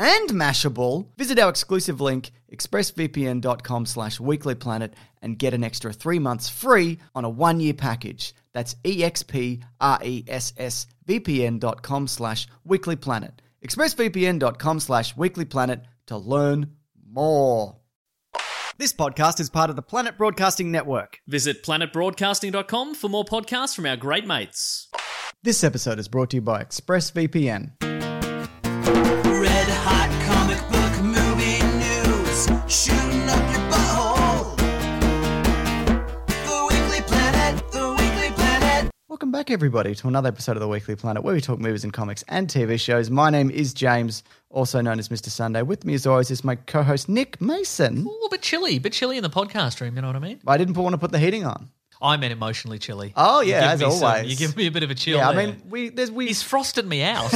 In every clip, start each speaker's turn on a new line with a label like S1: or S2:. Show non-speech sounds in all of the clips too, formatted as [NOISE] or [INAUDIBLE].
S1: and Mashable, visit our exclusive link, expressvpn.com slash weeklyplanet, and get an extra three months free on a one-year package. That's E expressvpn.com slash weeklyplanet. expressvpn.com slash weeklyplanet to learn more. This podcast is part of the Planet Broadcasting Network.
S2: Visit planetbroadcasting.com for more podcasts from our great mates.
S1: This episode is brought to you by ExpressVPN.
S3: Red hot comic book movie news, shooting up your butthole. The Weekly Planet, the Weekly Planet.
S1: Welcome back, everybody, to another episode of the Weekly Planet, where we talk movies and comics and TV shows. My name is James, also known as Mr. Sunday. With me, as always, is my co-host Nick Mason.
S4: Ooh, a bit chilly, a bit chilly in the podcast room. You know what I mean?
S1: I didn't want to put the heating on.
S4: I meant emotionally chilly.
S1: Oh, yeah,
S4: give
S1: as
S4: me some-
S1: always.
S4: you give me a bit of a chill.
S1: Yeah, I
S4: there.
S1: mean, we there's we
S4: he's frosted
S1: [LAUGHS]
S4: me out.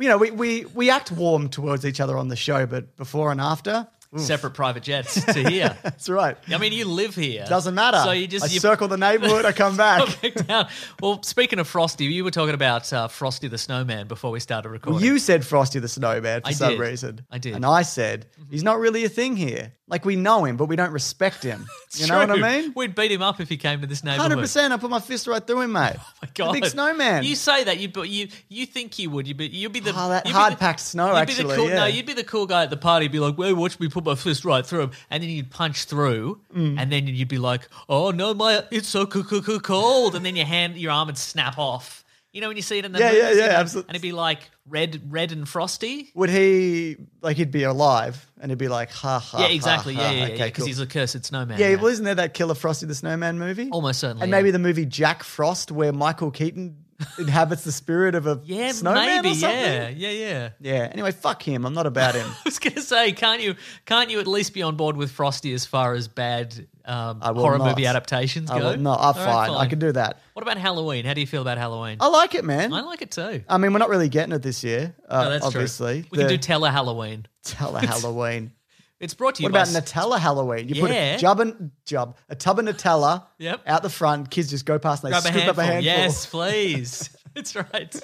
S1: you know we, we we act warm towards each other on the show, but before and after, oof,
S4: Separate private jets
S1: [LAUGHS]
S4: to here.
S1: that's right.
S4: I mean, you live here.
S1: Doesn't matter.
S4: So you just
S1: I
S4: you [LAUGHS]
S1: circle the neighborhood. I come back.
S4: pick down. Well, speaking of Frosty, you were talking about uh, Frosty the Snowman before we started recording.
S1: Well, you said Frosty the Snowman for
S4: I
S1: some
S4: did.
S1: reason.
S4: I did. Mm-hmm.
S1: And I said, he's not really a thing here. Like, we know him, but we don't respect
S4: [LAUGHS]
S1: him. you know what
S4: True.
S1: I mean?
S4: We'd beat him up if he came to this neighborhood.
S1: Hundred percent. I put my fist right through him,
S4: [LAUGHS]
S1: mate. Oh
S4: My God.
S1: big snowman.
S4: You say that you but you you think you would. You be you'd be the
S1: Oh, that
S4: you'd be
S1: hard
S4: the-
S1: packed snow,
S4: you'd be
S1: actually,
S4: The cool,
S1: yeah.
S4: No, you'd be the cool guy at the party. Be like, well, watch me put my fist right through him, and then you'd punch through,
S1: Mm.
S4: and then you'd be like, oh no, my it's so c- c- c- cold, and then your hand, your arm would snap off. You know when you see it in the
S1: Yeah,
S4: movies,
S1: yeah,
S4: you
S1: yeah,
S4: know,
S1: absolutely.
S4: And it'd be like red, red and frosty.
S1: Would he like he'd be alive and he'd be like, ha ha.
S4: yeah,
S1: ha,
S4: exactly.
S1: ha,
S4: yeah, yeah, yeah.
S1: Ah, okay,
S4: Because
S1: cool.
S4: he's a cursed snowman.
S1: yeah, well, isn't there that killer Frosty the Snowman movie?
S4: almost certainly.
S1: and
S4: yeah.
S1: maybe the movie Jack Frost, where Michael Keaton inhabits the spirit of a
S4: [LAUGHS] yeah,
S1: snowman
S4: maybe.
S1: or something.
S4: yeah, yeah, yeah.
S1: Yeah. Anyway, fuck him. I'm not about
S4: [LAUGHS]
S1: him.
S4: I was going to say, can't you can't you at least be on board with Frosty as far as bad um,
S1: I will
S4: horror
S1: not.
S4: movie adaptations
S1: I
S4: go?
S1: will not. I'm
S4: All
S1: fine.
S4: right,
S1: I Oh. can do that.
S4: What about Halloween? How do you feel about Halloween?
S1: I like it, man.
S4: I like it too.
S1: I mean, we're not really getting it this year, uh,
S4: No, that's
S1: obviously.
S4: true. We can do Tele Halloween. [LAUGHS]
S1: Nutella Halloween.
S4: It's brought to you
S1: What about
S4: by
S1: Nutella Halloween? You put a
S4: Yeah.
S1: jub and jub, a tub of Nutella
S4: Yep.
S1: out the front. Kids just go past and they
S4: Grab a
S1: scoop
S4: handful.
S1: up a handful. [LAUGHS]
S4: Yes, please. [LAUGHS] That's right.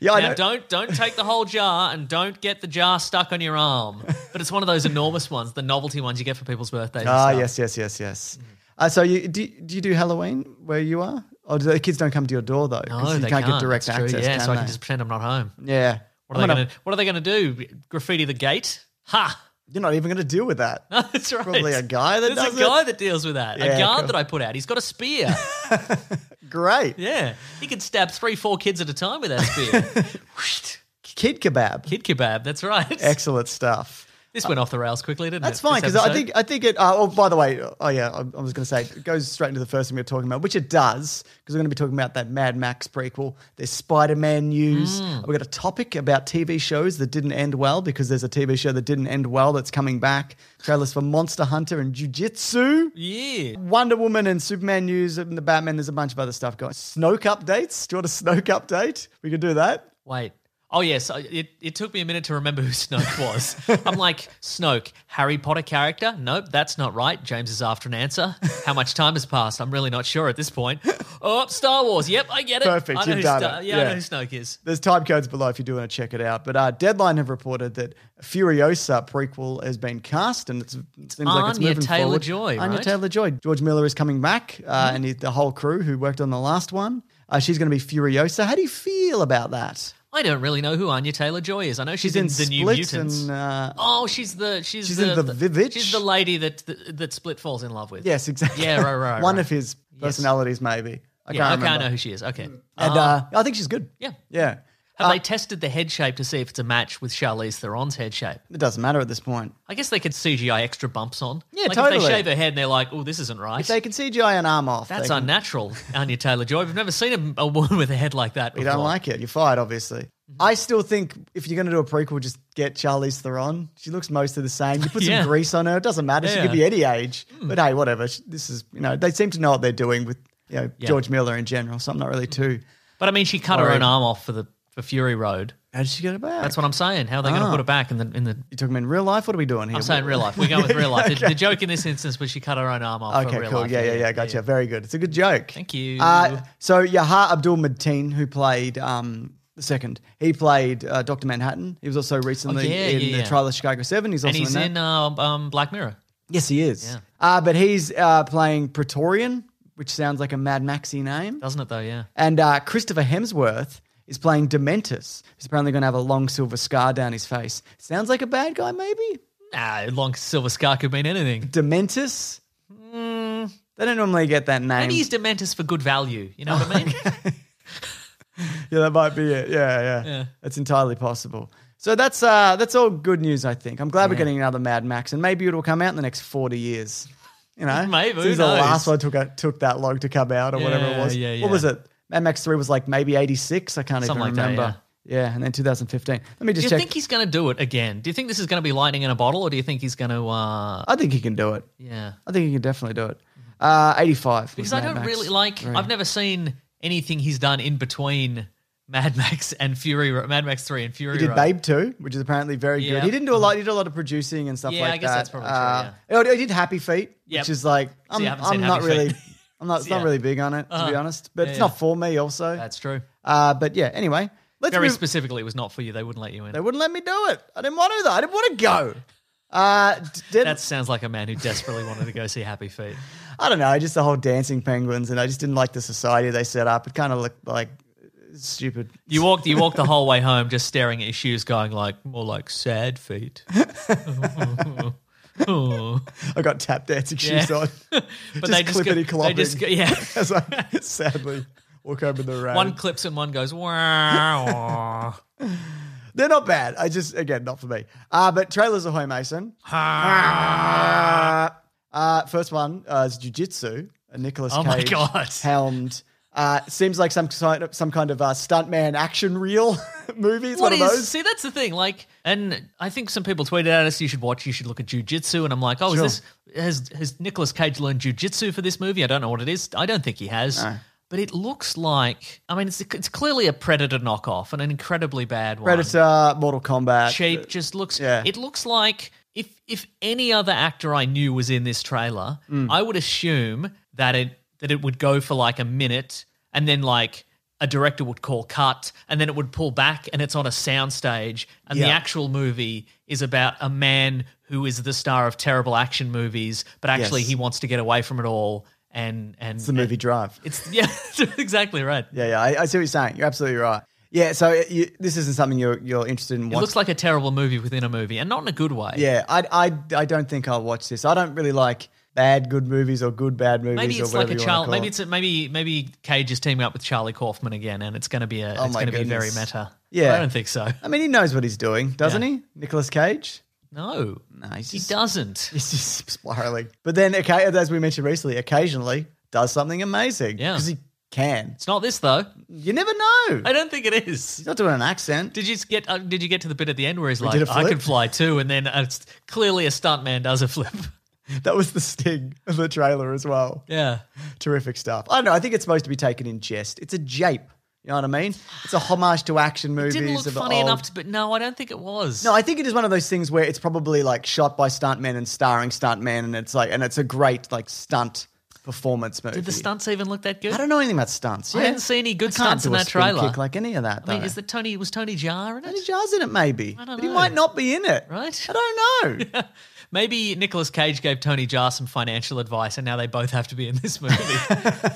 S1: Yeah, I
S4: Now
S1: know.
S4: don't don't take the whole jar and don't get the jar stuck on your arm. But it's one of those enormous ones, the novelty ones you get for people's birthdays. and
S1: Ah,
S4: stuff.
S1: yes, yes, yes, yes. Uh, so you do, do you do Halloween where you are? Or do the kids don't come to your door though? 'Cause
S4: No,
S1: you
S4: they
S1: can't, get direct
S4: It's true,
S1: access.
S4: Yeah,
S1: can
S4: so I
S1: they?
S4: can just pretend I'm not home.
S1: yeah.
S4: What are,
S1: I'm
S4: they
S1: gonna-
S4: gonna, what are they going to do? Graffiti the gate? Ha! [LAUGHS]
S1: You're not even going to deal with that.
S4: No, that's right.
S1: Probably a guy that
S4: There's
S1: does
S4: a
S1: it.
S4: guy that deals with that.
S1: Yeah,
S4: a guard
S1: cool.
S4: that I put out. He's got
S1: [LAUGHS]
S4: a spear.
S1: Great.
S4: yeah, he can stab three, four kids at a
S1: [LAUGHS]
S4: time with that spear. Whoosh.
S1: Kid kebab.
S4: Kid kebab. That's right.
S1: Excellent stuff.
S4: [LAUGHS] This went off the rails quickly, didn't
S1: That's
S4: it?
S1: fine
S4: This
S1: because I
S4: episode?
S1: think I think it. Uh, oh, by the way, oh yeah, I, I was going to say it goes straight into the first thing we're talking about, which it does because we're going to be talking about that Mad Max prequel. There's Spider-Man news.
S4: Mm.
S1: We've got a topic about TV shows that didn't end well because there's a TV show that didn't end well that's coming back. Trailers for Monster Hunter and Jiu Jitsu.
S4: Yeah.
S1: Wonder Woman and Superman news and the Batman. There's a bunch of other stuff going. Snoke updates. Do you want a Snoke update? We can do that.
S4: Wait. Oh yes, I- it, it took me a minute to remember who Snoke
S1: [LAUGHS]
S4: was. I'm like, Snoke, Harry Potter character? Nope, that's not right. James is after an answer. How much time has passed? I'm really not sure at this point.
S1: [LAUGHS]
S4: Oh, Star Wars. Yep, I get it.
S1: Perfect,
S4: I know
S1: you've
S4: who
S1: done
S4: Star-
S1: it.
S4: Yeah, I
S1: Yeah.
S4: know who Snoke is.
S1: There's time codes below if you do want to check it out. But uh, Deadline have reported that Furiosa prequel has been cast, and it's, it seems like it's moving
S4: Anya
S1: forward.
S4: Taylor-Joy,
S1: Anya
S4: right? Mm-hmm.
S1: Taylor Joy. George Miller is coming back, uh, and he, the whole crew who worked on the last one. Uh, she's going to be Furiosa. How do you feel about that?
S4: I don't really know who Anya Taylor Joy is. I know she's, in, the New
S1: Split
S4: Mutants.
S1: and, uh,
S4: oh, she's the she's,
S1: She's
S4: the,
S1: in The Village?
S4: She's the lady that, that that Split falls in love with.
S1: yes, exactly.
S4: Yeah, right, right,
S1: One
S4: right.
S1: of his personalities, maybe. I can't
S4: Yeah, okay,
S1: remember.
S4: I know who she is. Okay.
S1: And uh, I think she's good.
S4: Yeah.
S1: Yeah. Uh,
S4: Have they tested the head shape to see if it's a match with Charlize Theron's head shape?
S1: It doesn't matter at this point.
S4: I guess they could CGI extra bumps on.
S1: Yeah,
S4: like If
S1: totally.
S4: they shave her head and they're like, "Oh, this isn't right."
S1: If they can CGI an arm off, they
S4: That's
S1: can-
S4: unnatural, Anya Taylor Joy. We've never seen a, a woman with a head like that.
S1: You
S4: Before.
S1: don't like it. You're fired, obviously.
S4: Mm-hmm.
S1: I still think if you're going to do a prequel, just get Charlize Theron. She looks mostly the same. You put
S4: Yeah.
S1: some grease on her. It doesn't matter. She
S4: Yeah. Hmm.
S1: could be any age. But hey, whatever. She- This is, you know, they seem to know what they're doing with, you know,
S4: Yeah.
S1: George Miller in general. So I'm not really too.
S4: But I mean, she cut her
S1: Alright.
S4: own arm off for the for Fury Road.
S1: How did she get it back?
S4: That's what I'm saying. How are they going to
S1: Ah.
S4: put it back in the in the?
S1: You're talking about in real life? What are we doing here?
S4: I'm saying real life. We're going with real
S1: [LAUGHS]
S4: life. The- the, joke in this instance was she cut her own arm off. for
S1: Okay,
S4: real
S1: cool.
S4: Life.
S1: yeah, yeah, yeah. Gotcha. Very good. It's a good joke.
S4: Thank you.
S1: Uh, so Yahar Abdul Mateen, who played um, the second, he played uh, Doctor Manhattan. He was also recently
S4: Oh, yeah,
S1: in
S4: yeah,
S1: the
S4: yeah.
S1: Trial of Chicago Seven. He's also
S4: and he's
S1: in, that.
S4: in uh, um, Black Mirror.
S1: Yes, he is. Uh, but he's uh, playing Praetorian, which sounds like a Mad Maxy name.
S4: Doesn't it though? Yeah.
S1: And uh, Christopher Hemsworth is playing Dementus. He's apparently going to have a long silver scar down his face. Sounds like a bad guy, maybe?
S4: Nah, long silver scar could mean anything.
S1: Dementus? They don't normally get that name.
S4: Hmm. Maybe he's Dementis for good value. You know what
S1: [LAUGHS]
S4: I mean?
S1: yeah, that might be it. Yeah, yeah,
S4: Yeah.
S1: That's entirely possible. So that's uh, that's all good news, I think. I'm glad we're getting another Mad Max, and maybe it'll come out in the next 40 years. You know,
S4: [LAUGHS] Maybe, who
S1: since the
S4: knows?
S1: last one took took that long to come out or whatever it
S4: Yeah,
S1: was.
S4: yeah, yeah.
S1: What was it? Mad Max Three was like maybe 86. I can't
S4: Something
S1: even
S4: like that,
S1: remember. yeah. and then 2015. Let me
S4: Do
S1: just
S4: you
S1: check.
S4: think he's going to do it again? Do you think this is going to be lightning in a bottle, or do you think he's going to? Uh,
S1: I think he can do it.
S4: yeah,
S1: I think he can definitely do it. Uh, 85. was
S4: Mm-hmm. because I
S1: Mad
S4: don't
S1: Max
S4: really like.
S1: 3.
S4: I've never seen anything he's done in between Mad Max and Fury, Ro- Mad Max Three and Fury.
S1: He did
S4: Road.
S1: Babe too, which is apparently very
S4: Yeah.
S1: good. He didn't do a lot. He did a lot of producing and stuff
S4: Yeah,
S1: like that.
S4: I guess that's probably true,
S1: true. He did Happy Feet,
S4: Yep.
S1: which is like I'm,
S4: See, I haven't
S1: I'm
S4: seen
S1: not
S4: Happy
S1: really,
S4: Feet.
S1: [LAUGHS] I'm not. It's
S4: Yeah. Uh-huh.
S1: not really big on it to be honest. But
S4: Yeah,
S1: it's
S4: yeah.
S1: not for me also.
S4: That's true.
S1: uh, but yeah. Anyway, let's
S4: Very
S1: move-
S4: specifically, it was not for you. They wouldn't let you in.
S1: They wouldn't let me do it. I didn't want to. Though. I didn't want to go. Uh,
S4: [LAUGHS]
S1: d- did,
S4: That sounds like a man who desperately wanted to go see Happy Feet.
S1: I don't know. Just the whole dancing penguins, and I just didn't like the society they set up. It kind of looked like stupid. [LAUGHS]
S4: You walked, you walked the whole way home, just staring at his shoes, going like more like sad feet. [LAUGHS] Oh.
S1: I got tap dancing shoes
S4: Yeah.
S1: on.
S4: [LAUGHS] but they just, go,
S1: clippity
S4: they just go,
S1: clopping. [LAUGHS]
S4: yeah.
S1: as I sadly walk over the road.
S4: One clips and one goes wow.
S1: They're not bad. I just again not for me. Uh, but trailers are home, Mason. Uh, first one uh, is jujitsu. A Nicholas
S4: Oh my
S1: Cage
S4: God.
S1: helmed. Uh, seems like some kind of some kind of uh, stuntman action reel [LAUGHS] movie. It's
S4: What
S1: one of
S4: is?
S1: those.
S4: See, that's the thing. Like, and I think some people tweeted at us, "You should watch. You should look at jujitsu." And I'm like, "Oh,
S1: Sure.
S4: is this has has Nicolas Cage learned jujitsu for this movie? I don't know what it is. I don't think he has." But it looks like, I mean, it's it's clearly a Predator knockoff and an incredibly bad one.
S1: Predator, Mortal Kombat.
S4: shape just looks.
S1: yeah.
S4: It looks like if if any other actor I knew was in this trailer,
S1: Mm.
S4: I would assume that it that it would go for like a minute, and then like a director would call cut, and then it would pull back, and it's on a soundstage, and the
S1: Yeah.
S4: actual movie is about a man who is the star of terrible action movies, but actually
S1: Yes.
S4: he wants to get away from it all, and and
S1: It's the movie Drive.
S4: It's yeah, [LAUGHS] exactly right.
S1: Yeah, yeah. I, I see what you're saying. You're absolutely right. Yeah. So it, you, this isn't something you're you're interested in.
S4: It looks like a terrible movie within a movie, and not in a good way.
S1: Yeah, I, I, I don't think I'll watch this. I don't really like bad good movies or good bad movies.
S4: Maybe
S1: or
S4: it's like
S1: whatever
S4: a
S1: you wanna
S4: Charlie.
S1: call
S4: Maybe
S1: it.
S4: it's a, maybe maybe Cage is teaming up with Charlie Kaufman again, and it's going to be a.
S1: Oh
S4: it's
S1: my
S4: going to be very
S1: goodness.
S4: meta.
S1: Yeah.
S4: I don't think so.
S1: I mean, he knows what he's doing, doesn't
S4: Yeah.
S1: he, Nicolas Cage?
S4: No,
S1: No, he's
S4: he
S1: just-
S4: doesn't.
S1: [LAUGHS] He's just spiraling. But then, okay, as we mentioned recently, occasionally does something amazing.
S4: Yeah.
S1: Because he can.
S4: It's not this though.
S1: You never know.
S4: I don't think it is.
S1: He's not doing an accent.
S4: Did you get? Uh, did you get to the bit at the end where he's
S1: did
S4: like,
S1: a
S4: "I
S1: flip.
S4: can fly too," and then uh, it's clearly a stuntman does a flip.
S1: [LAUGHS]
S4: [LAUGHS]
S1: That was the sting of the trailer as well.
S4: Yeah,
S1: Terrific stuff. I don't know. I think it's supposed to be taken in jest. It's a jape. You know what I mean? It's a homage to action movies.
S4: didn't look
S1: of the
S4: funny
S1: old-
S4: enough to. But no, I don't think it was.
S1: No, I think it is one of those things where it's probably like shot by stuntmen and starring stuntmen, and it's like, and it's a great like stunt performance movie.
S4: did the stunts even look that good?
S1: I don't know anything about stunts.
S4: I
S1: yeah.
S4: didn't see any good
S1: I can't
S4: stunts
S1: do
S4: in
S1: a
S4: that
S1: spin
S4: trailer.
S1: Kick like any of that.
S4: I mean,
S1: though.
S4: is the Tony was Tony Jar in it?
S1: Tony Jar's in it, maybe.
S4: I don't
S1: But he
S4: know.
S1: might not be in it.
S4: Right?
S1: I don't know.
S4: [LAUGHS] Maybe Nicolas Cage gave Tony Jar some financial advice, and now they both have to be in this movie.
S1: [LAUGHS]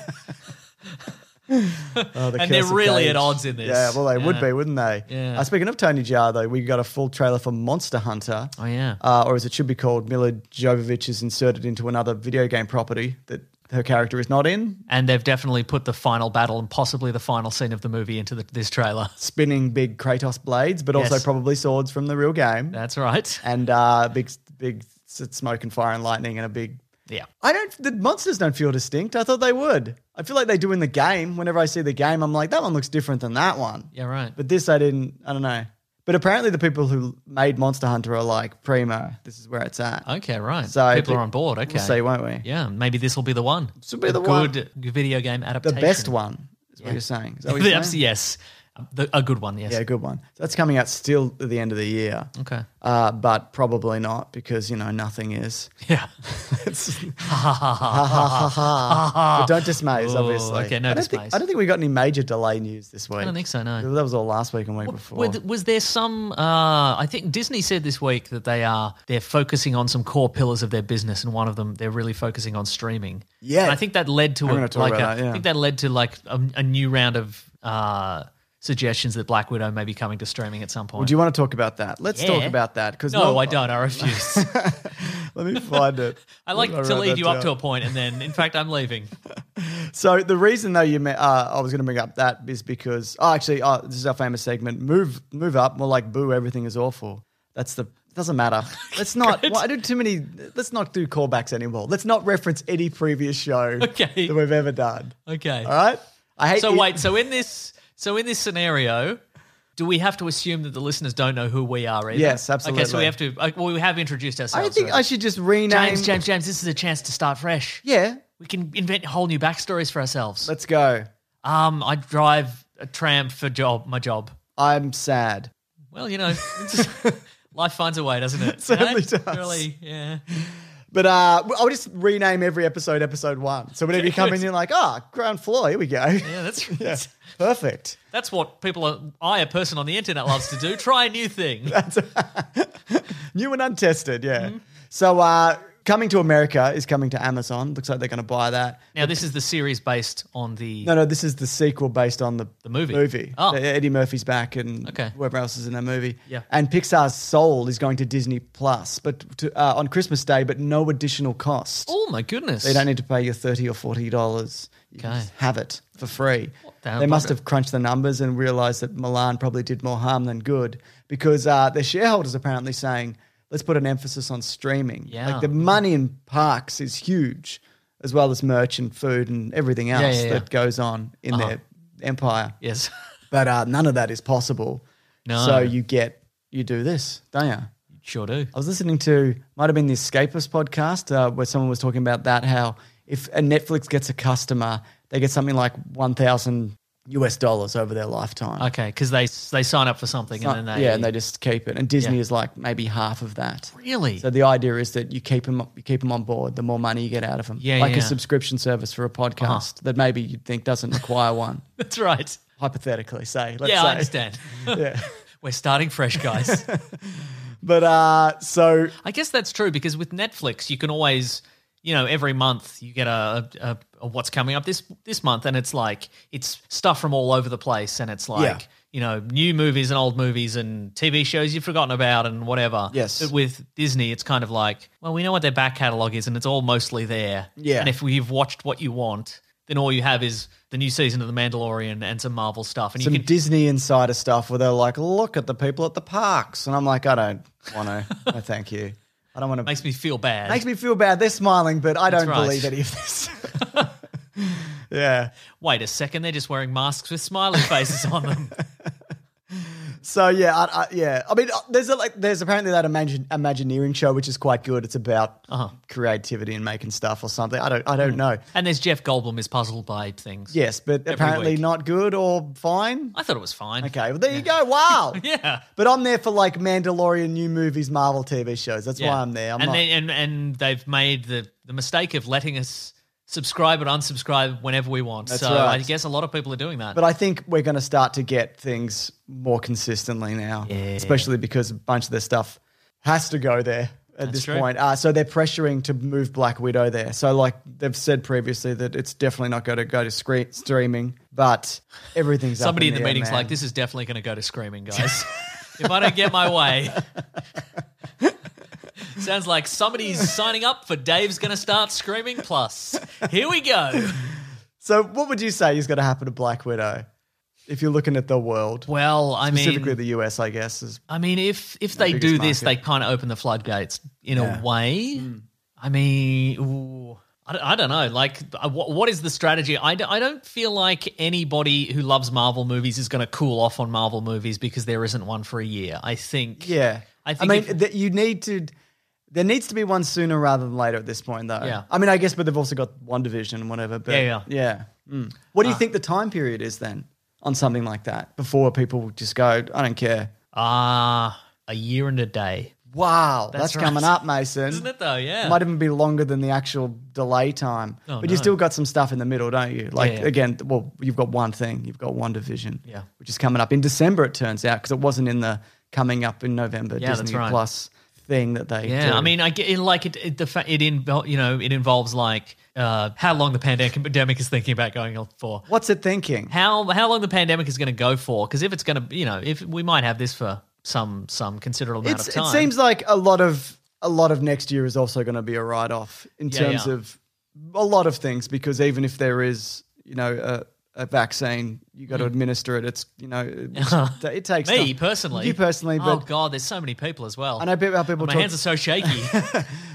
S1: Oh, the
S4: And they're
S1: curse of
S4: really
S1: Cage.
S4: at odds in this.
S1: Yeah, well, they would
S4: Yeah.
S1: be, wouldn't they?
S4: Yeah.
S1: Uh, speaking of Tony Jaa, though, we got a full trailer for Monster Hunter.
S4: oh yeah,
S1: Uh, or as it should be called, Mila Jovovich is inserted into another video game property that her character is not in.
S4: and they've definitely put the final battle and possibly the final scene of the movie into the, this trailer. [LAUGHS]
S1: Spinning big Kratos blades, but also
S4: Yes.
S1: probably swords from the real game.
S4: That's right.
S1: And uh, big, big s- smoke and fire and lightning and a big.
S4: Yeah.
S1: I don't. The monsters don't feel distinct. I thought they would. I feel like they do in the game. Whenever I see the game, I'm like, that one looks different than that one.
S4: Yeah, right.
S1: But this I didn't. I don't know. But apparently the people who made Monster Hunter are like primo. This is where it's at.
S4: okay, right.
S1: So
S4: people
S1: pe-
S4: are on board. Okay.
S1: We'll see, won't we?
S4: yeah, maybe this will be the one. This
S1: will be the one.
S4: good video game
S1: The
S4: adaptation.
S1: best one is what you're saying.
S4: [LAUGHS]
S1: Is that what
S4: The-
S1: you're saying?
S4: yes, The- a good one. Yes. Mm.
S1: Yeah, good one. That's coming out still at the end of the year.
S4: Okay. [LAUGHS]
S1: Uh, but probably not because you know nothing is.
S4: Yeah.
S1: It's- But don't dismay us,
S4: Ooh,
S1: obviously.
S4: Ah. Oh, okay, no
S1: I don't think-
S4: dismays.
S1: I don't think we got any major delay news this week.
S4: I don't think so, no.
S1: That was all last week and week before.
S4: Was, was there some? Uh, I think Disney said this week that they are they're focusing on some core pillars of their business, and one of them they're really focusing on streaming.
S1: Yeah.
S4: and I think that led to
S1: I'm
S4: a,
S1: gonna
S4: like
S1: talk about
S4: a-
S1: that, yeah.
S4: I think that led to like a, a new round of uh, suggestions that Black Widow may be coming to streaming at some point.
S1: Do you want to talk about that? Let's
S4: Yeah.
S1: talk about that because
S4: no, I don't.
S1: [LAUGHS]
S4: I refuse.
S1: Let me find it.
S4: [LAUGHS] I like
S1: Wrote
S4: to lead
S1: that
S4: you up to
S1: down.
S4: a point, and then in fact, I'm leaving.
S1: So the reason though you me- uh, I was going to bring up that is because oh actually oh, this is our famous segment move move up more like boo everything is awful that's the doesn't
S4: [LAUGHS]
S1: matter let's not well, I do too many let's not do callbacks anymore let's not reference any previous show
S4: Okay.
S1: that we've ever done
S4: Okay.
S1: all right I hate [LAUGHS]
S4: So
S1: it-
S4: wait. So in this so in this scenario. Do we have to assume that the listeners don't know who we are? Either?
S1: Yes,
S4: Okay, so
S1: absolutely.
S4: we have to. uh, Well, we have introduced
S1: I
S4: ourselves.
S1: don't think
S4: already.
S1: I should just rename
S4: James, James, James, this is a chance to start fresh.
S1: yeah
S4: We can invent whole new backstories for ourselves.
S1: let's go
S4: Um, I drive a tram for job, my job.
S1: I'm sad
S4: Well, you know,
S1: [LAUGHS]
S4: it's just- life finds a way, doesn't it?
S1: certainly
S4: You know?
S1: does.
S4: Really, yeah.
S1: but uh, I'll just rename every episode episode one so whenever you come
S4: [LAUGHS]
S1: in you're like ah ground floor here we go
S4: Yeah, that's
S1: yeah [LAUGHS] perfect.
S4: that's what people are, I, a person on the internet, loves to do. Try a
S1: [LAUGHS]
S4: new thing.
S1: New and untested, yeah.
S4: Mm-hmm.
S1: So uh, Coming to America is coming to Amazon. Looks like they're going to buy that.
S4: Now, this is the series based on the.
S1: No, no, this is the sequel based on the,
S4: The movie.
S1: Movie.
S4: Oh.
S1: Uh, Eddie Murphy's back and
S4: Okay.
S1: whoever else is in that movie.
S4: Yeah.
S1: And Pixar's Soul is going to Disney Plus, but to, uh, on Christmas Day, but no additional cost.
S4: Oh my goodness!
S1: They don't need to pay your thirty or forty dollars. You can
S4: Okay.
S1: just have it for free.
S4: the hell,
S1: They must
S4: bugger.
S1: have crunched the numbers and realized that Milan probably did more harm than good because uh, their shareholders apparently saying let's put an emphasis on streaming.
S4: Yeah.
S1: like the money in parks is huge, as well as merch and food and everything else
S4: yeah, Uh-huh. yeah.
S1: that goes on in their empire.
S4: Yes.
S1: But uh, none of that is possible.
S4: No.
S1: So you get you do this, don't you?
S4: Sure do.
S1: I was listening to might have been the Escapist podcast uh, where someone was talking about that how if a Netflix gets a customer, they get something like one thousand US dollars over their lifetime.
S4: Okay, because they they sign up for something and then they
S1: yeah, and they just keep it. And Disney
S4: Yeah.
S1: is like maybe half of that.
S4: really
S1: So the idea is that you keep them you keep 'em on board. The more money you get out of them,
S4: Yeah,
S1: like a
S4: yeah. Uh-huh.
S1: subscription service for a podcast that maybe you'd think doesn't require one.
S4: [LAUGHS]
S1: [LAUGHS]
S4: that's right.
S1: Hypothetically, say let's
S4: Yeah,
S1: say.
S4: I understand. [LAUGHS]
S1: yeah,
S4: We're starting fresh, guys.
S1: but uh, so
S4: I guess that's true because with Netflix, you can always, you know, every month you get a, a, a what's coming up this this month, and it's like it's stuff from all over the place, and it's like
S1: Yeah.
S4: you know new movies and old movies and TV shows you've forgotten about and whatever.
S1: Yes.
S4: But with Disney, it's kind of like well, we know what their back catalog is, and it's all mostly there.
S1: Yeah.
S4: And if we've watched what you want. then all you have is the new season of The Mandalorian and some Marvel stuff. And
S1: Some
S4: you can
S1: Disney insider stuff where they're like, look at the people at the parks. And I'm like, I don't want to.
S4: [LAUGHS]
S1: no, thank you. I don't want to.
S4: makes me feel
S1: [LAUGHS]
S4: bad.
S1: Makes me feel bad. They're smiling, but I don't
S4: right.
S1: believe any of
S4: [LAUGHS]
S1: this. [LAUGHS] yeah.
S4: Wait a second, they're just wearing masks with smiley faces on
S1: [LAUGHS]
S4: them.
S1: So yeah, I, I, yeah. I mean, uh, there's a, like there's apparently that imagine, Imagineering show which is quite good. It's about
S4: Uh-huh.
S1: creativity and making stuff or something. I don't I don't know.
S4: And there's Jeff Goldblum is puzzled by things.
S1: Yes, but apparently
S4: week.
S1: not good or fine.
S4: I thought it was fine.
S1: Okay, well there you go. Wow.
S4: [LAUGHS] Yeah.
S1: But I'm there for like Mandalorian, new movies, Marvel TV shows. That's
S4: Yeah.
S1: why I'm there. I'm
S4: and,
S1: not,
S4: they, and and they've made the, the mistake of letting us subscribe and unsubscribe whenever we want.
S1: That's
S4: so
S1: right.
S4: I guess a lot of people are doing that.
S1: But I think we're going to start to get things more consistently now, especially because a bunch of their stuff has to go there at this
S4: true.
S1: point. Uh, so they're pressuring to move Black Widow there. So, like they've said previously, that it's definitely not going to go to scre- streaming, but everything's up
S4: Somebody in the,
S1: air,
S4: meeting's
S1: man.
S4: like, this is definitely going to go
S1: [LAUGHS]
S4: to screaming, guys. if I don't get my way. Sounds like somebody's signing up for Dave's going to start screaming plus. Here we go.
S1: So, what would you say is going to happen to Black Widow if you're looking at the world,
S4: Well, I mean,
S1: specifically the US? I guess is
S4: I mean, if if they
S1: biggest
S4: do this,
S1: market.
S4: they kind of open the floodgates in
S1: Yeah.
S4: a way. I mean, ooh, I, don't, I don't know. Like, uh, wh- what is the strategy? I, d- I don't feel like anybody who loves Marvel movies is going to cool off on Marvel movies because there isn't one for a year. I think.
S1: Yeah,
S4: I think
S1: mean,
S4: if-
S1: that you need to. There needs to be one sooner rather than later at this point, though.
S4: Yeah.
S1: I mean, I guess, but they've also got one division and whatever. But
S4: Yeah, Uh,
S1: Mm. What do you think the time period is then on something like that before people just go, I don't care.
S4: Ah, a year and a day.
S1: Wow, that's,
S4: That's right.
S1: coming up, Mason.
S4: Isn't it though? Yeah.
S1: [LAUGHS] Might even be longer than the actual delay time.
S4: Oh,
S1: but you
S4: no.
S1: still got some stuff in the middle, don't you? Like,
S4: Yeah, yeah.
S1: again, well, you've got one thing. You've got one division,
S4: Yeah.
S1: which is coming up in December, it turns out, because it wasn't in the coming up in November
S4: Yeah, that's
S1: Disney
S4: right.
S1: Plus thing that they
S4: yeah,
S1: do.
S4: I mean, I get it, like it. it the fa- it invo- you know it involves like uh, how long the pandemic is thinking about going on for.
S1: What's it thinking?
S4: how how long the pandemic is going to go for? Because if it's going to, you know, if we might have this for some some considerable amount
S1: It's,
S4: of
S1: it
S4: time.
S1: seems like a lot of a lot of next year is also going to be a write off in
S4: Yeah,
S1: terms
S4: yeah.
S1: of a lot of things because even if there is you know a, a vaccine, you got to administer it. It's you
S4: [LAUGHS]
S1: know it, it takes
S4: Hmm. me
S1: time.
S4: personally,
S1: you personally,
S4: oh
S1: but
S4: god, there's so many people as well.
S1: I know people, how people
S4: my
S1: talk,
S4: hands are
S1: [LAUGHS]
S4: so shaky.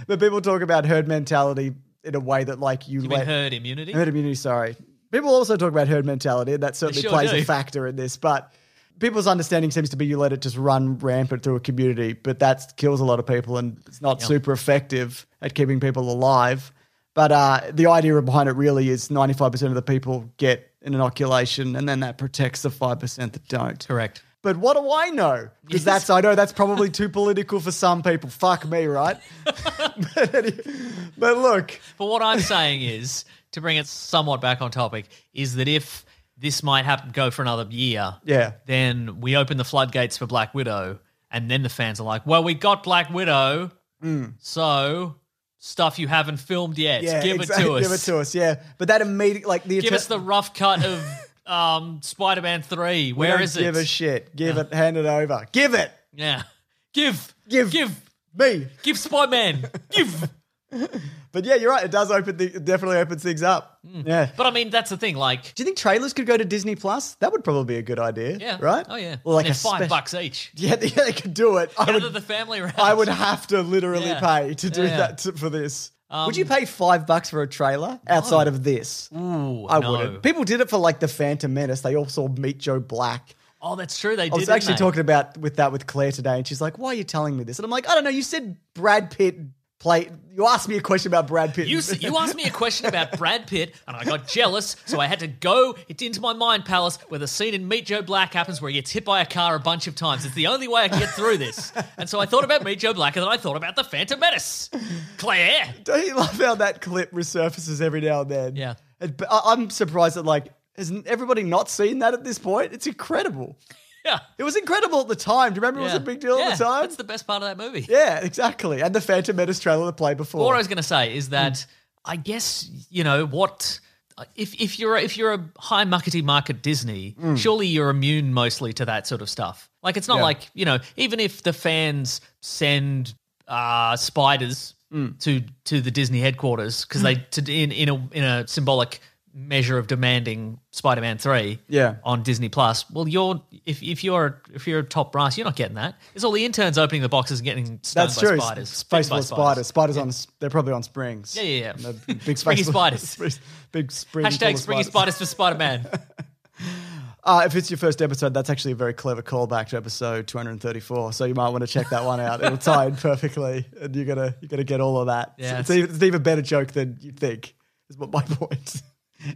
S1: but people talk about herd mentality in a way that like you,
S4: you mean
S1: let
S4: herd immunity?
S1: Herd immunity, sorry. People also talk about herd mentality, and that certainly
S4: sure
S1: plays a
S4: do.
S1: factor in this. But people's understanding seems to be you let it just run rampant through a community, but that kills a lot of people and it's not super effective at keeping people alive. But uh, the idea behind it really is 95% of the people get an inoculation, and then that protects the 5% that don't.
S4: Correct.
S1: But what do I know? Because that's I know that's probably too political for some people. Fuck me,
S4: [LAUGHS]
S1: right? [LAUGHS] but, any- but look,
S4: But what I'm saying is, to bring it somewhat back on topic, is that if this might happen, go for another year,
S1: yeah.
S4: then we open the floodgates for Black Widow, and then the fans are like, "Well, we got Black Widow,
S1: Hmm.
S4: so stuff you haven't filmed yet,
S1: exactly.
S4: give
S1: [LAUGHS]
S4: it to us,
S1: Give it to us, yeah. But that immediate, like the
S4: Give us the rough cut of um, Spider-Man Three.
S1: We
S4: Where
S1: don't
S4: is
S1: Give
S4: it?
S1: a shit. Give it. Hand it over. Give it
S4: yeah, give,
S1: Give.
S4: give,
S1: me.
S4: give Spider-Man.
S1: [LAUGHS]
S4: give.
S1: But yeah, you're right. It does open. The, it definitely opens things up. Yeah.
S4: Hmm. But I mean, that's the thing. Like,
S1: Do you think trailers could go to Disney Plus? That would probably be a good idea.
S4: yeah,
S1: Right.
S4: Oh yeah,
S1: Or like
S4: And they're
S1: a
S4: five
S1: spec-
S4: bucks each.
S1: [LAUGHS] Yeah, they- yeah, they could do it. I
S4: Gather
S1: would.
S4: the family around.
S1: I would have to literally
S4: Yeah.
S1: pay to do
S4: Yeah. Um,
S1: that to, for this. would you pay five bucks for a trailer outside of this?
S4: Ooh,
S1: I
S4: no.
S1: wouldn't. People did it for like the Phantom Menace. They all saw Meet Joe Black.
S4: Oh, that's true. They
S1: I
S4: did.
S1: was
S4: didn't
S1: actually
S4: they?
S1: talking about with that with Claire today, and she's like, "Why are you telling me this?" And I'm like, "I don't know. You said Brad Pitt play. You asked me a question about Brad [LAUGHS] Pitt.
S4: You, s- you asked me a question about Brad Pitt, and I got jealous, so I had to go It's into my mind palace where the scene in Meet Joe Black happens where he gets hit by a car a bunch of times. It's the only way I can get through this. And so I thought about Meet Joe Black, and then I thought about the Phantom Menace. Claire!
S1: Don't you love how that clip resurfaces every now and then?
S4: Yeah.
S1: And- but I- I'm surprised that like has everybody not seen that at this point? It's incredible.
S4: Yeah.
S1: It was incredible at the time. Do you remember it was
S4: Yeah.
S1: a big deal
S4: Yeah,
S1: at the time?
S4: That's the best part of that movie.
S1: yeah, exactly. And the Phantom Menace trailer that played before. Mm.
S4: What I was going to say is that I guess you know what if if you're if you're a high muckety market Disney, surely you're immune mostly to that sort of stuff. Like it's not
S1: Mm. Yeah.
S4: like you know even if the fans send uh,
S1: Mm.
S4: spiders to to the Disney headquarters because they to in in a in a symbolic measure of demanding Spider-Man three
S1: Yeah.
S4: on Disney Plus. Well, you're if, if you're if you're a top brass, you're not getting that. It's all the interns opening the boxes and getting stung
S1: That's
S4: by
S1: true.
S4: spiders,
S1: S-
S4: bitten
S1: Space
S4: by
S1: Force spiders. Spiders on s- they're probably on springs.
S4: Yeah, yeah, yeah.
S1: And they're Big
S4: [LAUGHS] Springy
S1: space-
S4: spiders.
S1: big [LAUGHS] spring. full
S4: Hashtag
S1: of
S4: springy spiders
S1: [LAUGHS]
S4: for Spider-Man.
S1: Uh, if it's your first episode, that's actually a very clever callback to episode 234. So you might want to check that one out. It'll tie in perfectly, and you're gonna you're gonna get all of that.
S4: Yeah,
S1: it's,
S4: it's-
S1: even, it's an even better joke than you think. Is what my [LAUGHS] point.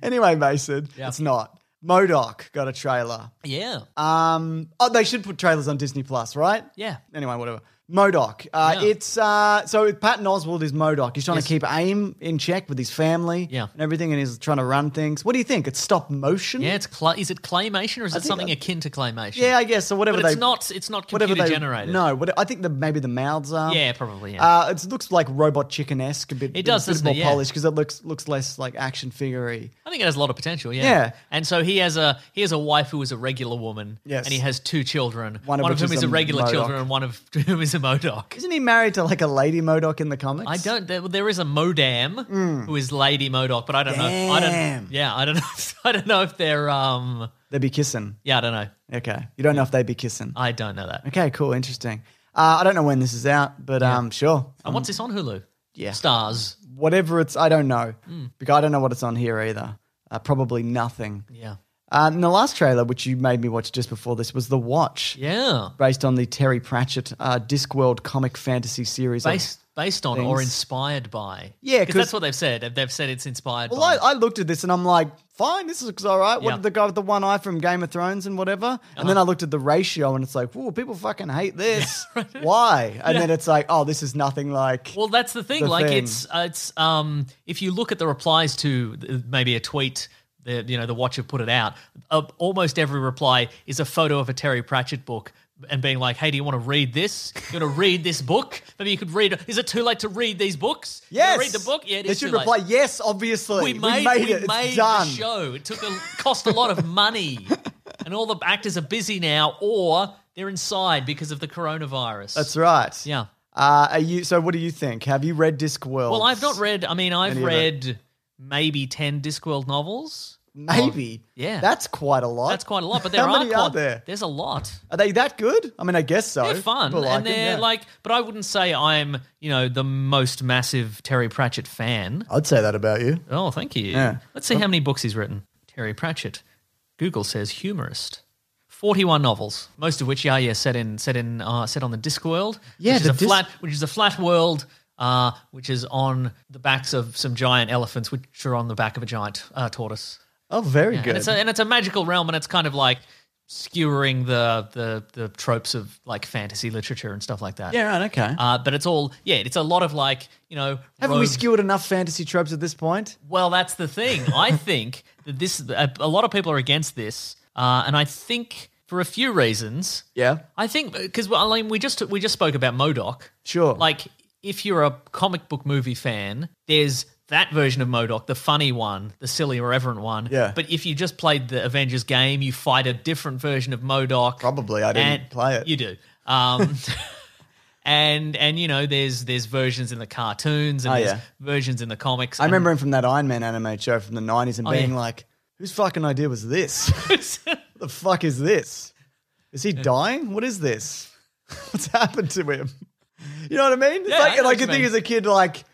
S1: anyway, Mason,
S4: Yeah.
S1: it's not. Modoc got a trailer.
S4: yeah,
S1: Um, oh, they should put trailers on Disney Plus, right?
S4: yeah.
S1: Anyway, whatever. Modoc. Uh,
S4: Yeah.
S1: It's uh, so Patton Oswald is Modoc. He's trying
S4: Yes.
S1: to keep AIM in check with his family,
S4: Yeah.
S1: and everything, and he's trying to run things. What do you think? It's stop motion.
S4: Yeah, it's cla is it claymation or is it
S1: think
S4: something
S1: that-
S4: akin to claymation?
S1: Yeah, I guess. So whatever
S4: but
S1: they,
S4: it's not. It's not
S1: whatever
S4: computer
S1: they
S4: generated.
S1: No, what, I think that maybe the mouths are.
S4: Yeah, probably. Yeah.
S1: Uh, it looks like robot chicken esque a bit.
S4: It does,
S1: a bit
S4: doesn't
S1: more
S4: it? Yeah.
S1: polished because it looks looks less like action figurey.
S4: I think it has a lot of potential. Yeah.
S1: Yeah.
S4: And so he has a he has a wife who is a regular woman.
S1: Yes.
S4: And he has two children.
S1: One
S4: One
S1: of
S4: of,
S1: which
S4: whom
S1: is
S4: is
S1: a
S4: a regular
S1: Modoc.
S4: children, and one of [LAUGHS] whom is a Modoc.
S1: Isn't he married to like a lady Modoc in the comics?
S4: I don't. There, there is a Modam who is Lady Modoc, but I don't know. I
S1: Mm. Damn.
S4: don't. Yeah, I don't. Know, I don't know if [LAUGHS] they're. Um.
S1: They'd be kissing.
S4: Yeah, I don't know.
S1: Okay, you don't know if they'd be kissing.
S4: I don't know that.
S1: Okay, cool, interesting. Uh, I don't know when this is out, but um, sure.
S4: And what's this on Hulu?
S1: Yeah.
S4: Stars.
S1: Whatever it's, I don't know.
S4: Hmm.
S1: Because I don't know what it's on here either. Uh, probably nothing.
S4: Yeah.
S1: Uh, and the last trailer, which you made me watch just before this, was The Watch.
S4: Yeah.
S1: based on the Terry Pratchett uh, Discworld comic fantasy series.
S4: Based based on or
S1: things.
S4: inspired by.
S1: Yeah, 'cause-
S4: because that's what they've said. They've said it's inspired.
S1: well,
S4: by.
S1: I, I looked at this and I'm like, fine, this looks all right. What
S4: Yeah. Uh-huh.
S1: did the guy with the one eye from Game of Thrones and whatever? And then I looked at the ratio and it's like, whoa, people fucking
S4: [LAUGHS]
S1: hate this. Why? And then it's like, oh, this is nothing like.
S4: Well, that's the thing.
S1: the
S4: like,
S1: thing.
S4: it's uh, it's um, if you look at the replies to uh, maybe a tweet, the you know the watcher put it out. Uh, almost every reply is a photo of a Terry Pratchett book and being like, "Hey, do you want to read this? You want to read this book? Maybe you could read. it. Is it too late to read these books? You wanna
S1: yes.
S4: read the book. Yeah, it
S1: they
S4: is
S1: should
S4: too
S1: reply,
S4: late.
S1: yes, obviously.
S4: We made, we
S1: it.
S4: made
S1: it's done.
S4: the show. It took a cost a lot of
S1: [LAUGHS]
S4: money, and all the actors are busy now, or they're inside because of the coronavirus.
S1: That's right.
S4: yeah.
S1: Uh, are you? So, what do you think? Have you read Discworld?
S4: Well, I've not read. I mean, I've
S1: Any of it.
S4: read maybe ten Discworld novels.
S1: Maybe.
S4: yeah.
S1: That's quite a lot.
S4: That's quite a
S1: [LAUGHS]
S4: lot, but there
S1: How
S4: are
S1: many
S4: quite,
S1: are there?
S4: There's a lot.
S1: Are they that good? I mean, I guess so.
S4: They're fun,
S1: People
S4: and
S1: like it,
S4: they're
S1: yeah.
S4: like. But I wouldn't say I'm, you know, the most massive Terry Pratchett fan.
S1: I'd say that about you.
S4: Oh, thank you.
S1: Yeah.
S4: Let's see how many books he's written. Terry Pratchett. Google says humorist. Forty-one novels, most of which, yeah, yeah, set in set in uh, set on the Discworld.
S1: Yeah,
S4: which is
S1: the
S4: a
S1: Dis-
S4: flat, which is a flat world. Uh, which is on the backs of some giant elephants, which are on the back of a giant uh, tortoise.
S1: Oh, very
S4: And it's, a, and it's a magical realm, and it's kind of like skewering the, the the tropes of like fantasy literature and stuff like that.
S1: yeah, right, okay.
S4: Uh, but it's all yeah. It's a lot of like you know.
S1: Haven't we
S4: rogue-
S1: skewered enough fantasy tropes at this point?
S4: Well, that's the thing.
S1: [LAUGHS]
S4: I think that this a, a lot of people are against this, uh, and I think for a few reasons.
S1: Yeah.
S4: I think because well, I mean, we just we just spoke about Modoc.
S1: Sure.
S4: Like if you're a comic book movie fan, there's that version of Modoc, the funny one, the silly irreverent one.
S1: Yeah.
S4: But if you just played the Avengers game, you fight a different version of Modoc.
S1: Probably, I didn't
S4: And-
S1: play it.
S4: You do. Um, [LAUGHS] and and you know, there's there's versions in the cartoons and
S1: Oh,
S4: there's
S1: yeah.
S4: versions in the comics. [LAUGHS]
S1: I
S4: and-
S1: remember him from that Iron Man anime show from the 90s and
S4: Oh,
S1: being
S4: yeah.
S1: like, whose fucking idea was this? the fuck is this? Is he dying? What is this? [LAUGHS] What's happened to him? You know what I mean? It's
S4: Yeah, I
S1: like,
S4: know
S1: like
S4: what you
S1: thing
S4: mean.
S1: as a kid, like,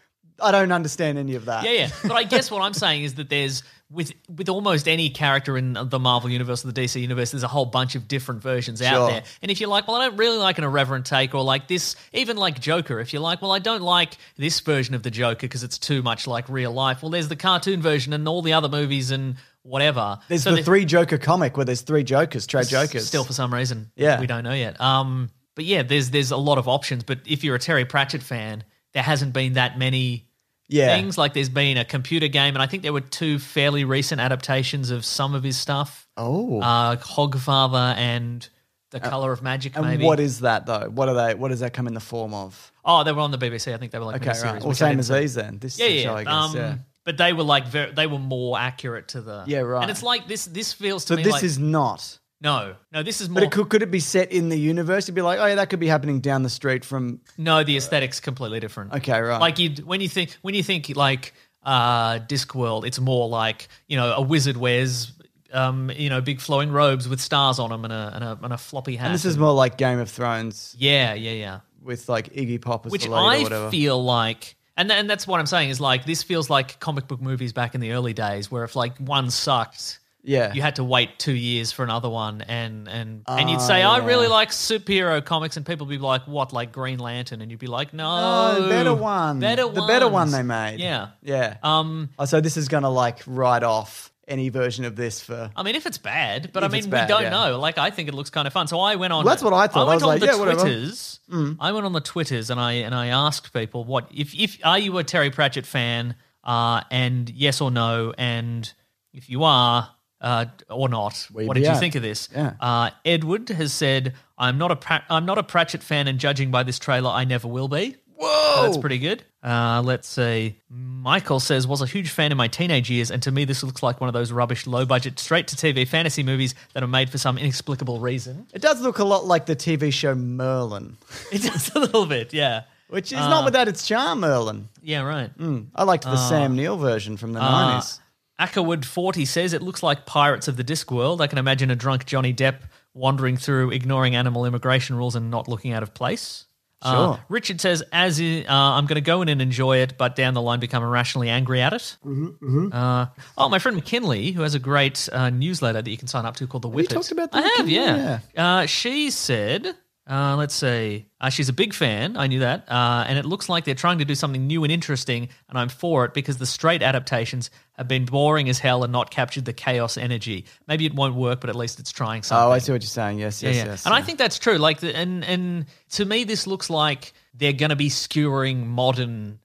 S1: I don't understand any of that.
S4: Yeah, yeah. But I guess what I'm saying is that there's with with almost any character in the Marvel universe or the DC universe, there's a whole bunch of different versions
S1: Sure.
S4: out there. And if you're like, well, I don't really like an irreverent take, or like this, even like Joker, if you're like, well, I don't like this version of the Joker because it's too much like real life. Well, there's the cartoon version and all the other movies and whatever.
S1: There's
S4: So
S1: the
S4: there-
S1: three Joker comic where there's three Jokers, trade Jokers.
S4: still for some reason.
S1: Yeah.
S4: we don't know yet. Um, but yeah, there's there's a lot of options. But if you're a Terry Pratchett fan, there hasn't been that many
S1: yeah.
S4: things. Like there's been a computer game, and I think there were two fairly recent adaptations of some of his stuff.
S1: Oh. Uh,
S4: Uh, Hogfather and The Color of Magic,
S1: and
S4: maybe.
S1: what is that though? What are they? What does that come in the form of?
S4: oh, they were on the BBC. I think they were like
S1: Okay,
S4: miniseries,
S1: right. Well,
S4: which I
S1: same
S4: didn't
S1: as
S4: see.
S1: these then. This
S4: Yeah,
S1: is the
S4: yeah.
S1: show, I guess.
S4: um,
S1: yeah.
S4: But they were like ver- they were more accurate to the
S1: Yeah, right.
S4: And it's like this. This feels to
S1: So
S4: me
S1: this
S4: like
S1: is not.
S4: no, no. This is more
S1: But it could, could it be set in the universe? It'd be like, oh yeah, that could be happening down the street from.
S4: No, the aesthetics completely different.
S1: Okay, right.
S4: Like you, when you think when you think like uh, Discworld. It's more like you know a wizard wears um, you know big flowing robes with stars on them and a and a, and a floppy hat.
S1: And this is more like Game of Thrones
S4: yeah, yeah, yeah.
S1: with like Iggy Pop as
S4: Which
S1: the lead or
S4: I
S1: whatever.
S4: feel like. And, th- and that's what I'm saying is like this feels like comic book movies back in the early days, where if like one sucked,
S1: yeah.
S4: you had to wait two years for another one, and and and
S1: Ah,
S4: you'd say, I really like superhero comics, and people would be like, what, like Green Lantern, and you'd be like, no,
S1: Oh, better one.
S4: better
S1: the better one
S4: ones."
S1: they made.
S4: Yeah.
S1: Yeah.
S4: Um,
S1: Oh, so this is going to like write off any version of this for.
S4: I mean, if it's bad, but I
S1: If it's
S4: mean,
S1: bad,
S4: we don't
S1: yeah.
S4: know. Like, I think it looks kind of fun. So I went on.
S1: Well, that's what I thought.
S4: I
S1: I was
S4: went on
S1: like,
S4: the
S1: yeah, whatever. Mm.
S4: twitters. I went on the twitters and I and I asked people what if if are you a Terry Pratchett fan? Uh, and yes or no, and if you are. Uh, or not?
S1: We'd
S4: what
S1: be
S4: did you
S1: out.
S4: think of this?
S1: Yeah.
S4: Uh, Edward has said, "I'm not a pra- I'm not a Pratchett fan, and judging by this trailer, I never will be."
S1: Whoa!
S4: So that's pretty good. Uh, let's see. Michael says, was a huge fan in my teenage years, and to me, this looks like one of those rubbish, low budget, straight to TV fantasy movies that are made for some inexplicable reason. [LAUGHS]
S1: It does look a lot like the TV show Merlin,
S4: It does a little bit, yeah.
S1: which is
S4: Uh.
S1: not without its charm, Merlin.
S4: Yeah, right.
S1: I liked the
S4: Uh.
S1: Sam Neill version from the 90s.
S4: Ackerwood40 says, it looks like Pirates of the Discworld. I can imagine a drunk Johnny Depp wandering through, ignoring animal immigration rules and not looking out of place. Uh,
S1: Sure.
S4: Richard says, "As in, uh, I'm going to go in and enjoy it, but down the line become irrationally angry at it."
S1: Mm-hmm,
S4: Uh, oh, my friend McKinley, who has a great uh, newsletter that you can sign up to called The
S1: you
S4: Whippet.
S1: talked about the
S4: I have,
S1: McKinley?
S4: yeah. Uh, she said, uh, let's see, uh, she's a big fan. I knew that, uh, and it looks like they're trying to do something new and interesting, and I'm for it because the straight adaptations have been boring as hell and not captured the chaos energy. Maybe it won't work, but at least it's trying something.
S1: Oh, I see what you're saying. Yes, yes,
S4: Yeah, yeah.
S1: yes.
S4: and I
S1: yeah.
S4: think that's true. Like, the, and and to me, this looks like they're going to be skewering modern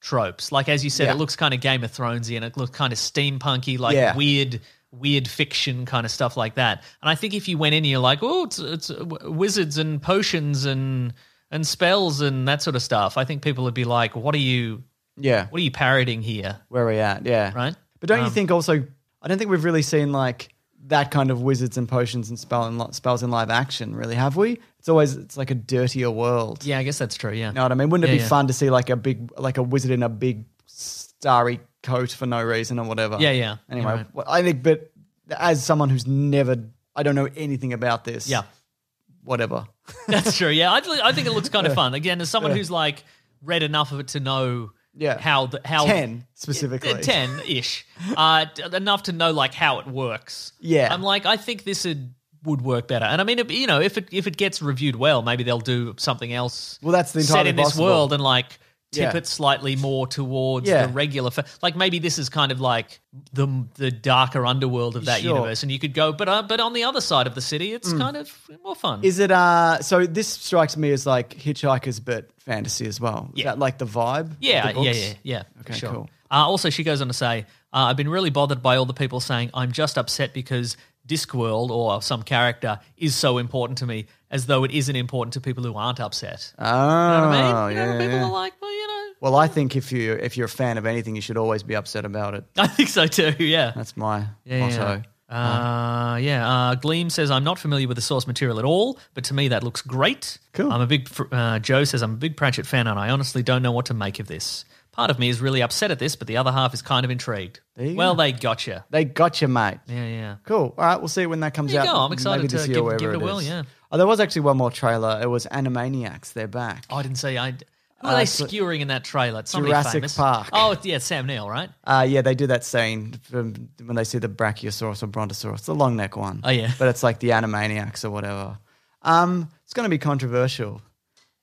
S4: tropes. Like as you said,
S1: Yeah.
S4: it looks kind of Game of Thronesy, and it looks kind of steampunky, like
S1: Yeah.
S4: weird, weird fiction kind of stuff like that. And I think if you went in, and you're like, oh, it's it's uh, w- wizards and potions and and spells and that sort of stuff. I think people would be like, what are you,
S1: yeah.
S4: what are you parodying here?
S1: where we at. Yeah.
S4: Right? Um.
S1: But don't you think also? I don't think we've really seen like that kind of wizards and potions and spell and li- spells in live action, really, have we? It's always it's like a dirtier world.
S4: Yeah, I guess that's true. Yeah.
S1: You know what I mean? Wouldn't it
S4: Yeah,
S1: be
S4: yeah.
S1: fun to see like a big like a wizard in a big starry coat for no reason or whatever?
S4: Yeah, yeah.
S1: Anyway,
S4: You're right.
S1: well, I think, but as someone who's never, I don't know anything about this.
S4: Yeah.
S1: Whatever.
S4: That's true. Yeah, I, th- I think it looks kind of fun. Again, as someone who's like read enough of it to know
S1: Yeah.
S4: how the, how
S1: Ten specifically.
S4: ten ish uh, d- enough to know like how it works.
S1: Yeah.
S4: I'm like I think this would would work better. And I mean, it, you know, if it if it gets reviewed well, maybe they'll do something else.
S1: Well, that's the
S4: set
S1: entirely
S4: in this
S1: possible.
S4: world and like tip
S1: Yeah.
S4: it slightly more towards
S1: Yeah.
S4: the regular. Fa- like maybe this is kind of like the the darker underworld of that
S1: Sure. Mm.
S4: universe, and you could go, but uh, but on the other side of the city, it's kind of more fun.
S1: Is it uh so this strikes me as like Hitchhiker's but fantasy as well. Is
S4: Yeah.
S1: that like the vibe? of
S4: Yeah,
S1: the
S4: yeah,
S1: books?
S4: yeah, yeah.
S1: Okay,
S4: for sure.
S1: cool.
S4: Uh, also, she goes on to say, uh, "I've been really bothered by all the people saying I'm just upset because Discworld or some character is so important to me, as though it isn't important to people who aren't upset."
S1: Oh,
S4: you know what I mean? You know,
S1: yeah,
S4: people
S1: yeah.
S4: are like, well, you know,
S1: Well, I think if you if you're a fan of anything, you should always be upset about it.
S4: [LAUGHS] I think so too. Yeah.
S1: That's my
S4: Yeah,
S1: motto.
S4: yeah. Uh, yeah. Uh, Gleam says I'm not familiar with the source material at all, but to me that looks great.
S1: Cool.
S4: I'm a big. fr- Uh, Joe says I'm a big Pratchett fan, and I honestly don't know what to make of this. Part of me is really upset at this, but the other half is kind of intrigued.
S1: you
S4: well,
S1: go.
S4: they gotcha.
S1: They got you, mate.
S4: Yeah, yeah.
S1: Cool. All right, we'll see when that comes
S4: There
S1: out.
S4: you go. I'm excited
S1: maybe this
S4: to
S1: year,
S4: give-
S1: wherever
S4: give it a
S1: is.
S4: whirl, yeah.
S1: Oh, there was actually one more trailer. It was Animaniacs. They're back.
S4: Oh, I didn't say I. Who are
S1: Uh,
S4: they
S1: so-
S4: skewering in that trailer? It's somebody
S1: Jurassic
S4: famous.
S1: Park.
S4: Oh, yeah, Sam Neill, right?
S1: Uh, yeah, they do that scene from when they see the Brachiosaurus or Brontosaurus, the long neck one.
S4: Oh, yeah.
S1: But it's like the Animaniacs or whatever. Um, it's going to be controversial.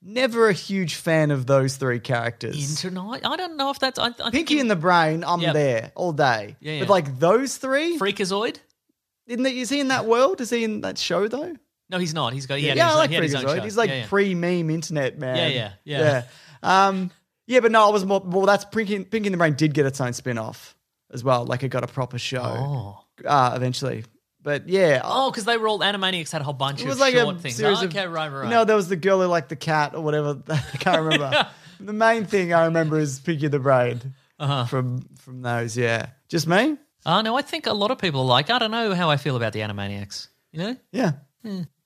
S1: Never a huge fan of those three characters.
S4: Internet. I don't know if that's. I, I think
S1: Pinky
S4: it-
S1: and the Brain, I'm
S4: Yep.
S1: there all day.
S4: Yeah,
S1: But
S4: yeah.
S1: like those three,
S4: Freakazoid.
S1: isn't he, is he in that world? Is he in that show though?
S4: No, he's not. He's got. He had
S1: yeah,
S4: his, uh,
S1: I like
S4: he had his own
S1: Freakazoid.
S4: show.
S1: He's like
S4: Yeah, yeah.
S1: pre-meme internet man.
S4: Yeah, yeah, yeah.
S1: yeah. Um, yeah, but no, I was more. Well, that's Pinky, Pinky and the Brain did get its own spin-off as well. Like it got a proper show
S4: Oh.
S1: uh, eventually. But yeah, I-
S4: Oh, because they were all Animaniacs had a whole bunch
S1: it was
S4: of
S1: like
S4: short
S1: a
S4: things.
S1: series
S4: Oh, okay,
S1: of
S4: right, right.
S1: No,
S4: right.
S1: there was the girl who liked the cat or whatever. [LAUGHS] I can't remember. The main thing I remember is Pinky and the Brain from from those. Yeah, just me.
S4: Uh, no, I think a lot of people are like. I don't know how I feel about the Animaniacs. You know,
S1: Yeah,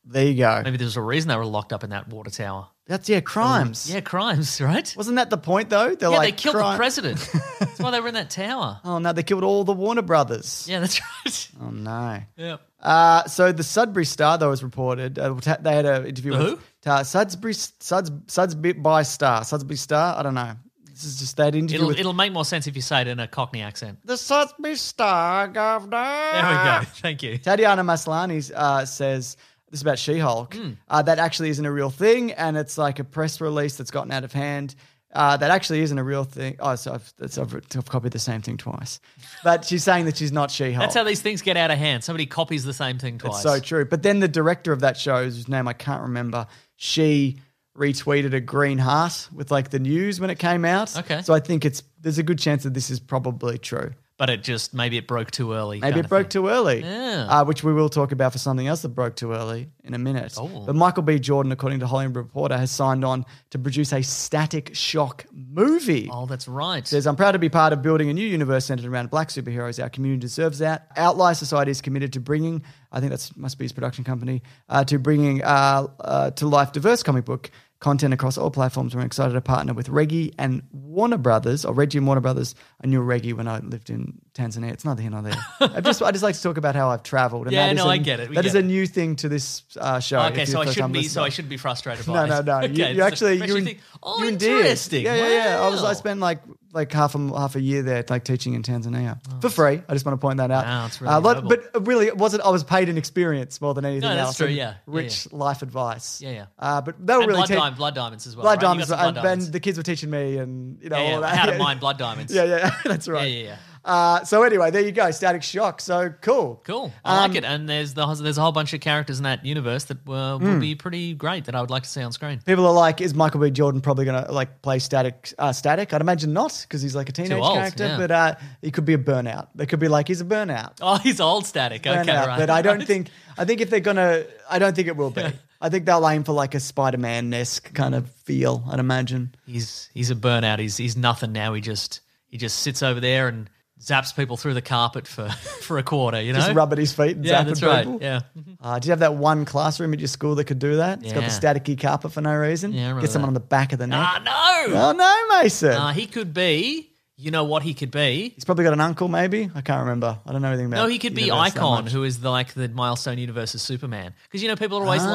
S1: there you go.
S4: maybe there's a reason they were locked up in that water tower.
S1: That's yeah, crimes.
S4: Yeah, crimes, [LAUGHS] right?
S1: Wasn't that the point though? They're
S4: yeah,
S1: like
S4: they killed
S1: crime- [LAUGHS]
S4: the president. That's why they were in that tower.
S1: Oh no, they killed all the Warner Brothers.
S4: Yeah, that's [LAUGHS] right.
S1: Oh no.
S4: Yeah.
S1: Uh, so the Sudbury Star, though, was reported. Uh, ta- they had an interview
S4: The
S1: with
S4: who?
S1: Ta- Sudbury Suds Sudsbury by Star Sudbury Star. I don't know. This is just that interview
S4: It'll
S1: with
S4: it'll make more sense if you say it in a Cockney accent. Ah.
S1: the Sudbury Star, Governor.
S4: There we go. Thank you.
S1: Tatiana Maslany uh, says this is about She-Hulk.
S4: Hmm.
S1: Uh, that actually isn't a real thing, and it's like a press release that's gotten out of hand. Uh, that actually isn't a real thing. Oh, so I've, that's, I've, I've copied the same thing twice. But she's saying that she's not She-Hulk.
S4: That's how these things get out of hand. Somebody copies the same thing twice.
S1: It's Oh. so true. But then the director of that show, whose name I can't remember, she retweeted a green heart with like the news when it came out.
S4: Okay.
S1: So I think it's there's a good chance that this is probably true.
S4: but it just maybe it broke too early.
S1: Maybe
S4: kind
S1: it
S4: of
S1: broke
S4: thing.
S1: too early,
S4: Yeah.
S1: uh, which we will talk about for something else that broke too early in a minute.
S4: Oh.
S1: But Michael B. Jordan, according to Hollywood Reporter, has signed on to produce a Static Shock movie.
S4: Oh, that's right.
S1: Says, I'm proud to be part of building a new universe centered around black superheroes. Our community deserves that. Outlier Society is committed to bringing, I think that must be his production company, uh, to bringing uh, uh, to life diverse comic book content across all platforms. We're excited to partner with Reggie and Warner Brothers, or Reggie and Warner Brothers. I knew Reggie when I lived in Tanzania. It's neither here nor there. I just, I just like to talk about how I've traveled. And
S4: [LAUGHS] Yeah,
S1: that is
S4: no,
S1: a-
S4: I get it. We
S1: That
S4: get
S1: is a
S4: it.
S1: new thing to this uh, show.
S4: okay,
S1: if you're
S4: so I
S1: the first time
S4: shouldn't be so I
S1: listening.
S4: shouldn't be frustrated by
S1: No,
S4: it.
S1: no, no.
S4: [LAUGHS] Okay,
S1: you,
S4: it's
S1: you
S4: a
S1: actually
S4: fresh
S1: you,
S4: new
S1: en-
S4: thing. Oh,
S1: you endeared.
S4: interesting.
S1: Yeah, yeah, yeah. I was I
S4: Wow.
S1: spent like like half a m- half a year there, like teaching in Tanzania for free. I just want to point that out.
S4: Wow, that's really
S1: lot-
S4: noble.
S1: but really, it wasn't. I was paid in experience more than anything
S4: No, that's
S1: else.
S4: true,
S1: and
S4: yeah. Yeah,
S1: rich life advice.
S4: Yeah, yeah.
S1: Uh, but they were
S4: And
S1: really
S4: blood,
S1: te-
S4: diamond, blood diamonds as well.
S1: blood
S4: right? You
S1: diamonds,
S4: got some
S1: and,
S4: blood diamonds.
S1: and the kids were teaching me, and you know
S4: yeah,
S1: all
S4: yeah.
S1: that. [LAUGHS]
S4: How to mine blood diamonds.
S1: Yeah, yeah, [LAUGHS] that's right.
S4: yeah, yeah.
S1: Uh, so anyway, there you go. Static shock. So cool.
S4: Cool. I
S1: Um,
S4: like it. And there's the, there's a whole bunch of characters in that universe that uh,
S1: Hmm.
S4: will be pretty great that I would like to see on screen. [LAUGHS]
S1: People are like, is Michael B. Jordan probably going to like play static? Uh, static? I'd imagine not because he's like a teenage
S4: old,
S1: character.
S4: yeah.
S1: But uh, he could be a burnout. They could be like, he's a burnout.
S4: Oh, he's old static. Okay,
S1: burnout.
S4: right. [LAUGHS]
S1: but I don't
S4: right.
S1: think. I think if they're gonna, I don't think it will be. I think they'll aim for like a Spider-Man esque kind of feel. I'd imagine.
S4: he's he's a burnout. He's he's nothing now. He just he just sits over there and zaps people through the carpet for [LAUGHS] for a quarter. You know,
S1: Just rub at his feet. And
S4: yeah,
S1: zap
S4: that's
S1: at
S4: right.
S1: people.
S4: Yeah,
S1: Uh, do you have that one classroom at your school that could do that? It's got the
S4: Yeah.
S1: staticky carpet for no reason.
S4: Yeah, I remember
S1: Get someone
S4: that.
S1: on the back of the neck.
S4: ah no,
S1: oh no, Mason.
S4: Uh, he could be. You know what he could be.
S1: He's probably got an uncle, maybe. I can't remember. I don't know anything about.
S4: No, he could be
S1: universe that
S4: Icon,
S1: much.
S4: who is the, like the Milestone Universe's Superman. Because you know people are always
S1: Ah.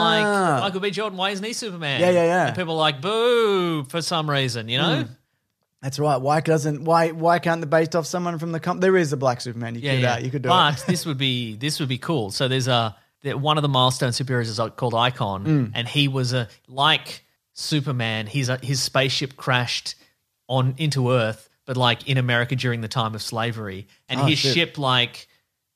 S4: like, Michael B. Jordan, why isn't he Superman?
S1: Yeah, yeah, yeah. Hmm.
S4: And people are like, boo, for some reason. You know,
S1: That's right. Why doesn't why why can't they based off someone from the comp? There is a black Superman. You
S4: yeah,
S1: could
S4: yeah.
S1: Uh, you could do
S4: but
S1: it.
S4: this would be this would be cool. So there's a that one of the milestone superheroes is called Icon,
S1: Mm.
S4: and he was a like Superman. He's a, his spaceship crashed on into Earth, but like in America during the time of slavery, and his
S1: Ah, shit.
S4: ship like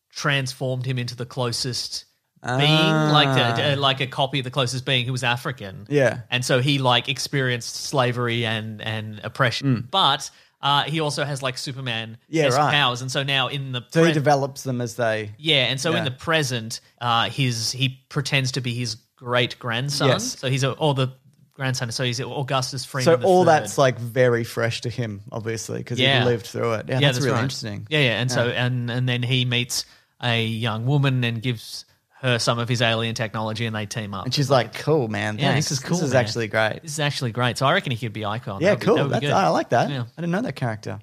S4: transformed him into the closest. Being like the, uh, like a copy of the closest being who was African,
S1: Ah. Yeah.
S4: and so he like experienced slavery and and oppression, but uh, he also has like Superman
S1: Mm. Yeah, right.
S4: powers, and so now in the
S1: So he
S4: pre-
S1: develops them as they.
S4: yeah, and so
S1: Yeah.
S4: in the present, uh, his he pretends to be his great grandson.
S1: Yes.
S4: So he's a, or the grandson. So he's Augustus Freeman.
S1: So
S4: the
S1: all
S4: third.
S1: that's like very fresh to him, obviously, because
S4: Yeah.
S1: he lived through it. Yeah, that's, really interesting.
S4: Yeah, yeah, and so and and then he meets a young woman and gives her some of his alien technology, and they team up.
S1: And she's like, "Cool, man.
S4: Yeah,
S1: thanks.
S4: this is cool,
S1: This is
S4: man."
S1: actually great.
S4: this is actually great. So I reckon he could be Icon.
S1: yeah,
S4: That'd be-
S1: cool.
S4: that would
S1: That's,
S4: be good.
S1: I like that.
S4: Yeah.
S1: I didn't know that character.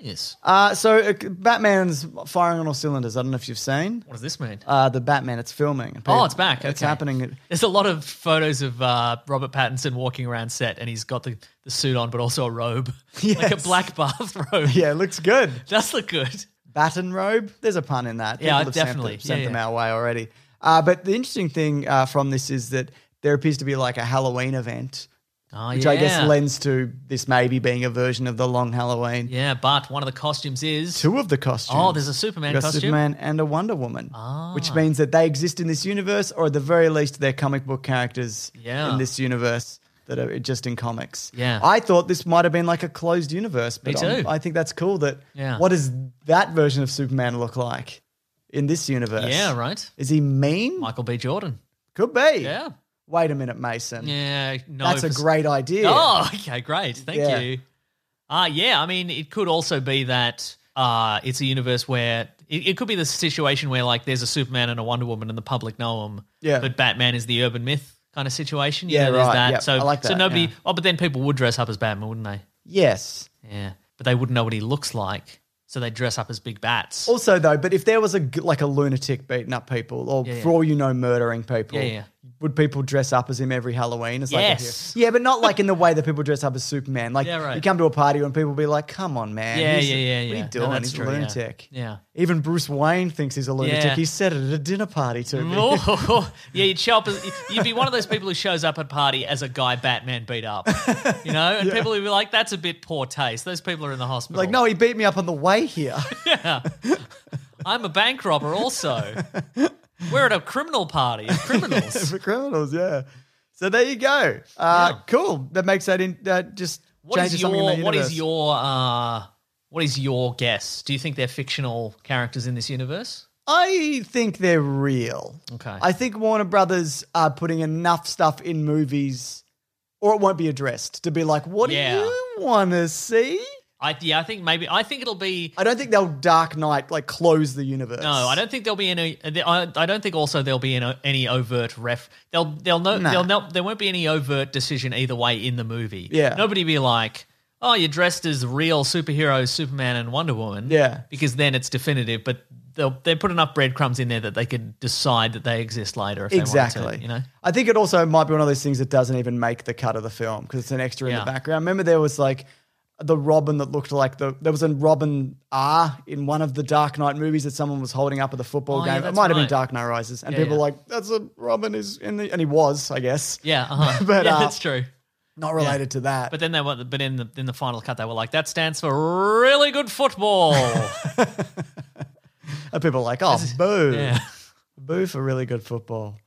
S4: Yes.
S1: Uh, so uh, Batman's firing on all cylinders. I don't know if you've seen
S4: What does this mean?
S1: uh, the Batman. It's filming. And
S4: Oh, it's back.
S1: It's
S4: Okay.
S1: happening.
S4: There's a lot of photos of uh, Robert Pattinson walking around set, and he's got the, the suit on, but also a robe, [LAUGHS] like a
S1: Yes.
S4: black [LAUGHS] bathrobe.
S1: Yeah, it looks good.
S4: [LAUGHS] does look good.
S1: baton robe. There's a pun in that.
S4: Yeah,
S1: People have sent them-
S4: definitely.
S1: Sent,
S4: Yeah, yeah.
S1: them our way already. Uh, but the interesting thing uh, from this is that there appears to be like a Halloween event,
S4: Oh,
S1: which
S4: yeah.
S1: I guess lends to this maybe being a version of the long Halloween.
S4: Yeah, but one of the costumes is
S1: Two of the costumes.
S4: oh, there's a Superman
S1: You've got
S4: costume.
S1: Superman and a Wonder Woman, which
S4: Ah.
S1: means that they exist in this universe, or at the very least, they're comic book characters
S4: Yeah.
S1: in this universe that are just in comics.
S4: Yeah.
S1: I thought this might have been like a closed universe, but
S4: Me
S1: I'm-
S4: too.
S1: I think that's cool. That
S4: Yeah.
S1: what does that version of Superman look like in this universe?
S4: Yeah, right.
S1: Is he mean?
S4: Michael B. Jordan.
S1: Could be.
S4: Yeah,
S1: Wait a minute, Mason.
S4: yeah. No,
S1: That's a
S4: for-
S1: great idea.
S4: Oh, [LAUGHS] okay, great. Thank
S1: Yeah.
S4: you. Uh, yeah, I mean, it could also be that uh, it's a universe where it, it could be the situation where like there's a Superman and a Wonder Woman and the public know them,
S1: Yeah.
S4: but Batman is the urban myth kind of situation. You
S1: Yeah,
S4: know, there's
S1: right,
S4: That.
S1: yep,
S4: so
S1: I like
S4: so
S1: that,
S4: nobody.
S1: yeah.
S4: Oh, but then people would dress up as Batman, wouldn't they?
S1: Yes.
S4: Yeah, but they wouldn't know what he looks like, so they dress up as big bats.
S1: Also, though, but if there was a g- like a lunatic beating up people, or
S4: Yeah, yeah.
S1: for all you know, murdering people,
S4: Yeah, yeah.
S1: would people dress up as him every Halloween? It's
S4: Yes.
S1: like a- yeah, but not like in the way that people dress up as Superman. Like
S4: Yeah, right.
S1: you come to a party and people be like, "Come on, man,
S4: yeah,
S1: he's-
S4: yeah, yeah, yeah.
S1: what are you
S4: No,
S1: doing?
S4: that's
S1: he's
S4: true,
S1: a
S4: yeah.
S1: lunatic."
S4: Yeah.
S1: Even Bruce Wayne thinks he's a lunatic.
S4: Yeah.
S1: He said it at a dinner party to me.
S4: Oh, [LAUGHS] yeah, you'd show up. As, you'd be one of those people who shows up at a party as a guy Batman beat up, you know. [LAUGHS] And people would be like, "That's a bit poor taste." Those people are in the hospital.
S1: [LAUGHS] Like, no, he beat me up on the way here. [LAUGHS]
S4: I'm a bank robber. Also, we're at a criminal party of [LAUGHS] criminals.
S1: for criminals, yeah. So there you go. Uh,
S4: Yeah.
S1: Cool. That makes that in that just
S4: What
S1: changes
S4: is
S1: something in
S4: your
S1: the
S4: What
S1: universe.
S4: is your uh, What is your guess? Do you think they're fictional characters in this universe?
S1: I think they're real.
S4: Okay.
S1: I think Warner Brothers are putting enough stuff in movies, or it won't be addressed to be like, what
S4: Yeah.
S1: do you want to see?
S4: I yeah, I think maybe I think it'll be.
S1: I don't think they'll Dark Knight like close the universe.
S4: No, I don't think there'll be any. I I don't think also there'll be an, any overt ref. They'll they'll no
S1: Nah.
S4: they'll no, there won't be any overt decision either way in the movie.
S1: Yeah.
S4: nobody be like, oh, you're dressed as real superheroes, Superman and Wonder Woman.
S1: Yeah.
S4: because then it's definitive. But they'll they put enough breadcrumbs in there that they could decide that they exist later. If They
S1: Exactly.
S4: wanted to, you know.
S1: I think it also might be one of those things that doesn't even make the cut of the film because it's an extra in
S4: Yeah.
S1: the background. Remember, there was like the Robin that looked like the there was a Robin R in one of the Dark Knight movies that someone was holding up at the football
S4: Oh, yeah,
S1: game. it
S4: that's
S1: might have been
S4: right.
S1: Dark Knight Rises, and
S4: Yeah,
S1: people
S4: yeah.
S1: were like that's a Robin is in the and he was, I guess,
S4: Yeah, uh-huh.
S1: [LAUGHS] But,
S4: yeah,
S1: uh,
S4: that's true.
S1: not related to that.
S4: But then they were, but in the in the final cut, they were like, "That stands for really good
S1: [LAUGHS]
S4: football."
S1: and people were like, oh, boo,
S4: yeah,
S1: boo for really good football.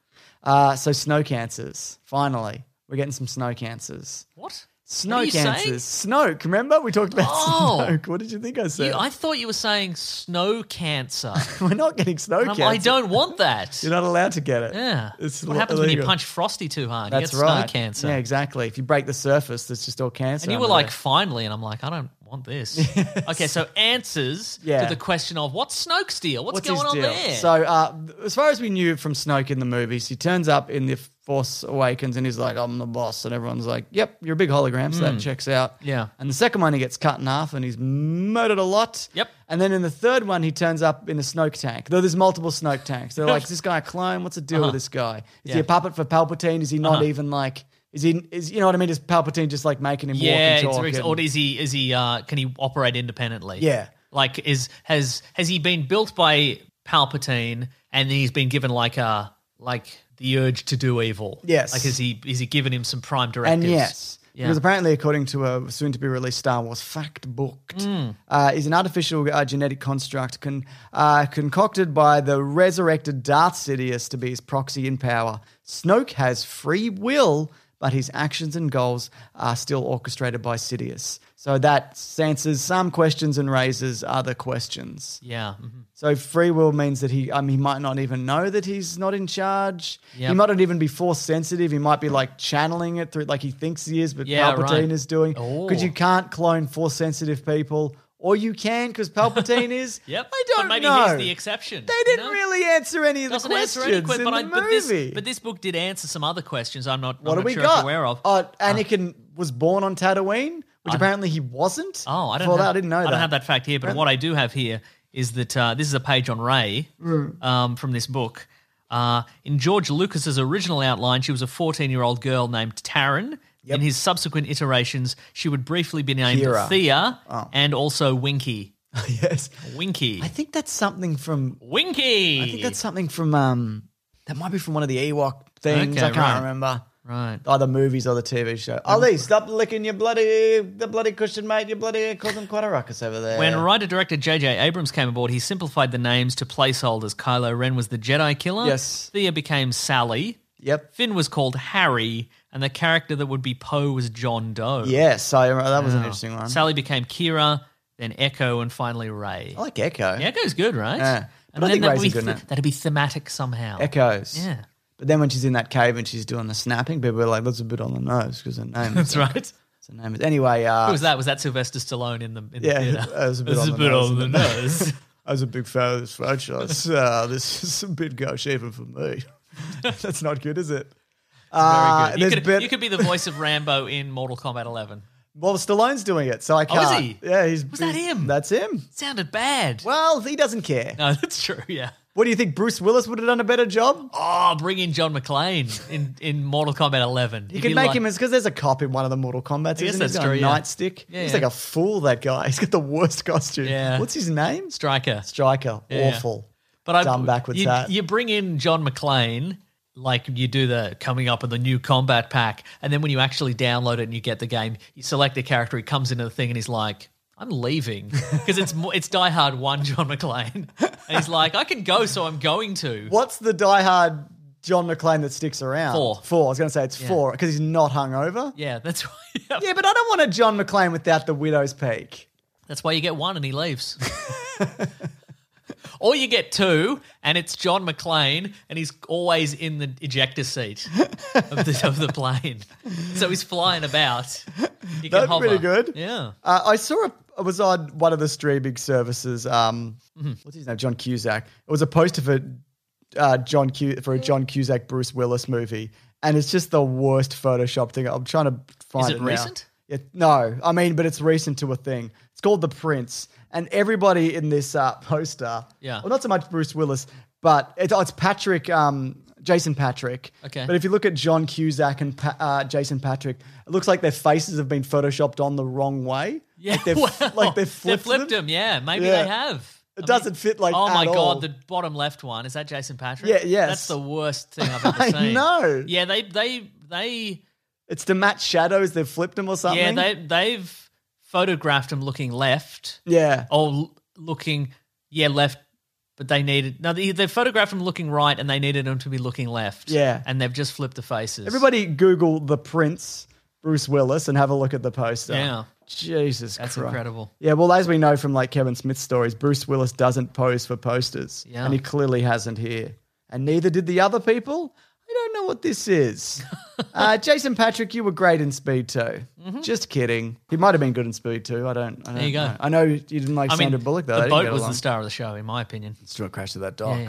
S1: Uh, so snow cancers. Finally, we're getting some snow cancers.
S4: what?
S1: Snow
S4: are you saying?
S1: cancers. Snoke. Remember we talked about
S4: Oh.
S1: Snoke. What did you think I said?
S4: You, I thought you were saying snow cancer.
S1: [LAUGHS] We're not getting snow
S4: And I'm
S1: cancer.
S4: like, I don't want that.
S1: You're not allowed to get it.
S4: yeah.
S1: It's
S4: what
S1: lo-
S4: happens when you
S1: illegal.
S4: punch Frosty too hard?
S1: That's
S4: you get
S1: right.
S4: snow cancer.
S1: Yeah, exactly. If you break the surface, that's just all cancer.
S4: and you were
S1: under
S4: like,
S1: there.
S4: finally. And I'm like, I don't want
S1: [LAUGHS]
S4: this. Okay, so answers
S1: Yeah.
S4: to the question of what's Snoke's deal? What's,
S1: his
S4: going on
S1: deal?
S4: there?
S1: So, uh, as far as we knew from Snoke in the movies, he turns up in the Force Awakens and he's like, "I'm the boss," and everyone's like, "Yep, you're a big hologram." So that checks out.
S4: Hmm. Yeah.
S1: And the second one, he gets cut in half and he's murdered a lot.
S4: Yep.
S1: And then in the third one, he turns up in a Snoke tank. Though there's multiple Snoke tanks.
S4: [LAUGHS]
S1: They're like, "Is this guy a clone? What's the deal with this guy? Is he
S4: Uh-huh. Yeah.
S1: a puppet for Palpatine? Is he not
S4: Uh-huh.
S1: even like?" Is he? Is you know what I mean? Is Palpatine just like making him
S4: yeah,
S1: walk and
S4: it's-
S1: talk?
S4: it's-
S1: and-
S4: or is he? Is he? Uh, can he operate independently?
S1: Yeah.
S4: Like, is has has he been built by Palpatine, and then he's been given like a like the urge to do evil?
S1: Yes.
S4: Like, is he is he given him some prime
S1: And
S4: directives?
S1: yes,
S4: Yeah.
S1: because apparently, according to a soon to be released Star Wars fact book,
S4: Hmm.
S1: uh, is an artificial uh, genetic construct con- uh, concocted by the resurrected Darth Sidious to be his proxy in power. Snoke has free will, but his actions and goals are still orchestrated by Sidious. So that answers some questions and raises other questions.
S4: Yeah. mhm.
S1: So free will means that he, um, he might not even know that he's not in charge.
S4: Yep.
S1: He might not even be force sensitive. He might be like channeling it through, like he thinks he is, but
S4: Yeah,
S1: Palpatine
S4: right.
S1: is doing.
S4: Oh.
S1: Because you can't clone force sensitive people, or you can because Palpatine is.
S4: [LAUGHS] Yep.
S1: I don't
S4: but maybe
S1: know.
S4: he's the exception.
S1: they
S4: you
S1: didn't
S4: know?
S1: really answer any of the
S4: Doesn't
S1: questions
S4: answer any que-
S1: in
S4: but,
S1: the
S4: I,
S1: movie.
S4: but this but this book did answer some other questions. I'm not.
S1: what
S4: I'm
S1: do
S4: not
S1: we
S4: sure
S1: got?
S4: If aware of.
S1: Uh, Anakin was born on Tatooine, which apparently he wasn't.
S4: Oh, I don't.
S1: Before
S4: have,
S1: that, I didn't know
S4: I
S1: that. Uh,
S4: don't have that fact here, but what I do have here is that uh, this is a page on Ray
S1: Mm.
S4: um, from this book. Uh, in George Lucas's original outline, she was a 14-year-old girl named Taryn. In his subsequent iterations, she would briefly be named
S1: Kira.
S4: Thea and also Winky.
S1: [LAUGHS]
S4: [LAUGHS]
S1: yes,
S4: Winky.
S1: I think that's something from
S4: Winky.
S1: I think that's something from um that might be from one of the Ewok things.
S4: Okay,
S1: I can't
S4: right.
S1: remember.
S4: right.
S1: Either movies or the TV show. Ali, stop licking your bloody the bloody cushion, mate. You're bloody causing quite a ruckus over there.
S4: When writer director J.J. Abrams came aboard, he simplified the names to placeholders. Kylo Ren was the Jedi Killer.
S1: Yes.
S4: Thea became Sally.
S1: Yep.
S4: Finn was called Harry, and the character that would be Poe was John Doe.
S1: Yes, I remember that was an interesting one.
S4: Sally became Kira, then Echo, and finally Ray.
S1: I like Echo.
S4: Yeah, Echo's good, right?
S1: Oh, Yeah.
S4: And
S1: But I
S4: then
S1: think
S4: that'd
S1: Ray's a
S4: be
S1: good name.
S4: that'd be thematic somehow.
S1: Echoes.
S4: Yeah.
S1: But then when she's in that cave and she's doing the snapping, people are like, "That's a bit on the nose," because her
S4: [LAUGHS]
S1: name.
S4: That's right.
S1: Is, her name is anyway. Uh,
S4: Who was that? Was that Sylvester Stallone in the in
S1: Yeah,
S4: the theater?
S1: that was a bit on the nose, [LAUGHS]
S4: the nose.
S1: I was a big fan of this
S4: [LAUGHS]
S1: franchise. uh, this is a bit gauche even for me. That's not good, is it? Uh,
S4: Very good. You
S1: there's
S4: could,
S1: been-
S4: you could be the voice of Rambo in Mortal
S1: [LAUGHS]
S4: Kombat 11.
S1: well, Stallone's doing it, so I
S4: Oh,
S1: can't.
S4: is he?
S1: Yeah, he's.
S4: Was that him?
S1: That's him.
S4: Sounded bad.
S1: Well, he doesn't care.
S4: No, that's true. Yeah.
S1: What do you think? Bruce Willis would have done a better job?
S4: Oh, bring in John McClane in, in Mortal Kombat 11.
S1: You could make him as because there's a cop in one of the Mortal Kombat's.
S4: I
S1: Isn't
S4: guess
S1: he?
S4: that's
S1: He's got
S4: true,
S1: a
S4: yeah.
S1: nightstick.
S4: Yeah,
S1: he's
S4: yeah.
S1: like a fool. That guy. [LAUGHS] He's got the worst costume.
S4: Yeah.
S1: What's his name?
S4: striker.
S1: Striker.
S4: Yeah.
S1: Awful.
S4: But I
S1: Dumb backwards
S4: you,
S1: hat.
S4: You bring in John McClane, like you do the coming up in the new combat pack, and then when you actually download it and you get the game, you select the character. He comes into the thing and he's like, "I'm
S1: [LAUGHS]
S4: leaving," because it's mo- it's Die Hard One, John McClane, [LAUGHS] and he's like, "I can go, so I'm going to."
S1: What's the diehard John McClane that sticks around?
S4: Four.
S1: Four. I was going to say it's four because he's not hungover.
S4: Yeah, that's [LAUGHS] why.
S1: Yeah, but I don't want a John McClane without the widow's peak.
S4: That's why you get one and he leaves. [LAUGHS] or you get two and it's John McClane and he's always in the ejector seat of the, of the plane. So he's flying about. You can
S1: That'd be
S4: hover.
S1: pretty good.
S4: Yeah.
S1: Uh, I saw a, I was on one of the streaming services. Um,
S4: Mm-hmm.
S1: What's his name? John Cusack. It was a poster for uh, John Cu- for a John Cusack Bruce Willis movie, and it's just the worst Photoshop thing. I'm trying to find
S4: Is it
S1: now.
S4: recent?
S1: It, no, I mean, but it's recent to a thing. It's called The Prince, and everybody in this uh, poster.
S4: Yeah.
S1: Well, not so much Bruce Willis, but it, oh, it's Patrick. Um, Jason Patrick.
S4: Okay.
S1: But if you look at John Cusack and pa- uh, Jason Patrick, it looks like their faces have been photoshopped on the wrong way.
S4: Yeah.
S1: Like they've,
S4: [LAUGHS] well,
S1: like they've flipped, them.
S4: him. Yeah. Maybe
S1: Yeah.
S4: they have.
S1: It doesn't fit, like,
S4: Oh my
S1: at
S4: God.
S1: all.
S4: The bottom left one. Is that Jason Patrick?
S1: Yeah, yes.
S4: That's the worst thing I've ever
S1: [LAUGHS] I
S4: seen.
S1: know.
S4: Yeah. They, they, they,
S1: It's to match shadows. They've flipped them or something.
S4: yeah, they, they've photographed him looking left.
S1: Yeah.
S4: oh, l- looking, yeah, left, but they needed, no, they, they photographed him looking right and they needed him to be looking left.
S1: Yeah.
S4: And they've just flipped the faces.
S1: Everybody Google The Prince, Bruce Willis, and have a look at the poster.
S4: Yeah.
S1: Jesus
S4: That's
S1: Christ.
S4: incredible.
S1: Yeah, well, as we know from like Kevin Smith's stories, Bruce Willis doesn't pose for posters.
S4: Yeah.
S1: And he clearly hasn't here. And neither did the other people. I don't know what this
S4: [LAUGHS]
S1: is. uh, Jason Patrick, you were great in Speed 2. Just kidding. He might have been good in Speed 2. I don't, I don't
S4: Mm-hmm. There you go.
S1: know. I know you didn't like
S4: I mean,
S1: Sandra Bullock, though.
S4: the
S1: They didn't
S4: boat
S1: get
S4: was
S1: along.
S4: the star of the show, in my opinion.
S1: Still a crash to that dock.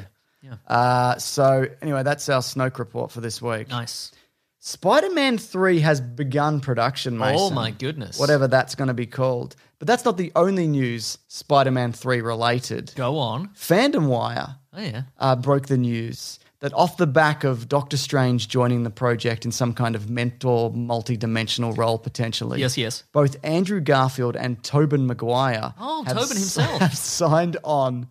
S4: Yeah,
S1: Uh, so, anyway, that's our Snoke report for this week.
S4: Nice.
S1: Spider Man 3 has begun production, Mason.
S4: Oh, my goodness.
S1: Whatever that's going to be called. But that's not the only news Spider Man 3 related.
S4: Go on.
S1: Fandom Wire
S4: Oh, yeah.
S1: uh, broke the news that off the back of Doctor Strange joining the project in some kind of mentor, multi dimensional role potentially.
S4: Yes, yes.
S1: Both Andrew Garfield and Tobin Maguire
S4: Oh,
S1: have
S4: Tobin
S1: s- [LAUGHS]
S4: himself.
S1: have signed on,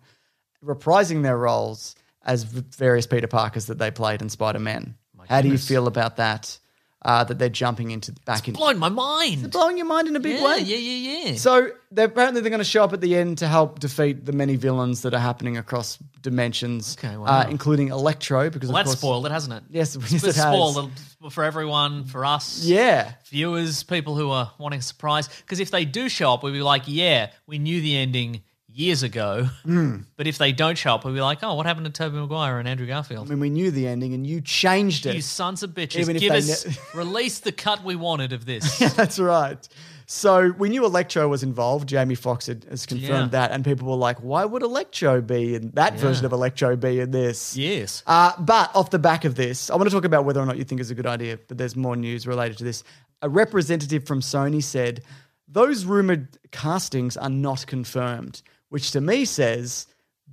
S1: reprising their roles as v- various Peter Parkers that they played in Spider Man. How do you feel about that? Uh, that they're jumping into back in
S4: Blown my mind.
S1: blowing your mind in a big
S4: Yeah,
S1: way.
S4: yeah, yeah, yeah.
S1: So they're, apparently they're going to show up at the end to help defeat the many villains that are happening across dimensions,
S4: Okay, wow.
S1: uh, including Electro. Because
S4: well,
S1: of
S4: that's
S1: course,
S4: spoiled it, hasn't it?
S1: [LAUGHS] Yes, yes,
S4: It's
S1: it has.
S4: spoiled it for everyone, for us.
S1: Yeah,
S4: viewers, people who are wanting a surprise. Because if they do show up, we'll be like, yeah, we knew the ending years ago.
S1: Hmm.
S4: But if they don't show up, we'll be like, oh, what happened to Toby Maguire and Andrew
S1: I
S4: Garfield?
S1: mean we knew the ending, and you changed it. [LAUGHS]
S4: You sons of bitches,
S1: Even if
S4: give
S1: they
S4: us
S1: ne- [LAUGHS]
S4: release the cut we wanted of this.
S1: That's right. So we knew Electro was involved. Jamie Foxx had, has confirmed
S4: Yeah.
S1: that, and people were like, "Why would Electro be in that version of Electro be in this?"
S4: yes.
S1: Uh, but off the back of this, I want to talk about whether or not you think it's a good idea, but there's more news related to this. A representative from Sony said those rumored castings are not confirmed, which to me says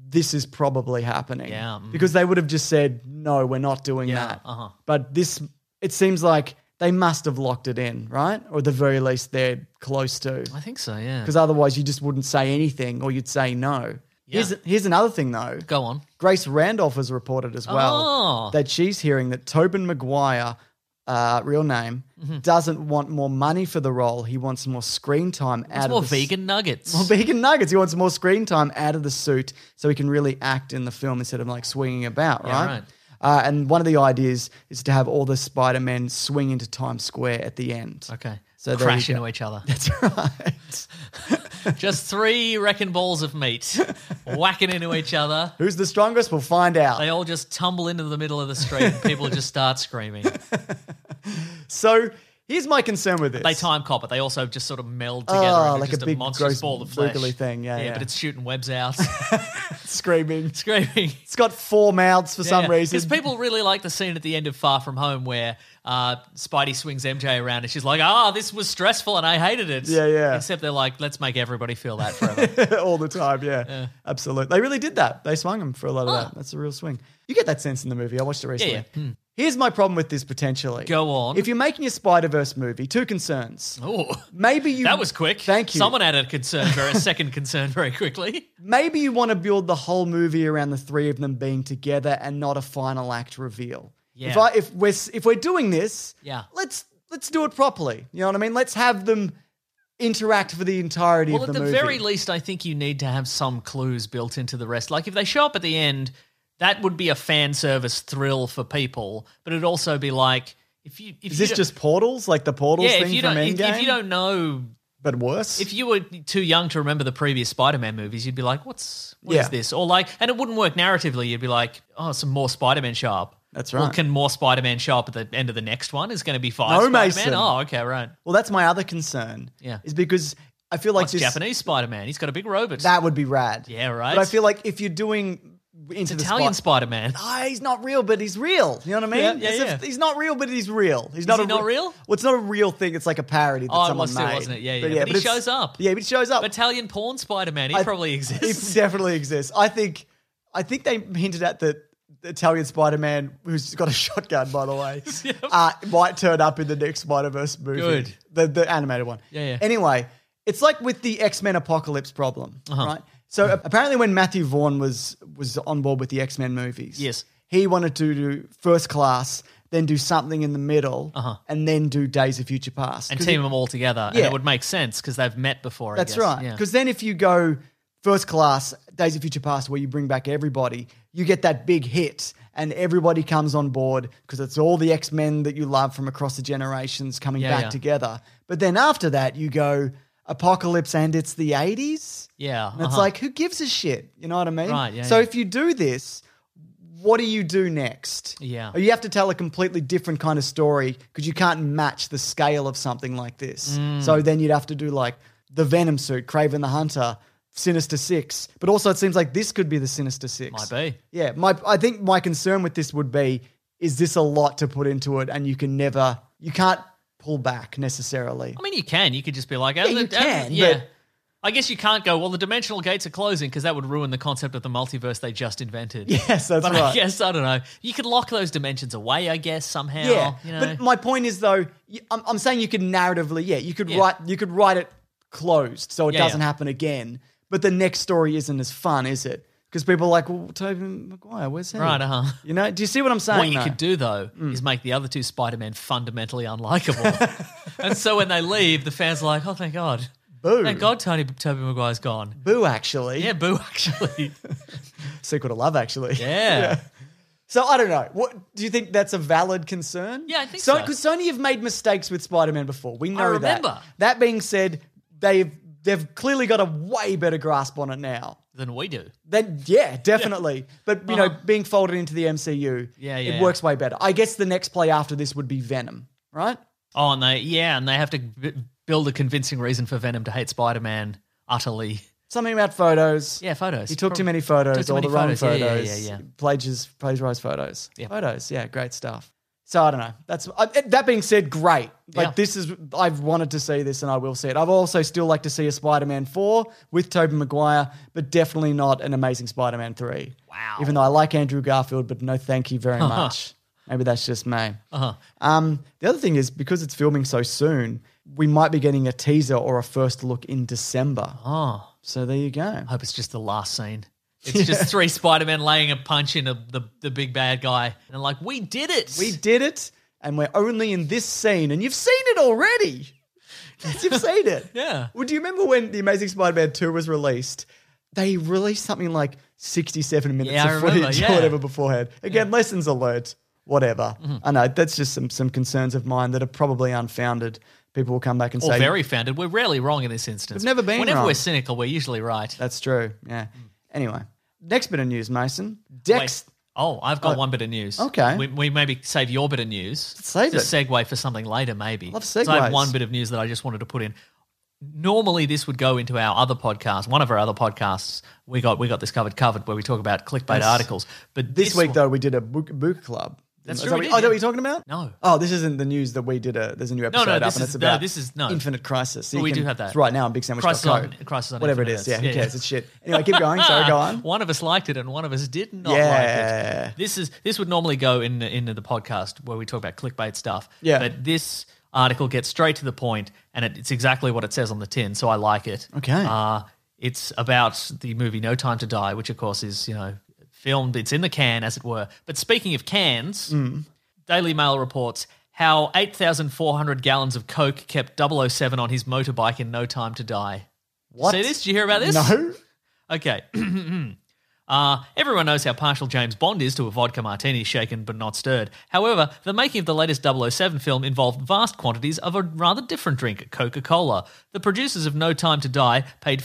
S1: this is probably happening.
S4: Yeah, mm.
S1: Because they would have just said, no, we're not doing
S4: Yeah,
S1: that.
S4: uh-huh.
S1: But this, it seems like they must have locked it in, right? Or at the very least, they're close to.
S4: I think so, yeah.
S1: Because otherwise, you just wouldn't say anything or you'd say no.
S4: Yeah.
S1: Here's, here's another thing, though.
S4: Go on.
S1: Grace Randolph has reported as well
S4: Oh.
S1: that she's hearing that Tobin Maguire, uh, real name,
S4: Mm-hmm.
S1: doesn't want more money for the role. He wants more screen time
S4: It's
S1: out
S4: more
S1: of the s-
S4: vegan nuggets.
S1: [LAUGHS] More vegan nuggets. He wants more screen time out of the suit so he can really act in the film instead of like swinging about,
S4: Yeah,
S1: right?
S4: right.
S1: Uh, and one of the ideas is to have all the Spider Men swing into Times Square at the end.
S4: okay.
S1: So there
S4: Crash
S1: you
S4: into
S1: go.
S4: each other.
S1: [LAUGHS] That's right.
S4: Just three wrecking balls
S1: [LAUGHS]
S4: of meat whacking into each other.
S1: Who's the strongest? We'll find out.
S4: They all just tumble into the middle of the street and people just start screaming.
S1: So Here's my concern with this.
S4: They time cop it. They also just sort of meld together
S1: Oh,
S4: into
S1: like a
S4: just a,
S1: big
S4: monstrous
S1: gross
S4: ball of flesh.
S1: boogly thing, yeah, yeah.
S4: but it's shooting webs out, [LAUGHS]
S1: Screaming.
S4: screaming.
S1: It's got four mouths for [LAUGHS] some reason.
S4: because people really like the scene at the end of Far From Home where uh, Spidey swings MJ around and she's like, "Ah, this was stressful and I hated it."
S1: Yeah, yeah.
S4: Except they're like, "Let's make everybody feel
S1: [LAUGHS]
S4: that forever."
S1: all the time. Yeah, absolutely. They really did that. They swung him for a lot of that. That's a real swing. You get that sense in the movie. I watched it recently.
S4: Ah. yeah. Hmm.
S1: Here's my problem with this potentially.
S4: Go on.
S1: If you're making a Spider Verse movie, two concerns.
S4: Ooh.
S1: Maybe you
S4: [LAUGHS] That was quick.
S1: Thank you.
S4: Someone added a concern, very, a second concern, very quickly.
S1: Maybe you want to build the whole movie around the three of them being together and not a final act reveal.
S4: Yeah.
S1: If I if we're s- if we're doing this,
S4: Yeah.
S1: let's let's do it properly. You know what I mean? Let's have them interact for the entirety
S4: Well,
S1: of
S4: at
S1: the,
S4: the
S1: movie.
S4: very least, I think you need to have some clues built into the rest. Like if they show up at the end, that would be a fan service thrill for people, but it'd also be like if you if
S1: Is
S4: you
S1: this
S4: don't-
S1: just portals, like the portals
S4: yeah,
S1: thing
S4: if you
S1: from
S4: don't if,
S1: Endgame?
S4: if you don't know
S1: but worse.
S4: if you were too young to remember the previous Spider-Man movies, you'd be like, "What's what is
S1: Yeah.
S4: this?" Or like, and it wouldn't work narratively. You'd be like, "Oh, some more Spider-Man show up."
S1: That's
S4: Well,
S1: right.
S4: can more Spider-Man show up at the end of the next one? Is going to be five.
S1: No,
S4: Spider-Man?
S1: Mason.
S4: Oh, okay, right.
S1: Well, that's my other concern.
S4: Yeah.
S1: Is because I feel like
S4: What's
S1: this,
S4: Japanese Spider-Man? He's got a big robot.
S1: that would be rad.
S4: Yeah, right.
S1: But I feel like if you're doing into the
S4: Italian
S1: spot,
S4: Spider-Man.
S1: Ah, he's not real, but he's real. You know what I mean?
S4: Yeah, yeah,
S1: It's
S4: yeah.
S1: A, he's not real, but he's real. He's not
S4: he
S1: a
S4: not
S1: re-
S4: real?
S1: Well, it's not a real thing. It's like a parody that
S4: Oh, it
S1: someone
S4: was too,
S1: made.
S4: wasn't it? Yeah, yeah. But he
S1: it's-
S4: shows up.
S1: Yeah, but he shows up.
S4: Italian porn Spider-Man. He
S1: I- [LAUGHS]
S4: probably exists.
S1: It definitely exists. I think. I think they hinted at that the Italian Spider-Man, who's got a shotgun, by the
S4: [LAUGHS]
S1: way, uh, might turn up in the next Spider-Verse movie.
S4: Good.
S1: The the animated one.
S4: Yeah, yeah.
S1: Anyway, it's like with the X-Men apocalypse problem,
S4: Uh-huh.
S1: right? So a- apparently, when Matthew Vaughn was was on board with the X-Men movies,
S4: Yes.
S1: he wanted to do First Class, then do something in the middle, and then do Days of Future Past,
S4: Uh-huh. and
S1: 'Cause
S4: team them all together, and
S1: Yeah.
S4: it would make sense because they've met before. I
S1: that's
S4: guess.
S1: right.
S4: Yeah.
S1: Because then if you go first class, Days of Future Past, where you bring back everybody, you get that big hit and everybody comes on board because it's all the X Men that you love from across the generations coming
S4: Yeah,
S1: back
S4: yeah.
S1: together. But then after that, you go Apocalypse and it's the 80s.
S4: yeah,
S1: And it's
S4: uh-huh.
S1: like, who gives a shit? You know what I mean?
S4: Right, yeah,
S1: so
S4: yeah.
S1: if you do this, what do you do next?
S4: Yeah.
S1: Or you have to tell a completely different kind of story because you can't match the scale of something like this.
S4: Mm.
S1: So then you'd have to do like the Venom suit, Craven the Hunter, Sinister Six. But also, it seems like this could be the Sinister Six.
S4: might be.
S1: Yeah. My, I think my concern with this would be is this a lot to put into it and you can never, you can't pull back
S4: [LAUGHS]
S1: necessarily.
S4: I mean, you can. You could just be like, "Oh,
S1: Yeah, you can,
S4: yeah.
S1: but-
S4: I guess you can't go. Well, the dimensional gates are closing because that would ruin the concept of the multiverse they just invented.
S1: yes, that's
S4: but
S1: right.
S4: I guess I don't know. You could lock those dimensions away. I guess somehow.
S1: Yeah,
S4: you know.
S1: but my point is though, y- I'm, I'm saying you could narratively, yeah, you could
S4: Yeah.
S1: write, you could write it closed so it
S4: Yeah,
S1: doesn't
S4: yeah.
S1: happen again. But the next story isn't as fun, is it? Because people are like, well, Toby Maguire, where's he?
S4: Right, uh-huh.
S1: You know, do you see what I'm saying?
S4: what you
S1: though?
S4: could do though
S1: Mm.
S4: is make the other two Spider-Men
S1: [LAUGHS]
S4: fundamentally unlikable, and so when they leave, the fans are like, "Oh, thank God,
S1: boo,
S4: thank God, Tony Toby Maguire's gone."
S1: boo, actually,
S4: Yeah, boo. [LAUGHS]
S1: [LAUGHS]
S4: Actually,
S1: sequel to Love, actually. [LAUGHS]
S4: yeah,
S1: So I don't know. What do you think? That's a valid concern?
S4: Yeah, I think so.
S1: Because Sony have made mistakes with Spider-Man before. We know
S4: remember.
S1: that. That being said, they've they've clearly got a way better grasp on it now.
S4: than we do.
S1: Then yeah, definitely. But you know, being folded into the MCU,
S4: Uh-huh. Yeah, yeah,
S1: it
S4: yeah.
S1: works way better. I guess the next play after this would be Venom, right?
S4: Oh, and they yeah, and they have to b- build a convincing reason for Venom to hate Spider-Man utterly.
S1: Something about photos.
S4: Yeah, photos.
S1: He took too
S4: Prob-
S1: many photos,
S4: took too
S1: all
S4: many
S1: the wrong
S4: photos.
S1: photos.
S4: Yeah, yeah, yeah, yeah.
S1: Plagiaris- plagiarized photos.
S4: Yeah.
S1: Photos, yeah, great stuff. So I don't know. That's I, that being said, great. Like
S4: Yeah.
S1: this is I've wanted to see this and I will see it. I've also still like to see a Spider-Man 4 with Tobey Maguire, but definitely not an amazing Spider-Man 3.
S4: Wow.
S1: Even though I like Andrew Garfield, but no thank you
S4: [LAUGHS]
S1: very much. Maybe that's just me.
S4: Uh-huh.
S1: Um, the other thing is because it's filming so soon, we might be getting a teaser or a first look in December.
S4: Oh,
S1: So there you go.
S4: I hope it's just the last scene. It's just three Spider-Men laying a punch in a, the the big bad guy, and like we did it.
S1: We did it, and we're only in this scene, and you've seen it
S4: [LAUGHS]
S1: already. you've seen it.
S4: Yeah.
S1: Well, do you remember when The Amazing Spider-Man 2 was released? They released something like 67 minutes
S4: Yeah, I
S1: of
S4: remember,
S1: footage
S4: yeah. Mm-hmm.
S1: or whatever beforehand. Again, lessons alert, whatever. I know, that's just some, some concerns of mine that are probably unfounded. People will come back and
S4: or
S1: say,
S4: very founded. We're rarely wrong in this instance.
S1: We've never been
S4: Whenever
S1: wrong.
S4: we're cynical, we're usually right.
S1: That's true. Yeah. Anyway, next bit of news, Mason. Dex.
S4: Mm. Wait, Oh, I've got one bit of news.
S1: okay.
S4: We, we maybe save your bit of news.
S1: save
S4: It's a segue for something later, maybe.
S1: Love
S4: So I have
S1: segues.
S4: one bit of news that I just wanted to put in. Normally, this would go into our other podcast, one of our other podcasts. We got we got this covered covered where we talk about clickbait articles. But
S1: This, week,
S4: one-
S1: though, we did a book, book club.
S4: That's
S1: Is
S4: true,
S1: that
S4: we
S1: what-
S4: did,
S1: oh, is that
S4: yeah.
S1: what you're talking about?
S4: No.
S1: Oh, this isn't the news that we did a. There's a new episode up,
S4: this
S1: and
S4: is-
S1: it's
S4: no,
S1: about
S4: this is- no.
S1: Infinite Crisis. So
S4: Well,
S1: you
S4: we
S1: can-
S4: do have that.
S1: It's right now on Big Sandwich.
S4: Crisis on- Crisis on
S1: Whatever
S4: Infinite
S1: it is, yeah,
S4: Earths,
S1: who
S4: yeah.
S1: cares? It's shit. Anyway,
S4: [LAUGHS]
S1: keep going. Sorry, go on.
S4: Uh, One of us liked it, and one of us did not like
S1: Yeah.
S4: it. This is this would normally go in into the podcast where we talk about clickbait stuff.
S1: Yeah.
S4: but this article gets straight to the point, and it, it's exactly what it says on the tin. So I like it.
S1: Okay.
S4: Uh, it's about the movie No Time to Die, which of course is you know filmed. It's in the can, as it were. But speaking of cans,
S1: Hmm.
S4: Daily Mail reports. How 8,400 gallons of Coke kept 007 on his motorbike in no time to die. What? See this? Did you hear about this?
S1: No.
S4: Okay. [CLEARS THROAT] uh, everyone knows how partial James Bond is to a vodka martini shaken but not stirred. However, the making of the latest 007 film involved vast quantities of a rather different drink, Coca Cola. The producers of No Time to Die paid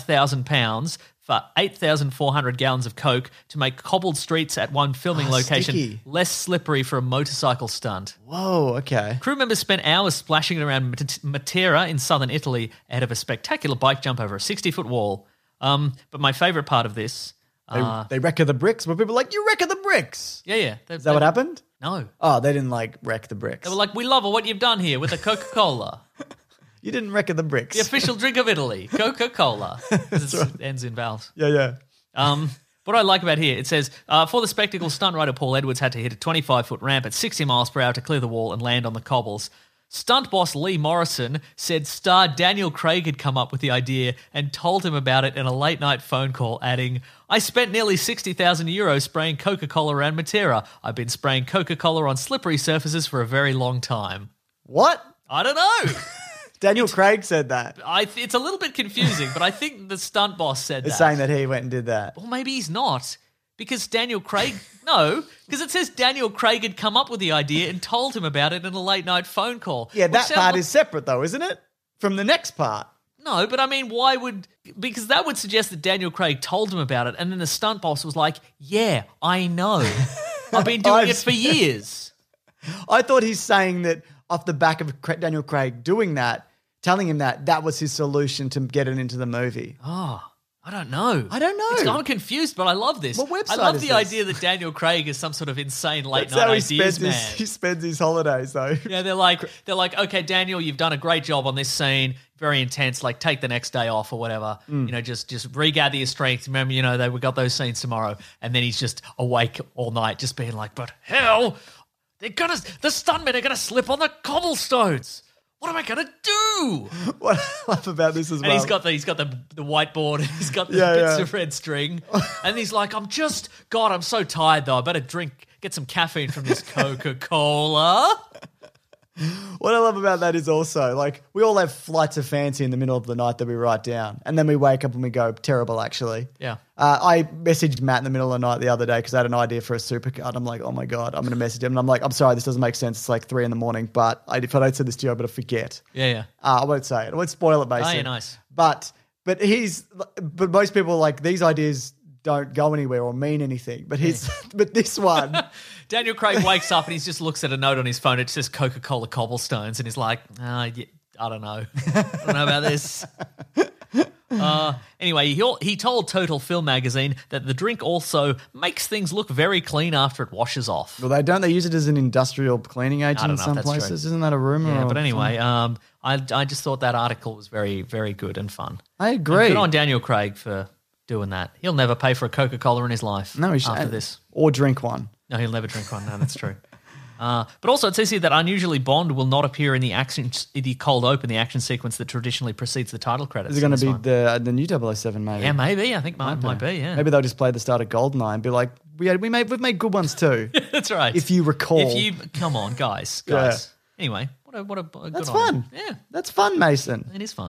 S4: £55,000 for 8,400 gallons of Coke to make cobbled streets at one filming location
S1: sticky.
S4: less slippery for a motorcycle stunt.
S1: Whoa, okay.
S4: Crew members spent hours splashing it around Mat- Matera in southern Italy ahead of a spectacular bike jump over a 60 foot wall. Um, but my favorite part of this.
S1: They,
S4: Uh,
S1: they wreck of the bricks. Were people like, you wreck of the bricks?
S4: yeah, yeah. They,
S1: Is that what happened?
S4: No.
S1: Oh, they didn't like wreck the bricks.
S4: They were like, we love what you've done here with the Coca Cola,
S1: you didn't wreck of the [LAUGHS] bricks.
S4: the official drink of Italy, Coca
S1: [LAUGHS]
S4: Cola. It ends in vowels.
S1: yeah, yeah.
S4: Um, what I like about here, it says, uh, for the spectacle, stunt rider Paul Edwards had to hit a 25 foot ramp at 60 miles per hour to clear the wall and land on the cobbles. Stunt boss Lee Morrison said star Daniel Craig had come up with the idea and told him about it in a late night phone call, adding, I spent nearly 60,000 euros spraying Coca Cola around Matera. I've been spraying Coca Cola on slippery surfaces for a very long time.
S1: What?
S4: I
S1: [LAUGHS]
S4: don't know.
S1: Daniel Craig said that.
S4: I th- it's a little bit confusing, but I think the stunt boss said
S1: It's
S4: that.
S1: saying that he went and did that.
S4: Or maybe he's not. Because Daniel Craig, no, because it says Daniel Craig had come up with the idea and told him about it in a late night phone call.
S1: Yeah,
S4: Which
S1: that
S4: sounds
S1: part
S4: like-
S1: is separate though, isn't it? From the next part.
S4: No, but I mean, why would. Because that would suggest that Daniel Craig told him about it, and then the stunt boss was like, yeah, I know.
S1: [LAUGHS]
S4: I've been doing
S1: I've
S4: it for
S1: seen it."
S4: years.
S1: I thought he's saying that off the back of Cra- Daniel Craig doing that, telling him that that was his solution to get it into the movie.
S4: Oh, I don't know.
S1: I don't know.
S4: It's- I'm confused, but I love this.
S1: What website
S4: I love
S1: is
S4: the
S1: this?
S4: idea that Daniel Craig is some sort of insane late
S1: That's
S4: night
S1: how he
S4: ideas
S1: spends
S4: man.
S1: his [LAUGHS] he spends his holidays though. [LAUGHS]
S4: Yeah, they're like they're like, okay, Daniel, you've done a great job on this scene, very intense. Like, take the next day off or whatever.
S1: Mm.
S4: You know, just just regather your strength. Remember, you know, they we got those scenes tomorrow, and then he's just awake all night, just being like, but hell, they're gonna the stuntmen are gonna slip on the cobblestones. What am I gonna do?
S1: What I love about this as
S4: And
S1: well.
S4: he's got the he's got the the whiteboard. And he's got the
S1: Yeah,
S4: bits
S1: yeah.
S4: of red string, and he's like, "I'm just God. I'm so tired though. I better drink, get some caffeine
S1: [LAUGHS]
S4: from this Coca Cola."
S1: What I love about that is also like we all have flights of fancy in the middle of the night that we write down, and then we wake up and we go terrible. Actually,
S4: Yeah.
S1: Uh, I messaged Matt in the middle of the night the other day because I had an idea for a supercard. I'm like, oh my god, I'm gonna message him, and I'm like, I'm sorry, this doesn't make sense. It's like three in the morning, but I, if I don't say this to you, I'm gonna forget.
S4: Yeah, yeah.
S1: Uh, I won't say it. I won't spoil it, basically.
S4: yeah, Oh, nice.
S1: But but he's but most people are like these ideas don't go anywhere or mean anything. But his [LAUGHS] but this
S4: [LAUGHS]
S1: one.
S4: Daniel Craig wakes up and he just looks at a note on his phone. It says Coca Cola cobblestones, and he's like, uh, yeah, I don't know. [LAUGHS] I don't know about this.
S1: [LAUGHS]
S4: Uh, anyway, he, al- he told Total Film magazine that the drink also makes things look very clean after it washes off.
S1: Well, they don't. They use it as an industrial cleaning agent
S4: don't
S1: in
S4: know if
S1: some
S4: that's true.
S1: places. Isn't that a rumor?
S4: Yeah,
S1: or
S4: but anyway, um, I, I just thought that article was very, very good and fun.
S1: I agree.
S4: Good on Daniel Craig for doing that. He'll never pay for a Coca Cola in his life
S1: no, he should,
S4: after this.
S1: or drink one.
S4: No, he'll never drink one. No, that's true. [LAUGHS] Uh, but also, it says here that unusually Bond will not appear in the action, in the cold open, the action sequence that traditionally precedes the title credits.
S1: Is it going
S4: That's
S1: to be
S4: fine.
S1: the the new 007, maybe?
S4: Yeah, maybe. I think might, might be. Yeah,
S1: Maybe they'll just play the start of Goldeneye and be like, "We had, we made we've made good ones
S4: [LAUGHS]
S1: too."
S4: [LAUGHS] that's right.
S1: if you recall,
S4: if you come
S1: [LAUGHS]
S4: on, guys, guys. Anyway, what a what a, a good
S1: that's
S4: on
S1: fun.
S4: him. Yeah,
S1: that's fun, Mason.
S4: it is fun.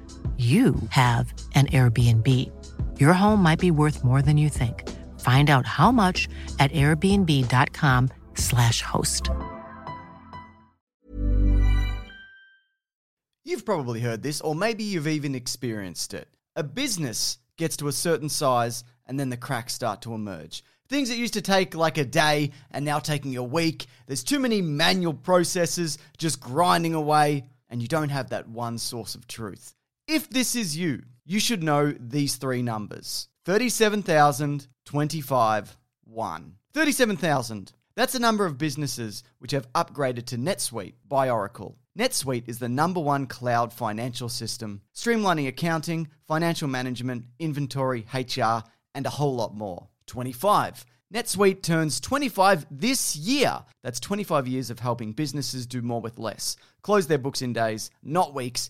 S5: you have an Airbnb. Your home might be worth more than you think. Find out how much at airbnb.com/slash host.
S1: You've probably heard this, or maybe you've even experienced it. A business gets to a certain size, and then the cracks start to emerge. Things that used to take like a day and now taking a week. There's too many manual processes just grinding away, and you don't have that one source of truth. If this is you, you should know these three numbers 37,025 1. 37,000. That's the number of businesses which have upgraded to NetSuite by Oracle. NetSuite is the number one cloud financial system, streamlining accounting, financial management, inventory, HR, and a whole lot more. 25. NetSuite turns 25 this year. That's 25 years of helping businesses do more with less, close their books in days, not weeks,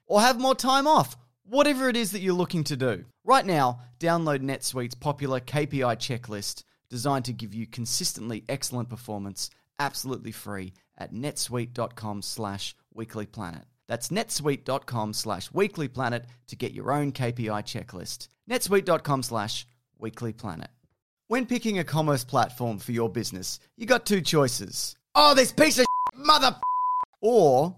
S1: or have more time off, whatever it is that you're looking to do. Right now, download NetSuite's popular KPI checklist designed to give you consistently excellent performance absolutely free at netsuite.com slash weeklyplanet. That's netsuite.com slash weeklyplanet to get your own KPI checklist. netsuite.com slash weeklyplanet. When picking a commerce platform for your business, you got two choices. Oh, this piece of mother f- or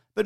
S1: but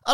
S1: I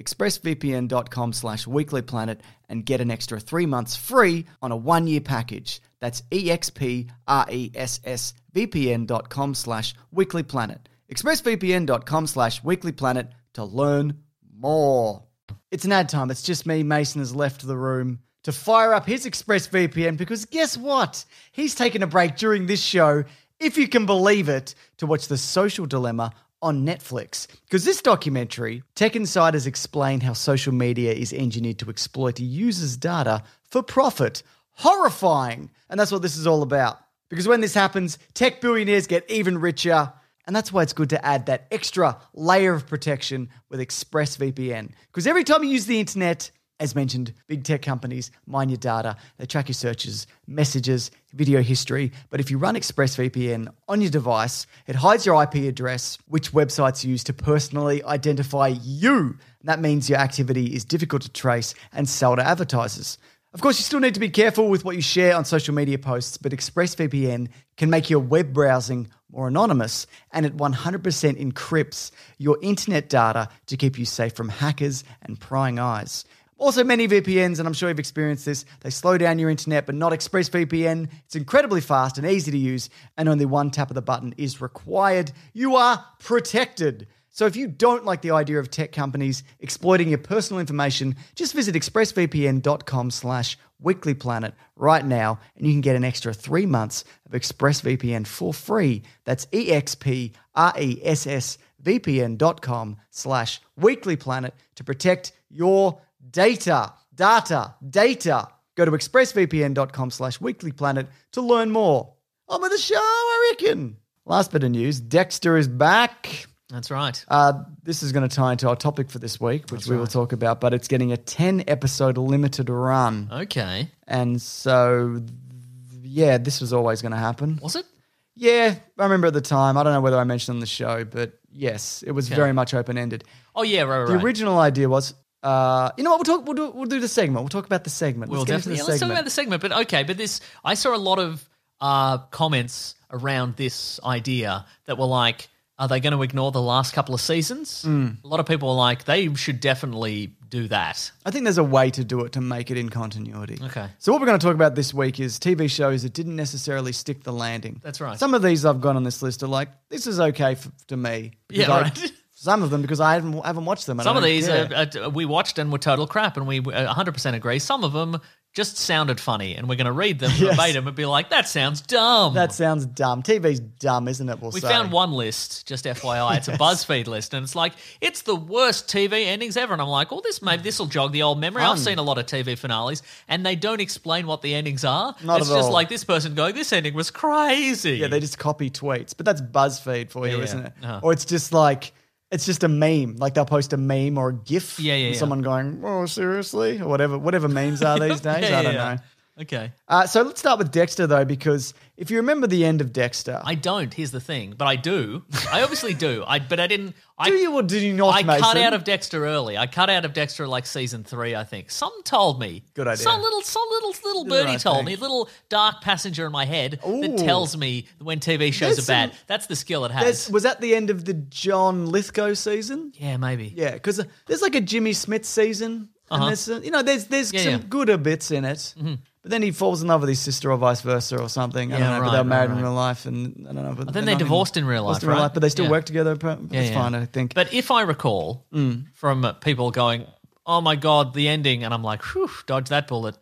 S6: expressvpn.com slash weeklyplanet, and get an extra three months free on a one-year package. That's E expressvpn.com slash weeklyplanet. expressvpn.com slash weeklyplanet to learn more.
S1: It's an ad time. It's just me. Mason has left the room to fire up his ExpressVPN because guess what? He's taken a break during this show, if you can believe it, to watch The Social Dilemma on Netflix. Because this documentary, Tech Insiders explain how social media is engineered to exploit a user's data for profit. Horrifying. And that's what this is all about. Because when this happens, tech billionaires get even richer. And that's why it's good to add that extra layer of protection with ExpressVPN. Because every time you use the internet, as mentioned, big tech companies mine your data, they track your searches, messages, video history. But if you run ExpressVPN on your device, it hides your IP address, which websites use to personally identify you. And that means your activity is difficult to trace and sell to advertisers. Of course, you still need to be careful with what you share on social media posts, but ExpressVPN can make your web browsing more anonymous and it 100% encrypts your internet data to keep you safe from hackers and prying eyes. Also, many VPNs, and I'm sure you've experienced this, they slow down your internet, but not ExpressVPN. It's incredibly fast and easy to use, and only one tap of the button is required. You are protected. So if you don't like the idea of tech companies exploiting your personal information, just visit expressvpn.com slash weeklyplanet right now and you can get an extra three months of ExpressVPN for free. That's E E-X-P-R-E-S-S-V-P-N.com slash weeklyplanet to protect your data, data, data. Go to expressvpn.com slash weeklyplanet to learn more. On with the show, I reckon. Last bit of news, Dexter is back.
S4: That's right.
S1: Uh, this is going to tie into our topic for this week, which we will talk about, but it's getting a 10 episode limited run.
S4: okay.
S1: And so, th- yeah, this was always going to happen.
S4: Was it?
S1: Yeah, I remember at the time. I don't know whether I mentioned on the show, but yes, it was very much open ended.
S4: Oh yeah, right, right.
S1: The
S4: right.
S1: original idea was, uh, you know what? We'll talk. We'll do. We'll do the segment. We'll talk about the segment.
S4: We'll
S1: Let's get into
S4: definitely yeah,
S1: the
S4: let's talk
S1: segment.
S4: about the segment. But okay, but this I saw a lot of uh, comments around this idea that were like, are they going to ignore the last couple of seasons?
S1: Hmm.
S4: A lot of people were like, they should definitely do that.
S1: I think there's a way to do it to make it in continuity.
S4: Okay.
S1: So what we're going to talk about this week is TV shows that didn't necessarily stick the landing.
S4: That's right.
S1: Some of these I've got on this list are like this is okay f to me.
S4: Yeah,
S1: Because I-
S4: right.
S1: [LAUGHS] Some of them because I haven't haven't watched them. and
S4: Some
S1: I
S4: of
S1: don't
S4: these
S1: care.
S4: are, are, we watched and were total crap, and we uh, 100% agree. Some of them just sounded funny, and we're going to read them
S1: [LAUGHS] Yes.
S4: verbatim and be like, that sounds dumb.
S1: that sounds dumb. TV's dumb, isn't it? We'll
S4: We
S1: say.
S4: found one list, just FYI. It's a BuzzFeed list, and it's like it's the worst TV endings ever. And I'm like, well, this
S1: Mm.
S4: maybe this will jog the old memory. I've seen a lot of TV finales, and they don't explain what the endings are.
S1: Not
S4: it's
S1: at
S4: just
S1: all.
S4: like this person going, "This ending was crazy."
S1: Yeah, they just copy tweets, but that's BuzzFeed for you,
S4: Yeah,
S1: isn't
S4: yeah.
S1: it?
S4: Uh-huh.
S1: Or it's just like it's just a meme. Like they'll post a meme or a GIF.
S4: Yeah, yeah,
S1: and
S4: yeah.
S1: Someone going, "Oh, seriously?" or whatever. Whatever memes
S4: [LAUGHS]
S1: are these
S4: Yeah,
S1: days,
S4: yeah,
S1: I don't
S4: yeah.
S1: know.
S4: Okay,
S1: Uh, so let's start with Dexter though, because if you remember the end of Dexter,
S4: I don't. Here's the thing, but I do. I obviously do. I but I didn't. I,
S1: do you or do you not?
S4: I cut
S1: Mason?
S4: out of Dexter early. I cut out of Dexter like season three, I think. Some told me.
S1: Good idea.
S4: Some little, some little, little birdie
S1: I
S4: told
S1: think.
S4: me. Little dark passenger in my head
S1: Ooh.
S4: that tells me when TV shows
S1: There's
S4: are bad.
S1: some-
S4: That's the skill it
S1: There's-
S4: has.
S1: was that the end of the John Lithgow season?
S4: yeah, maybe.
S1: Yeah, because there's like a Jimmy Smith season, and there's uh, you know there's there's
S4: Uh-huh. Yeah,
S1: some
S4: yeah. Mm-hmm.
S1: gooder bits in it, but then he falls in love with his sister or vice versa or something. I
S4: Yeah,
S1: don't know,
S4: right,
S1: but they're
S4: right,
S1: married
S4: right.
S1: in real life, and I don't know. But
S4: then
S1: they're
S4: they
S1: not
S4: divorced in real
S1: divorced
S4: life,
S1: in real
S4: right?
S1: life, but they still
S4: Yeah.
S1: work together. but It's
S4: Yeah, yeah.
S1: fine, I think. Mm.
S4: But if I recall from uh, people going, "Oh my god, the ending," and I'm like, "Whew, dodge that bullet."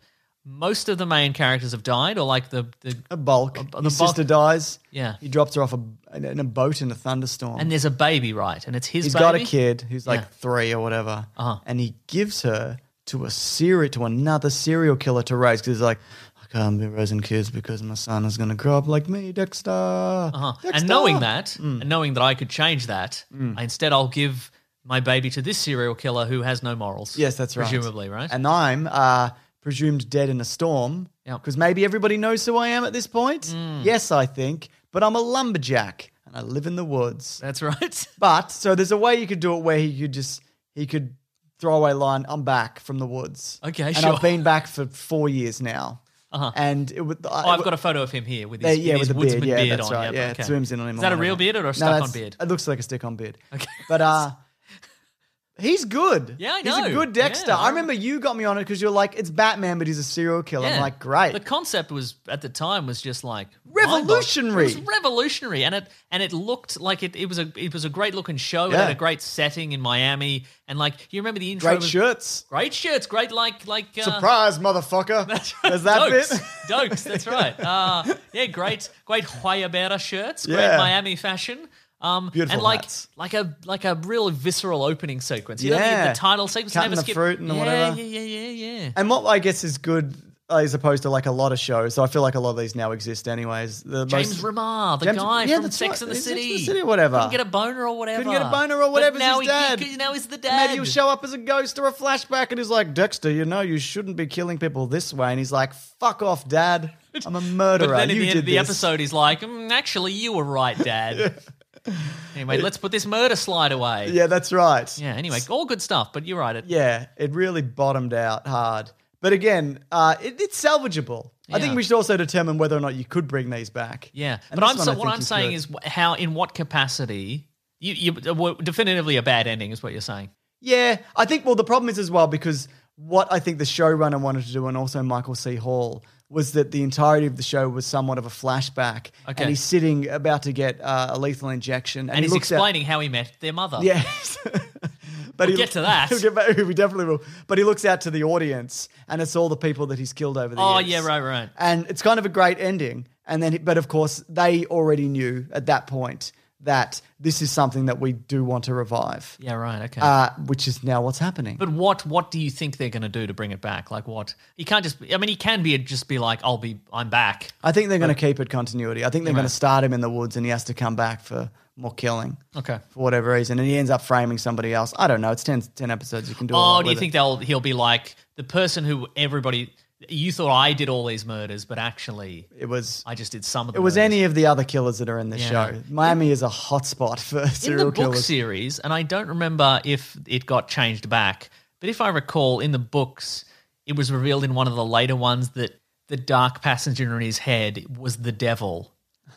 S4: Most of the main characters have died, or like the the
S1: a bulk.
S4: the
S1: His
S4: bulk-
S1: sister dies.
S4: Yeah.
S1: he drops her off a, in, in a boat in a thunderstorm,
S4: and there's a baby, right? And it's his.
S1: He's
S4: baby?
S1: got a kid who's like
S4: Yeah.
S1: three or whatever,
S4: Uh-huh.
S1: and he gives her to a serial to another serial killer to raise because he's like, I can't be raising kids because my son is going to grow up like me, Dexter.
S4: Uh-huh.
S1: Dexter."
S4: And knowing that,
S1: Mm.
S4: and knowing that I could change that, I- instead I'll give my baby to this serial killer who has no morals.
S1: Yes, that's right.
S4: Presumably, right?
S1: And I'm uh, presumed dead in a storm
S4: Yep. Mm.
S1: because maybe everybody knows who I am at this point. Yes, I think, but I'm a lumberjack and I live in the woods.
S4: that's
S1: [LAUGHS]
S4: right.
S1: But so there's a way you could do it where he could just he could throw away line. I'm back from the woods.
S4: Okay,
S1: and
S4: sure.
S1: I've been back for four years now.
S4: Uh-huh.
S1: And it would.
S4: Oh, I've got a photo of him here with
S1: Yeah,
S4: his,
S1: Uh, yeah,
S4: with
S1: with a
S4: his
S1: beard.
S4: woodsman
S1: Yeah,
S4: beard
S1: that's
S4: on.
S1: right.
S4: Yep,
S1: yeah,
S4: okay.
S1: it zooms in on him.
S4: Is that
S1: or
S4: a real
S1: whatever.
S4: beard or a
S1: No,
S4: stuck-on
S1: that's-
S4: beard?
S1: It looks like a stick-on beard.
S4: Okay.
S1: But
S4: [LAUGHS]
S1: uh, he's good.
S4: Yeah, I
S1: He's a
S4: know.
S1: good Dexter.
S4: Yeah.
S1: I remember you got me on it because you're like, it's Batman, but he's a serial killer. I'm
S4: Yeah.
S1: like, great.
S4: The concept was at the time was just like
S1: Revolutionary.
S4: mind-boggling. It was revolutionary, and it and it looked like it, it was a it was a great looking show. It
S1: Yeah.
S4: had a great setting in Miami, and like you remember the intro,
S1: great
S4: was,
S1: shirts.
S4: great shirts, great like like uh,
S1: Surprise, motherfucker. There's that
S4: Dokes. [LAUGHS]
S1: bit. [LAUGHS]
S4: Dokes, that's right. Uh, yeah, great, great Huayabera shirts, great
S1: Yeah.
S4: Miami fashion. Um,
S1: Beautiful
S4: and like
S1: hats.
S4: like a like a real visceral opening sequence. You know, the-
S1: Yeah.
S4: the title sequence
S1: Cutting
S4: never
S1: the
S4: skip.
S1: fruit and
S4: yeah,
S1: whatever.
S4: Yeah, yeah, yeah, yeah.
S1: And what I guess is good uh, as opposed to like a lot of shows. So I feel like a lot of these now exist anyways. The most,
S4: James Remar, the
S1: James-
S4: guy
S1: yeah,
S4: from
S1: that's
S4: Sex
S1: right.
S4: and the
S1: Sex and the
S4: City,
S1: City or whatever.
S4: couldn't get a boner or whatever,
S1: Couldn't get a boner or
S4: But
S1: whatever's
S4: Now
S1: his
S4: he-
S1: dad.
S4: He, now he's the dad.
S1: Maybe he'll show up as a ghost or a flashback and he's like, Dexter, you know, you shouldn't be killing people this way. And he's like, fuck off, dad.
S4: [LAUGHS]
S1: I'm a
S4: But
S1: murderer.
S4: then at
S1: you
S4: the end
S1: did
S4: of the
S1: this."
S4: episode, he's like, "Mm, "Actually, you were
S1: [LAUGHS]
S4: right, Dad." Anyway, let's put this murder slide away.
S1: Yeah, that's right.
S4: Yeah. Anyway, all good stuff. But you're right. It,
S1: Yeah, it really bottomed out hard. But again, uh, it, it's salvageable. I think
S4: Yeah.
S1: we should also determine whether or not you could bring these back.
S4: Yeah,
S1: And
S4: but
S1: this
S4: I'm
S1: one
S4: so,
S1: I
S4: what
S1: think
S4: I'm
S1: you
S4: saying
S1: could.
S4: is wh- how in what capacity you, you uh, well, definitively a bad ending is what you're saying.
S1: yeah, I think. Well, the problem is as well because what I think the showrunner wanted to do, and also Michael C. Hall, was that the entirety of the show was somewhat of a flashback,
S4: Okay.
S1: and he's sitting about to get uh, a lethal injection, and,
S4: And,
S1: he
S4: he's
S1: looks At,
S4: explaining how he met their mother.
S1: [LAUGHS] Yes. [LAUGHS] but
S4: We'll get to
S1: [LAUGHS]
S4: that.
S1: He'll get back, we definitely will. But he looks out to the audience, and it's all the people that he's killed over the
S4: Oh
S1: years.
S4: yeah, right, right.
S1: And it's kind of a great ending. And then, but of course, they already knew at that point that this is something that we do want to revive,
S4: Yeah, right. Okay.
S1: uh, which is now what's happening.
S4: but what what do you think they're going to do to bring it back? Like what? He can't just. I mean, he can be just be like, "I'll be, I'm back."
S1: I think they're going to keep it continuity. I think they're going to start him in the woods, and he has to come back for more killing.
S4: Okay.
S1: For whatever reason, and he ends up framing somebody else. I don't know. It's 10, 10 episodes. You can do. a
S4: Oh,
S1: lot
S4: do you
S1: with it.
S4: think they'll he'll be like the person who everybody you thought I did all these murders, but actually
S1: it was?
S4: I just did some
S1: It
S4: of them.
S1: was any of the other killers that are in the
S4: Yeah.
S1: show. Miami is a hotspot [LAUGHS] for
S4: in the
S1: serial
S4: book
S1: killers.
S4: series, and I don't remember if it got changed back, but if I recall, in the books, it was revealed in one of the later ones that the dark passenger in his head was the devil,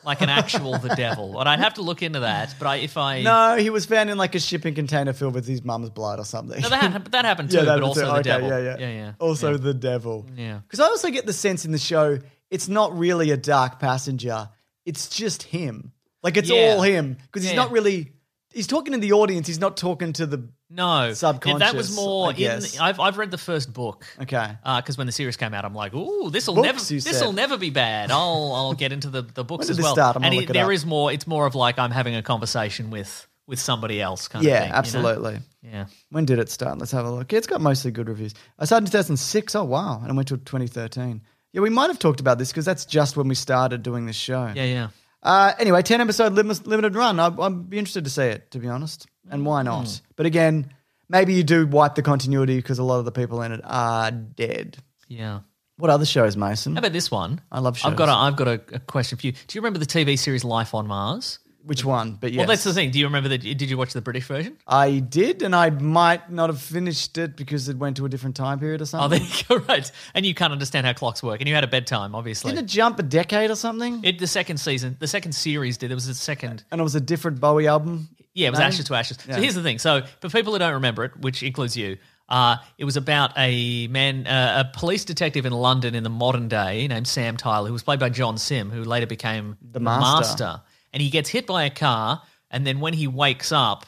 S4: like an
S1: [LAUGHS]
S4: actual the devil. And I'd have to look into that, but I, if I
S1: No, he was found in like a shipping container filled with his mum's blood or something.
S4: no, that, hap- that happened too,
S1: that
S4: but
S1: was
S4: also
S1: it.
S4: the
S1: Okay,
S4: devil.
S1: Yeah, yeah,
S4: yeah, yeah.
S1: Also the devil.
S4: Yeah.
S1: Because I also get the sense in the show, it's not really a dark passenger. It's just him. Like it's
S4: Yeah.
S1: all him. Because he's
S4: Yeah,
S1: not
S4: yeah.
S1: really. He's talking to the audience. He's not talking to the.
S4: No,
S1: Subconscious,
S4: That was more.
S1: I guess.
S4: In, I've I've read the first book.
S1: Okay.
S4: Because Uh, when the series came out, I'm like, "Ooh, this will
S1: Books,
S4: never,
S1: you
S4: this will
S1: said.
S4: never be bad." I'll, I'll get into the, the books
S1: did
S4: as
S1: this
S4: well.
S1: start? I'm
S4: and
S1: gonna
S4: it-
S1: look it
S4: there
S1: up.
S4: is more. It's more of like I'm having a conversation with with somebody else, kind
S1: Yeah,
S4: of thing. you know?
S1: absolutely.
S4: Yeah.
S1: When did it start? Let's have a look. It's got mostly good reviews. I started in 2006. Oh, wow. And it went to 2013. Yeah, we might have talked about this because that's just when we started doing this show.
S4: Yeah, yeah.
S1: Uh, anyway, 10 episode lim- limited run. I, I'd be interested to see it, to be honest. And
S4: Hmm.
S1: why not? But again, maybe you do wipe the continuity because a lot of the people in it are dead.
S4: Yeah.
S1: What other shows, Mason?
S4: How about this one?
S1: I love
S4: I've got a,
S1: shows.
S4: I've got a, a question for you. Do you remember the TV series Life on Mars?
S1: Which one? But yes.
S4: Well, that's the thing. Do you remember that? Did you watch the British version?
S1: I did, and I might not have finished it because it went to a different time period or
S4: Oh,
S1: something.
S4: there you go. [LAUGHS] Right. And you can't understand how clocks work, and you had a bedtime, obviously.
S1: Didn't it jump a decade or something?
S4: It, the second season, the second series did. There was a second.
S1: and it was a different Bowie album?
S4: Yeah, it was
S1: No?
S4: ashes to ashes.
S1: Yeah.
S4: So here's the thing. So for people who don't remember it, which includes you, uh, it was about a man, uh, a police detective in London in the modern day named Sam Tyler, who was played by John Sim, who later became the
S1: Master.
S4: And he gets hit by a car, and then when he wakes up,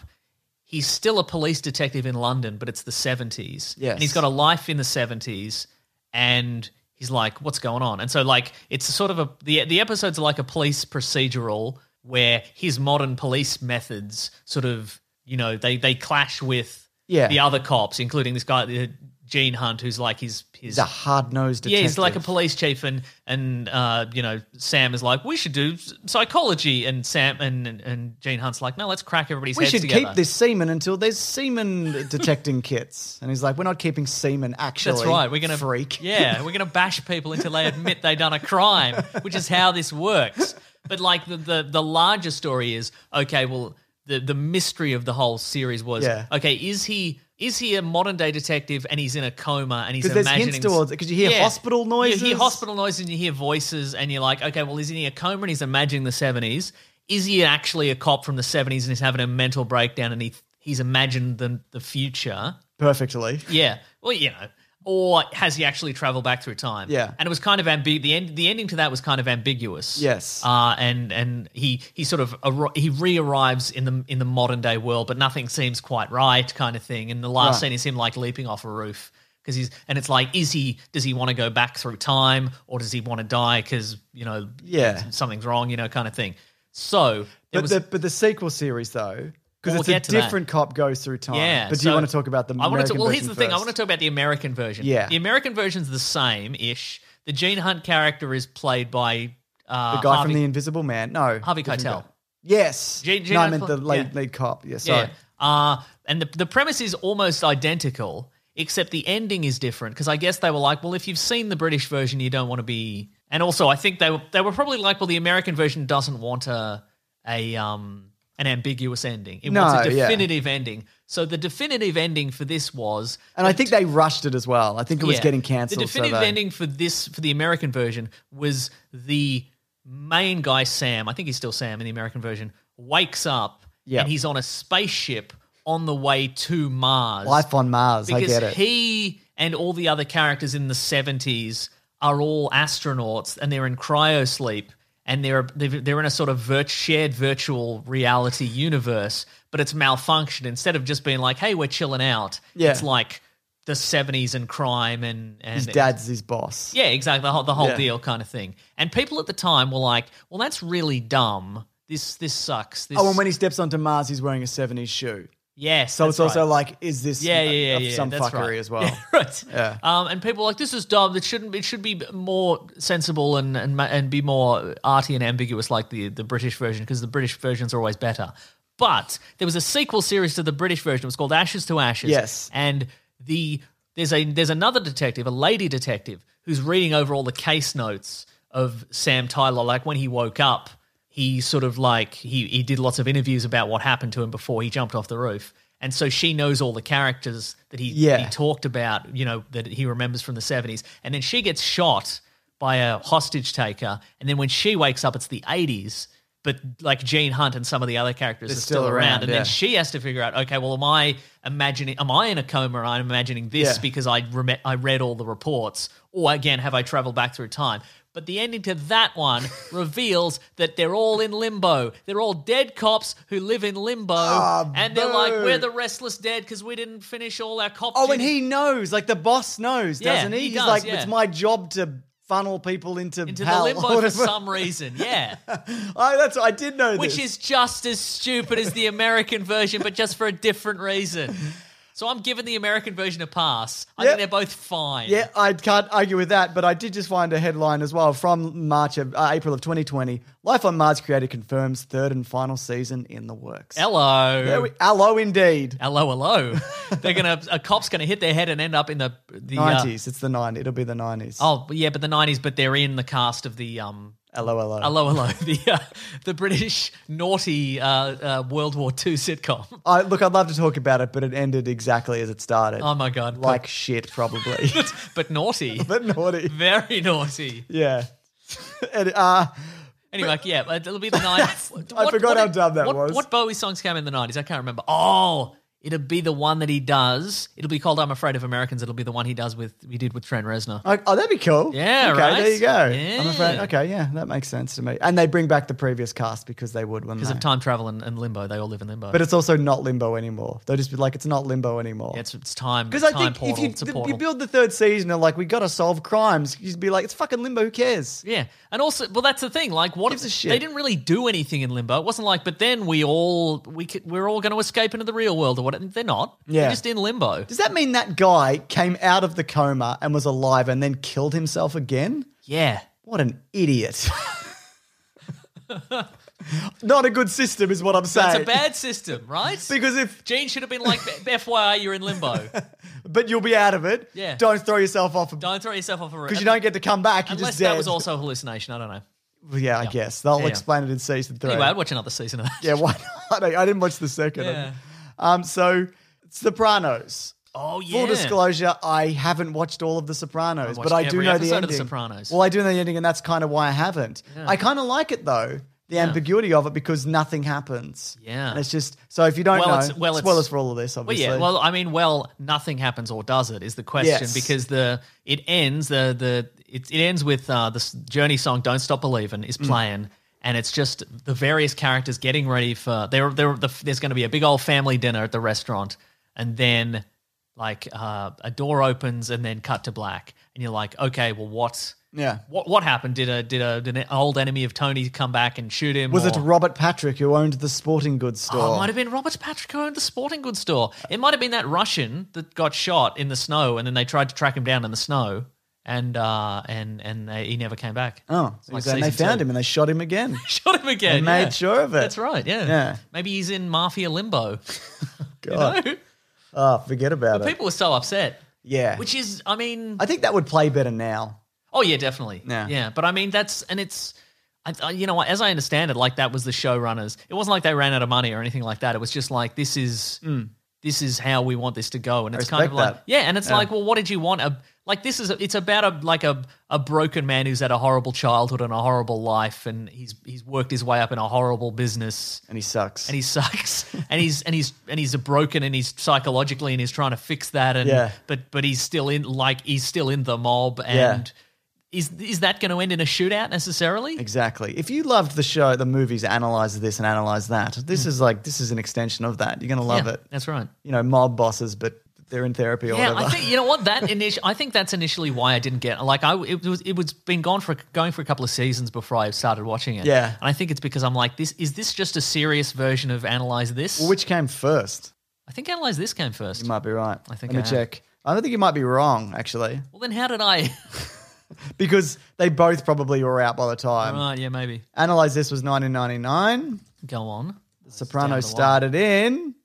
S4: he's still a police detective in London, but it's the 70s.
S1: Yes.
S4: And he's got a life in the 70s and he's like, what's going on? And so like it's sort of a the the episodes are like a police procedural where his modern police methods sort of, you know, they they clash with
S1: Yeah.
S4: the other cops, including this guy uh, Gene Hunt, who's like his his
S1: He's a hard nosed
S4: yeah,
S1: detective.
S4: he's like a police chief, and and uh, you know Sam is like, we should do s- psychology, and Sam and and, and Gene Hunt's like, no, let's crack everybody's
S1: we
S4: heads
S1: should
S4: together.
S1: keep this semen until there's semen detecting kits. And he's like, we're not keeping semen actually.
S4: That's right. We're gonna
S1: freak.
S4: [LAUGHS] Yeah, we're gonna bash people until they admit they done a crime, which is how this works. But like the the, the larger story is okay. Well, the the mystery of the whole series was
S1: Yeah.
S4: okay. Is he is he a modern day detective and he's in a coma and he's
S1: 'Cause there's hints
S4: imagining
S1: towards it, 'cause you hear hospital
S4: You hear
S1: noises.
S4: hospital noises and you hear voices and you're like, okay, well, is he in a coma and he's imagining the seventies? Is he actually a cop from the seventies and he's having a mental breakdown and he he's imagined the the future?
S1: Perfectly.
S4: Yeah. Well, you know. Or has he actually traveled back through time?
S1: Yeah.
S4: And it was kind of ambi- the end the ending to that was kind of ambiguous.
S1: Yes.
S4: Uh, and and he he sort of arri- he re-arrives in the in the modern day world, but nothing seems quite right, kind of thing. And the last
S1: Right.
S4: scene is him like leaping off a roof because he's and it's like, is he does he want to go back through time or does he want to die because you know
S1: Yeah.
S4: something's wrong, you know, kind of thing. So there
S1: But,
S4: was
S1: the, but the sequel series, though, because
S4: We'll
S1: it's
S4: get
S1: a
S4: to that.
S1: different cop goes through time.
S4: Yeah.
S1: But do
S4: so
S1: you want to talk about the
S4: I wanna
S1: American
S4: talk- Well, here's the
S1: version
S4: thing. I
S1: first?
S4: want to talk about the American version.
S1: Yeah.
S4: The American version's the same ish. The Gene Hunt character is played by uh,
S1: The guy
S4: Harvey,
S1: from The Invisible Man. No.
S4: Harvey
S1: different
S4: Keitel.
S1: guy. Yes.
S4: Gene- Gene
S1: no, I meant
S4: Hackman?
S1: the lead,
S4: Yeah.
S1: lead cop. Yeah, sorry.
S4: Yeah. Uh, and the, the premise is almost identical, except the ending is different because I guess they were like, well, if you've seen the British version, you don't want to be. And also, I think they were, they were probably like, well, the American version doesn't want a, a um, an ambiguous ending. It
S1: No,
S4: wants a
S1: yeah.
S4: definitive ending. So the definitive ending for this was
S1: And I think they rushed it as well. I think it was
S4: Yeah.
S1: getting cancelled.
S4: The
S1: so
S4: definitive
S1: they-
S4: ending for this for the American version was the main guy Sam. I think he's still Sam in the American version. Wakes up
S1: Yeah.
S4: and he's on a spaceship on the way to Mars.
S1: Life on Mars. I
S4: because
S1: get it.
S4: he and all the other characters in the seventies are all astronauts and they're in cryo sleep and they're they've- they're in a sort of virt- shared virtual reality universe, but it's malfunctioned. Instead of just being like, "Hey, we're chilling out,"
S1: Yeah.
S4: it's like the seventies and crime and and
S1: his dad's his boss.
S4: yeah, exactly. The whole, the whole
S1: Yeah.
S4: deal kind of thing. And people at the time were like, "Well, that's really dumb. This this sucks." This,
S1: Oh, and when he steps onto Mars, he's wearing a 70s shoe.
S4: yes,
S1: So
S4: that's
S1: it's also
S4: right.
S1: like, is this
S4: yeah, yeah, yeah,
S1: of
S4: yeah
S1: some
S4: that's
S1: fuckery
S4: [LAUGHS] right.
S1: as well?
S4: Yeah, right.
S1: Yeah.
S4: Um, and people are like, this is dumb. It shouldn't. It should be more sensible and and ma- and be more arty and ambiguous like the the British version because the British versions are always better. But there was a sequel series to the British version. It was called Ashes to Ashes.
S1: Yes.
S4: And the there's a there's another detective, a lady detective, who's reading over all the case notes of Sam Tyler. Like when he woke up, he sort of like he he did lots of interviews about what happened to him before he jumped off the roof. And so she knows all the characters that he,
S1: Yeah.
S4: he talked about, you know, that he remembers from the 70s. And then she gets shot by a hostage taker. And then when she wakes up, it's the 80s. But like Gene Hunt and some of the other characters
S1: They're
S4: are still,
S1: still
S4: around.
S1: around,
S4: And
S1: yeah.
S4: then she has to figure out, okay, well, am I imagining, am I in a coma and I'm imagining this
S1: Yeah.
S4: because I, rem- I read all the reports? Or again, have I traveled back through time? But the ending to
S1: [LAUGHS]
S4: that one reveals that they're all in limbo. They're all dead cops who live in limbo. and they're like,
S1: Ah, boo.
S4: we're the restless dead because we didn't finish all our cop
S1: Oh,
S4: duty.
S1: and he knows, like the boss knows,
S4: Yeah,
S1: doesn't he?
S4: he
S1: He's
S4: does,
S1: like,
S4: yeah.
S1: it's my job to funnel people into,
S4: into the
S1: hell [LAUGHS] or
S4: limbo for
S1: whatever.
S4: some reason. Yeah.
S1: [LAUGHS] I, that's I did know
S4: Which
S1: this.
S4: is just as stupid as the American version, but just for a different reason. So I'm giving the American version a pass. I
S1: Yep.
S4: think they're both fine.
S1: Yeah, I can't argue with that, but I did just find a headline as well from March of uh, April of 2020. Life on Mars creator confirms third and final season in the works.
S4: Hello.
S1: There we- hello, indeed.
S4: hello,
S1: [LAUGHS]
S4: hello. they're gonna a cop's gonna hit their head and end up in the the uh,
S1: 90s. it's the 90s. It'll be the 90s.
S4: oh yeah, but the nineties, but they're in the cast of the um
S1: hello, hello.
S4: Hello, hello. [LAUGHS] The uh, the British naughty uh, uh, World War II sitcom. [LAUGHS]
S1: I, look, I'd love to talk about it, but it ended exactly as it started.
S4: Oh my god,
S1: like shit, probably.
S4: [LAUGHS]
S1: [LAUGHS]
S4: but naughty,
S1: but naughty.
S4: very naughty.
S1: Yeah. [LAUGHS] and, uh,
S4: Anyway, like, yeah, but it'll be the
S1: [LAUGHS]
S4: nineties.
S1: I forgot how dumb that
S4: what,
S1: was.
S4: What Bowie songs came in the nineties? I can't remember. Oh, it'll be the one that he does. It'll be called "I'm Afraid of Americans." It'll be the one he does with we did with Trent Reznor.
S1: I, oh, that'd be cool.
S4: Yeah,
S1: okay,
S4: right?
S1: There you go. I'm
S4: Yeah.
S1: afraid. Okay, yeah, that makes sense to me. And they bring back the previous cast because they would when
S4: Because
S1: they.
S4: of time travel and, and limbo, they all live in limbo.
S1: But it's also not limbo anymore. They'll just be like, it's not limbo anymore.
S4: Yeah, it's, it's time.
S1: because
S4: it's
S1: I
S4: time
S1: think
S4: portal.
S1: if
S4: it's a
S1: you, th-
S4: portal.
S1: you build the third season and like we got to solve crimes, you'd be like, it's fucking limbo. Who cares?
S4: Yeah, and also, well, that's the thing. Like, what
S1: Gives a shit.
S4: they didn't really do anything in Limbo. It wasn't like, but then we all we could, we're all going to escape into the real world or what they're not.
S1: Yeah.
S4: They're just in limbo.
S1: Does that mean that guy came out of the coma and was alive and then killed himself again?
S4: yeah.
S1: What an
S4: [LAUGHS]
S1: idiot. Not a good system is what I'm saying.
S4: That's a bad system, right?
S1: [LAUGHS] because if
S4: Gene should have been like, FYI, you're in limbo.
S1: but you'll be out of it.
S4: Yeah.
S1: Don't throw yourself off because
S4: Don't throw yourself off
S1: [LAUGHS]
S4: a roof.
S1: you don't get to come back. You
S4: Unless
S1: just dead.
S4: that was also a hallucination. I don't know.
S1: Well, yeah, I guess they'll
S4: Yeah, yeah.
S1: explain it in season three.
S4: Anyway, I'd watch another season of that.
S1: yeah, why not? I didn't watch the second.
S4: Yeah.
S1: Um, so Sopranos.
S4: [LAUGHS] Oh, yeah.
S1: Full disclosure, I haven't watched all of The Sopranos,
S4: watched
S1: but I do
S4: every
S1: know the
S4: episode
S1: ending.
S4: of The Sopranos.
S1: Well, I do know the ending, and that's kind of why I haven't. I kind of like it though, the ambiguity of it, because nothing happens.
S4: Yeah.
S1: and it's just so if you don't
S4: Well,
S1: know,
S4: it's- well, it's-
S1: spoilers for all of this,
S4: Well,
S1: obviously.
S4: yeah. Well, I mean, well, nothing happens or does it is the question
S1: Yes.
S4: because the it ends the the it, it ends with uh, the journey song "Don't Stop Believing" is
S1: Mm.
S4: playing, and it's just the various characters getting ready for there. There, the, there's going to be a big old family dinner at the restaurant, and then like uh, a door opens and then cut to black, and you're like, okay, well, what?
S1: Yeah.
S4: What what happened? Did a did a did an old enemy of Tony come back and shoot him?
S1: was it
S4: or-
S1: Robert Patrick who owned the sporting goods store?
S4: Oh, it might have been Robert Patrick who owned the sporting goods store. It might have been that Russian that got shot in the snow, and then they tried to track him down in the snow, and uh, and and they, he never came back.
S1: Oh,
S4: It's like
S1: and they
S4: season
S1: found
S4: two.
S1: him and they shot him again.
S4: [LAUGHS] shot him again.
S1: They made
S4: yeah.
S1: sure of it.
S4: That's right. Yeah.
S1: Yeah.
S4: Maybe he's in mafia limbo. [LAUGHS] You
S1: God.
S4: know?
S1: Oh, forget about it.
S4: People were so upset,
S1: Yeah.
S4: which is, I mean,
S1: I think that would play better now.
S4: oh yeah, definitely.
S1: Yeah.
S4: Yeah. But I mean, that's and it's. I, I- you know, what, as I understand it, like that was the showrunners. It wasn't like they ran out of money or anything like that. It was just like this is this is how we want this to go, and it's kind of
S1: Hmm. respect
S4: like
S1: that.
S4: yeah, and it's like, well, what did you want? A, like this is it's about a like a a broken man who's had a horrible childhood and a horrible life, and he's he's worked his way up in a horrible business,
S1: And he sucks.
S4: and he sucks, [LAUGHS] and he's and he's and he's a broken, and he's psychologically, and he's trying to fix that, and
S1: Yeah.
S4: but but he's still in like he's still in the mob,
S1: Yeah.
S4: and is is that going to end in a shootout necessarily?
S1: exactly. If you loved the show, the movies analyze this and analyze that. This is like this is an extension of that. You're gonna love
S4: Yeah,
S1: it.
S4: That's right.
S1: You know, mob bosses, but they're in therapy or
S4: Yeah,
S1: whatever.
S4: I think you know what that initial. I think that's initially why I didn't get like I it was it was been gone for going for a couple of seasons before I started watching it.
S1: Yeah.
S4: and I think it's because I'm like this. Is this just a serious version of Analyze This?
S1: [LAUGHS] Which came first?
S4: I think Analyze This came first.
S1: You might be right. I
S4: think
S1: Let me
S4: I am.
S1: check. I don't think you might be wrong actually,
S4: Well, then how
S1: [LAUGHS]
S4: did I?
S1: because they both probably were out by the time.
S4: right, yeah, maybe.
S1: Analyze this was 1999.
S4: Go on.
S1: The
S4: down
S1: Sopranos
S4: the line.
S1: started in.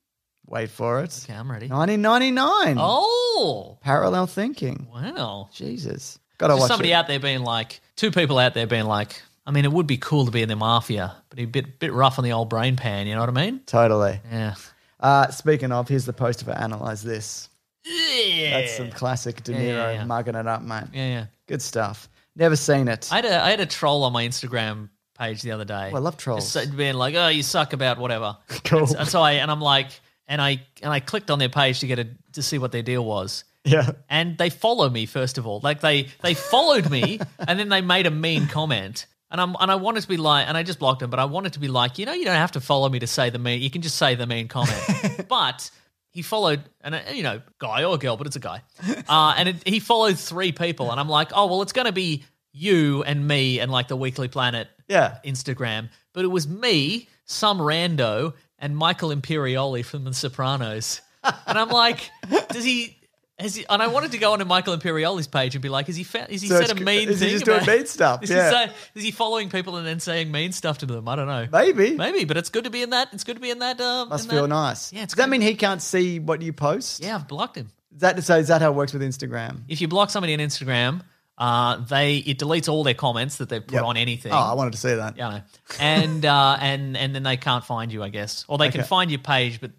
S1: Wait for it.
S4: Okay, I'm ready.
S1: 1999.
S4: Oh
S1: Parallel thinking.
S4: wow!
S1: Jesus. Gotta
S4: There's
S1: watch
S4: somebody
S1: it.
S4: out there being like two people out there being like. I mean, it would be cool to be in the mafia, but a bit bit rough on the old brain pan. You know what I mean?
S1: Totally.
S4: Yeah.
S1: Uh, speaking of, here's the poster for Analyze This. That's some classic De Niro
S4: Yeah, yeah, yeah.
S1: mugging it up, mate.
S4: Yeah, yeah.
S1: Good stuff. Never seen it.
S4: I had a I had a troll on my Instagram page the other day.
S1: Oh, I love trolls.
S4: Just said- being like, "Oh, you suck about whatever."
S1: [LAUGHS] Cool.
S4: And so I and I'm like, and I and I clicked on their page to get a to see what their deal was.
S1: [LAUGHS] yeah.
S4: And they follow me first of all. Like they they followed me and then they made a mean comment. And I'm and I wanted to be like and I just blocked them, but I wanted to be like, you know, you don't have to follow me to say the mean. You can just say the mean comment. but he followed and uh, you know, guy or girl, but it's a guy. Uh, and it, he followed three people and I'm like, "Oh, well, it's going to be you and me and like the Weekly Planet
S1: Yeah.
S4: Instagram, but it was me, some rando, and Michael Imperioli from The Sopranos. And I'm like, does he? Has he, and I wanted to go onto Michael Imperioli's page and be like, "Is he? Fa- is he
S1: So
S4: said
S1: it's-
S4: a mean
S1: is he
S4: thing?
S1: just doing
S4: about-
S1: mean stuff?
S4: [LAUGHS] Is,
S1: Yeah.
S4: he say, is he following people and then saying mean stuff to them? I don't know.
S1: Maybe.
S4: maybe, but it's good to be in that. It's good to be in that. Um,
S1: Must
S4: in
S1: feel
S4: that-
S1: nice.
S4: Yeah, it's
S1: Does that
S4: good.
S1: mean he can't see what you post?
S4: Yeah, I've blocked him.
S1: Is that, so is that how it works with Instagram?
S4: If you block somebody on Instagram, uh, they it deletes all their comments that they've put
S1: Yep.
S4: on anything.
S1: Oh, I wanted to see that.
S4: Yeah, I know. and uh, and and then they can't find you, I guess, or they can
S1: Okay.
S4: find your page, but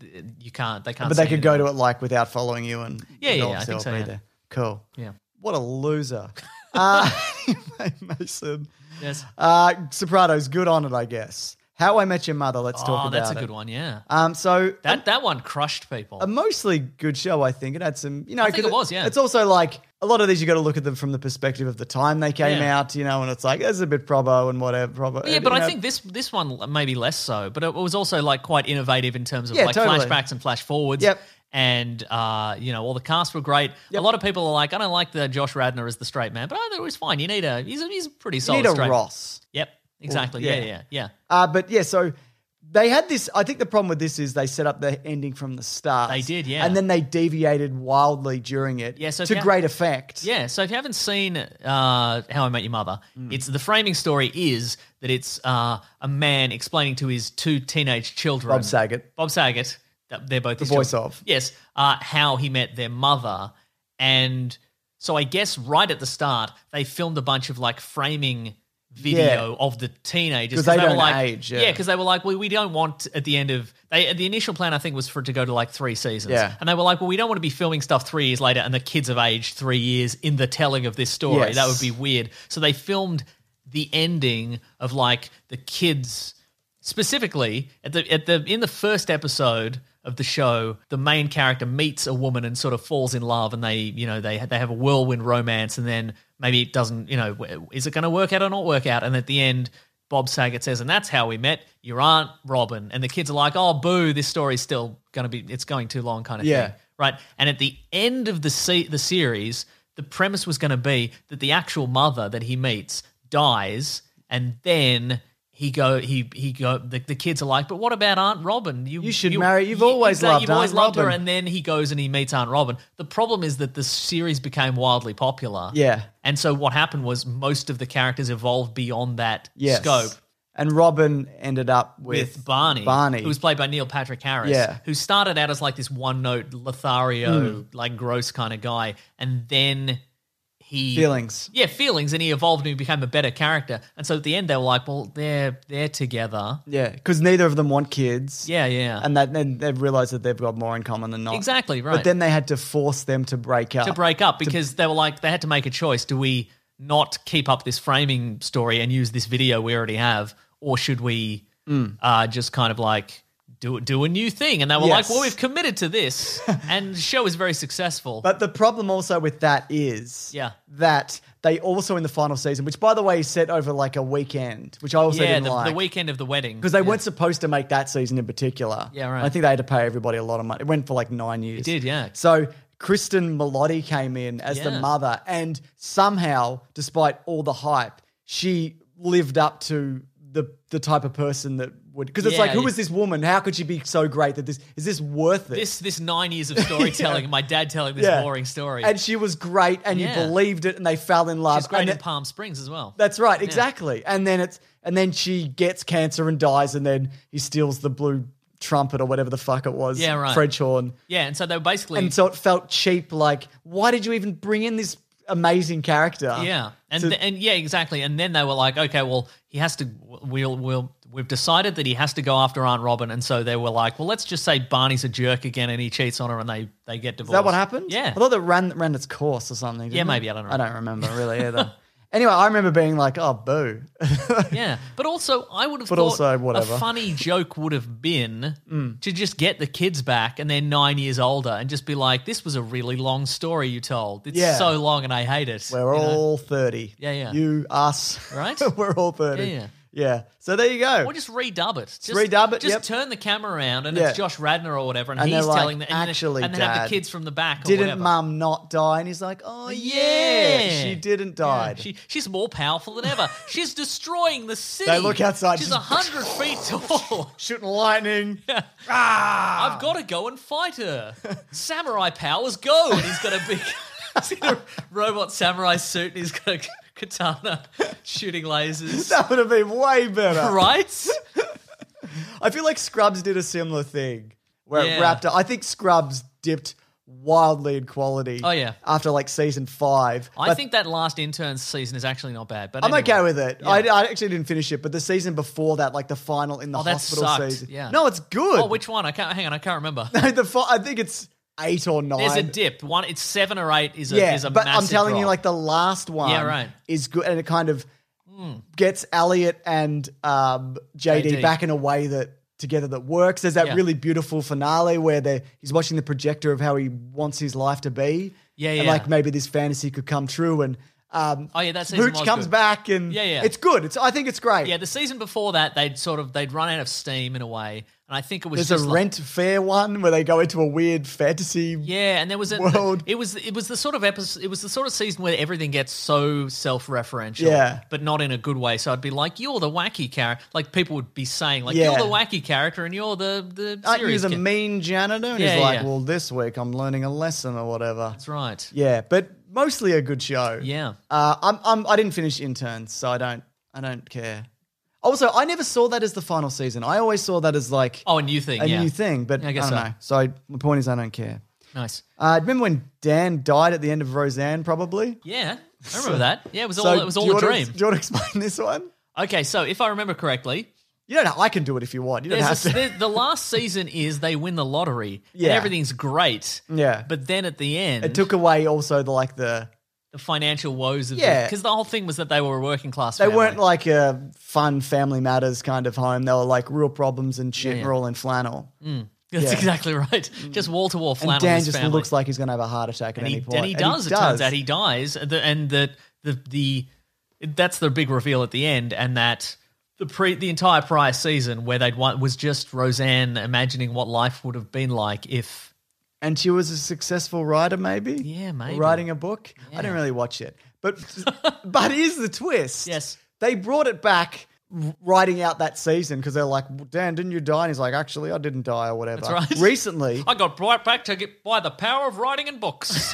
S4: you can't. They can't.
S1: But they
S4: see
S1: could go
S4: anything.
S1: to it like without following you and
S4: Yeah,
S1: and
S4: yeah,
S1: all
S4: I think
S1: it'll
S4: so,
S1: be
S4: yeah.
S1: there. Cool.
S4: Yeah.
S1: What a
S4: [LAUGHS]
S1: loser. uh, [LAUGHS] anyway, Mason.
S4: Yes.
S1: Uh, Sopranos, good on it, I guess. How I Met Your Mother. Let's talk
S4: Oh,
S1: about
S4: that's a
S1: it.
S4: good one. Yeah,
S1: Um, so
S4: that that one crushed people.
S1: a mostly good show, I think. It had some, you know,
S4: I think
S1: 'cause
S4: it was, yeah.
S1: It's also like a lot of these you got to look at them from the perspective of the time they came
S4: Yeah.
S1: out, you know, and it's like it's a bit probo and whatever. Probo,
S4: yeah,
S1: and,
S4: but
S1: you
S4: I
S1: know,
S4: think this this one maybe less so. But it was also like quite innovative in terms of
S1: Yeah,
S4: like
S1: totally.
S4: flashbacks and flash forwards.
S1: Yep.
S4: And uh, you know, all the cast were great. A lot of people are like, I don't like the Josh Radner as the straight man, but I thought it was fine. You need a he's a, he's a pretty
S1: you
S4: solid
S1: need a
S4: straight.
S1: Ross.
S4: Yep, exactly.
S1: yeah.
S4: yeah, yeah, yeah.
S1: Uh, but yeah, so They had this. I think the problem with this is they set up the ending from the start.
S4: They did, yeah.
S1: And then they deviated wildly during it.
S4: Yeah, so if
S1: to
S4: you-
S1: great effect.
S4: Yeah, so if you haven't seen uh, How I Met Your Mother,
S1: Hmm.
S4: it's the framing story is that it's uh, a man explaining to his two teenage children,
S1: Bob Saget.
S4: Bob Saget, that they're both the
S1: voice of.
S4: yes, uh, how he met their mother, and so I guess right at the start they filmed a bunch of like framing video of the teenagers
S1: 'Cause they
S4: were
S1: don't
S4: like,
S1: age, yeah.
S4: because they were like, well, we don't want at the end of they the initial plan I think was for it to go to like three seasons,
S1: Yeah.
S4: and they were like, well, we don't want to be filming stuff three years later and the kids have aged three years in the telling of this story.
S1: Yes.
S4: That would be weird. So they filmed the ending of like the kids specifically at the at the in the first episode of the show, the main character meets a woman and sort of falls in love, and they you know they they have a whirlwind romance, and then maybe it doesn't you know w- is it going to work out or not work out, and at the end. Bob Saget says, and that's how we met your aunt Robin. And the kids are like, oh, boo, this story's still going to be, it's going too long, kind of
S1: Yeah.
S4: thing right? And at the end of the se- the series, the premise was going to be that the actual mother that he meets dies, and then he go he he go the, the kids are like, but what about Aunt Robin?
S1: You should marry- you've always
S4: exactly,
S1: loved
S4: you've always
S1: Aunt
S4: loved her,
S1: Robin.
S4: and then he goes and he meets Aunt Robin. The problem is that the series became wildly popular,
S1: Yeah.
S4: and so what happened was most of the characters evolved beyond that
S1: Yes.
S4: scope
S1: And Robin ended up with,
S4: with, Barney,
S1: Barney.
S4: who was played by Neil Patrick Harris,
S1: Yeah. Hmm.
S4: who started out as like this one-note Lothario, like gross kind of guy, and then he
S1: feelings.
S4: yeah, feelings, and he evolved and he became a better character. And so at the end, they were like, well, they're they're together,
S1: Yeah, because neither of them want kids.
S4: yeah, yeah,
S1: And that, then they've realized that they've got more in common than not.
S4: exactly, right.
S1: But then they had to force them Uh, to break up.
S4: to break up because they were like they had to make a choice: do we not keep up this framing story and use this video we already have, or should we
S1: Mm.
S4: uh, just kind of like do do a new thing? And they were
S1: Yes.
S4: like, "Well, we've committed to
S1: [LAUGHS]
S4: this, and the show is very successful."
S1: But the problem also with that is
S4: Yeah.
S1: that they also in the final season, which by the way is set over like a weekend, which I also
S4: yeah,
S1: didn't
S4: the,
S1: like.
S4: the weekend of the wedding
S1: because they weren't supposed to make that season in particular.
S4: Yeah, right.
S1: I think they had to pay everybody a lot of money. It went for like nine years. It
S4: did, yeah.
S1: So Kristen Melotti came in as the
S4: Yeah.
S1: mother, and somehow, despite all the hype, she lived up to the the type of person that would. Because it's
S4: Yeah,
S1: like, who
S4: yeah.
S1: is this woman? How could she be so great that this is this worth it?
S4: this this nine years
S1: [LAUGHS]
S4: of storytelling, and my dad telling this
S1: Yeah.
S4: boring story.
S1: And she was great, and you
S4: Yeah.
S1: believed it, and they fell in love.
S4: She's great
S1: and
S4: in
S1: it-
S4: Palm Springs as well.
S1: That's right, exactly. And then it's and then she gets cancer and dies, and then he steals the blue trumpet or whatever the fuck it was.
S4: Yeah, right.
S1: French horn.
S4: yeah, and so they were basically
S1: And so it felt cheap. Like, why did you even bring in this amazing character?
S4: Yeah, and
S1: So-
S4: th- and yeah, exactly. And then they were like, okay, well, he has to. We'll we'll we've decided that he has to go after Aunt Robin, and so they were like, well, let's just say Barney's a jerk again, and he cheats on her, and they they get divorced.
S1: Is that what happened?
S4: Yeah.
S1: I thought that ran ran its course or something. didn't
S4: Yeah,
S1: it?
S4: maybe, I don't know.
S1: I don't
S4: [LAUGHS]
S1: remember really either. anyway, I remember being like, oh boo. [LAUGHS]
S4: yeah, but also I would have.
S1: But
S4: thought
S1: also, whatever. Mm.
S4: A funny joke would have been to just get the kids back, and they're nine years older, and just be like, "This was a really long story you told. It's
S1: Yeah.
S4: so long, and I hate it."
S1: We're
S4: you know?
S1: all thirty.
S4: Yeah, yeah.
S1: You, us.
S4: Right?
S1: [LAUGHS] We're all thirty.
S4: Yeah, yeah.
S1: Yeah. So there you go. [LAUGHS]
S4: Or just redub it. Just,
S1: redub it,
S4: Just
S1: yep.
S4: turn the camera around and
S1: Yeah.
S4: it's Josh Radnor or whatever, and,
S1: And
S4: he's
S1: they're like,
S4: telling the and then-
S1: "Actually,
S4: and then have
S1: Dad,
S4: the kids from the back. Or
S1: didn't
S4: whatever.
S1: mum not die? And he's like, oh yeah,
S4: Yeah.
S1: she didn't
S4: Yeah,
S1: die. [LAUGHS]
S4: She, she's more powerful than ever. she's destroying the city.
S1: They look outside,
S4: She's
S1: just-
S4: a hundred
S1: [LAUGHS]
S4: feet tall.
S1: Shooting lightning. Ah.
S4: I've got to go and fight her. samurai powers go, and he's got a [LAUGHS] big he's in a robot samurai suit, and he's got a katana [LAUGHS] shooting
S1: [LAUGHS]
S4: lasers.
S1: That would have been way better.
S4: [LAUGHS] Right?
S1: I feel like Scrubs did a similar thing where it
S4: Yeah.
S1: wrapped up. I think Scrubs dipped wildly in quality.
S4: Oh, yeah.
S1: After like season five,
S4: I
S1: But
S4: think that last intern season is actually not bad. But
S1: I'm
S4: anyway.
S1: okay with it. I, I actually didn't finish it, but the season before that, like the final in the
S4: Oh, that
S1: hospital
S4: sucked.
S1: season.
S4: Yeah.
S1: No, it's good.
S4: Oh, which one? I can't. Hang on, I can't remember.
S1: [LAUGHS] the fi- I think it's eight or nine.
S4: There's a dip. One, it's seven or eight. Is a
S1: yeah,
S4: is a
S1: but I'm
S4: massive
S1: telling you,
S4: drop.
S1: like the last one,
S4: Yeah, right. Hmm.
S1: is good, and it kind of gets Elliot and um, JD,
S4: JD.
S1: back in a way that together that works. There's that
S4: Yeah.
S1: really beautiful finale where they he's watching the projector of how he wants his life to be.
S4: Yeah,
S1: And
S4: yeah.
S1: like maybe this fantasy could come true, and um,
S4: oh yeah, that season
S1: Hooch
S4: was
S1: comes
S4: good.
S1: back, and
S4: Yeah, yeah.
S1: it's good. It's I think it's great.
S4: Yeah, the season before that, they'd sort of they'd run out of steam in a way, and And I think it was
S1: There's a
S4: just like-
S1: rent fair one where they go into a weird fantasy.
S4: Yeah, and there was a,
S1: world.
S4: It was it was the sort of episode. It was the sort of season where everything gets so self-referential,
S1: Yeah.
S4: but not in a good way. So I'd be like, "You're the wacky character." Like people would be saying, "Like
S1: Yeah.
S4: you're the wacky character," and you're the the
S1: Aren't you
S4: serious
S1: the
S4: kid."
S1: mean janitor? And
S4: Yeah,
S1: he's like,
S4: yeah.
S1: well, this week I'm learning a lesson or whatever.
S4: That's right.
S1: Yeah, but mostly a good show.
S4: Yeah.
S1: Uh, I'm, I'm, I didn't finish interns, so I don't, I don't care. Also, I never saw that as the final season. I always saw that as like
S4: Oh, a new thing.
S1: a
S4: yeah.
S1: new thing, but
S4: Yeah, I
S1: I,
S4: guess
S1: don't
S4: so.
S1: know. So I- my point is, I don't care.
S4: Nice.
S1: Uh, remember when Dan died at the end of Roseanne? Probably.
S4: Yeah, I remember that. Yeah, it was
S1: So
S4: all it was
S1: do
S4: all
S1: you
S4: a
S1: wanna- [LAUGHS]
S4: dream.
S1: do you want to explain this one?
S4: Okay, so if I remember
S1: [LAUGHS]
S4: correctly,
S1: You don't. Know, I can do it if you want. You don't have
S4: There's a-
S1: to.
S4: the, the last season is they win the lottery
S1: Yeah.
S4: and everything's great.
S1: [LAUGHS] Yeah.
S4: But then at the end,
S1: It took away also the like the
S4: the financial woes of
S1: Yeah.
S4: Because the whole thing was that they were a working class
S1: they
S4: family.
S1: weren't like a fun family matters kind of home. They were like real problems and shit. We're all in flannel.
S4: [LAUGHS] That's
S1: yeah. Mm.
S4: exactly right. Just wall to wall flannel.
S1: and Dan
S4: his
S1: just
S4: family.
S1: looks like he's going to have a heart attack at
S4: and
S1: any
S4: he,
S1: point.
S4: and he does. it turns out he dies, and the, and the the the that's the big reveal at the end, and that the pre the entire prior season where they'd won was just Roseanne imagining what life would have been like if
S1: and she was a successful writer, maybe.
S4: Yeah, maybe.
S1: writing a book. I didn't really watch it,
S4: [LAUGHS]
S1: but but here's the twist.
S4: Yes.
S1: they brought it back. w- Writing out that season because they're like, Dan, didn't you die? And he's like, actually, I didn't die or whatever.
S4: That's right.
S1: Recently,
S4: [LAUGHS] I got brought back to get by the power of writing
S1: [LAUGHS]
S4: and books.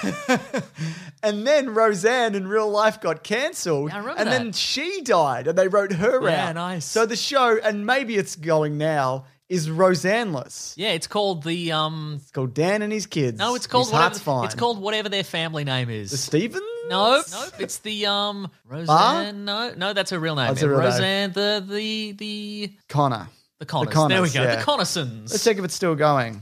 S1: And then Roseanne in real life got cancelled.
S4: Yeah, I remember
S1: and then
S4: that.
S1: she died and they wrote her
S4: Yeah,
S1: out.
S4: nice.
S1: So the show, and maybe it's going now, is Roseanne-less.
S4: yeah, it's called the um.
S1: It's called Dan and his kids.
S4: No, it's called
S1: his
S4: whatever.
S1: Heart's fine.
S4: It's called whatever their family name is.
S1: The Stevens?
S4: No, no,
S1: [LAUGHS]
S4: it's the um Roseanne. No, no, that's her real name.
S1: That's her real name.
S4: Roseanne, the the the
S1: Connor.
S4: the Connors.
S1: Connors,
S4: there we go.
S1: yeah.
S4: The Connorsons.
S1: Let's check if it's still going.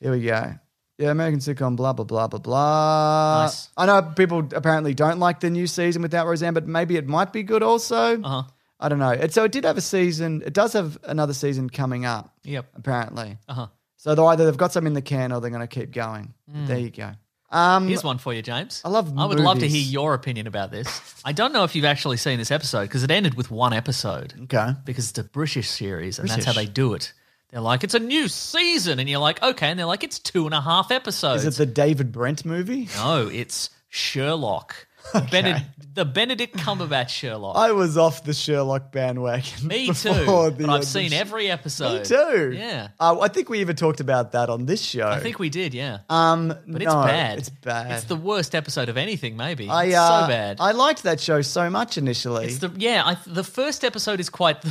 S1: Here we go. Yeah, American sitcom, blah, blah, blah, blah, blah.
S4: Nice.
S1: I know people apparently don't like the new season without Roseanne, but maybe it might be good also.
S4: Uh-huh.
S1: I don't know. And so it did have a season. It does have another season coming up.
S4: Yep.
S1: Apparently.
S4: Uh-huh. Hmm.
S1: So they're either they've got some in the can or they're going to keep going. There you go. Um,
S4: Here's one for you, James.
S1: I love
S4: I would love to hear
S1: movies.
S4: your opinion about this. I don't know if you've actually seen this episode because it ended with one episode.
S1: okay.
S4: Because it's a British series and that's how
S1: British.
S4: they do it. They're like, it's a new season, and you're like, okay, and they're like, it's two and a half episodes.
S1: Is it the David Brent movie?
S4: no, it's
S1: [LAUGHS]
S4: Sherlock. The Bened- the Benedict Cumberbatch Sherlock.
S1: I was off the Sherlock bandwagon.
S4: Me
S1: [LAUGHS]
S4: too.
S1: before the
S4: but I've
S1: end
S4: seen
S1: of-
S4: every episode.
S1: Me too.
S4: Yeah.
S1: Uh, I think we even talked about that on this show.
S4: I think we did, yeah.
S1: Um,
S4: but it's
S1: no,
S4: bad.
S1: It's bad.
S4: It's the worst episode of anything, maybe.
S1: I,
S4: it's
S1: uh,
S4: so bad.
S1: I liked that show so much initially.
S4: it's the yeah. I, the first episode is quite. [LAUGHS]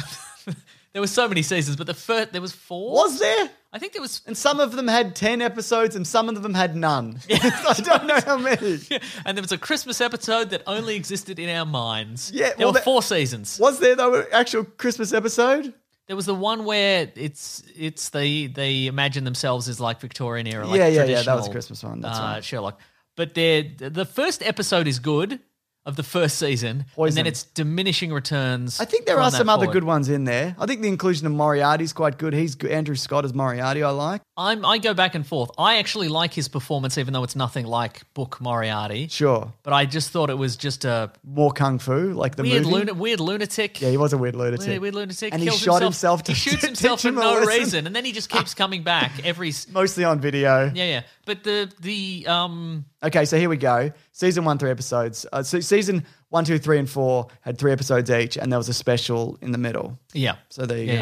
S4: there were so many seasons, but the first there was four.
S1: was there?
S4: I think there was.
S1: And some of them had 10 episodes and some of them had
S4: [LAUGHS]
S1: none. [LAUGHS] I don't know how many.
S4: And there was a Christmas episode that only existed in our minds.
S1: Yeah,
S4: there
S1: well,
S4: were
S1: that-
S4: four seasons.
S1: Was there, though, an actual Christmas episode?
S4: There was the one where it's it's they they imagine themselves as like Victorian era, like
S1: Yeah, yeah, yeah, that was
S4: traditional,
S1: Christmas one, that's
S4: uh,
S1: right.
S4: Sherlock. But they're- the first episode is good of the first season, and
S1: Poison.
S4: then it's diminishing returns.
S1: I think there
S4: from
S1: are
S4: that
S1: some other
S4: forward.
S1: good ones in there. I think the inclusion of Moriarty's quite good. He's good. Andrew Scott as Moriarty. I like.
S4: I'm, I go back and forth. I actually like his performance, even though it's nothing like Book Moriarty.
S1: Sure,
S4: But I just thought it was just a
S1: more kung fu like the
S4: weird,
S1: movie.
S4: luna- weird lunatic.
S1: yeah, he was a weird lunatic.
S4: Weird, weird lunatic.
S1: and he
S4: kills
S1: shot himself. to
S4: he
S1: [LAUGHS]
S4: shoots
S1: to Ah.
S4: himself
S1: teach
S4: for
S1: him a
S4: no
S1: lesson.
S4: reason, and then he just keeps coming back every. s-
S1: Mostly on video.
S4: Yeah, yeah. But the the um
S1: Okay, so here we go. Season one, three episodes. Uh, so season one, two, three, and four had three episodes each, and there was a special in the middle.
S4: yeah.
S1: So there you
S4: yeah,
S1: go.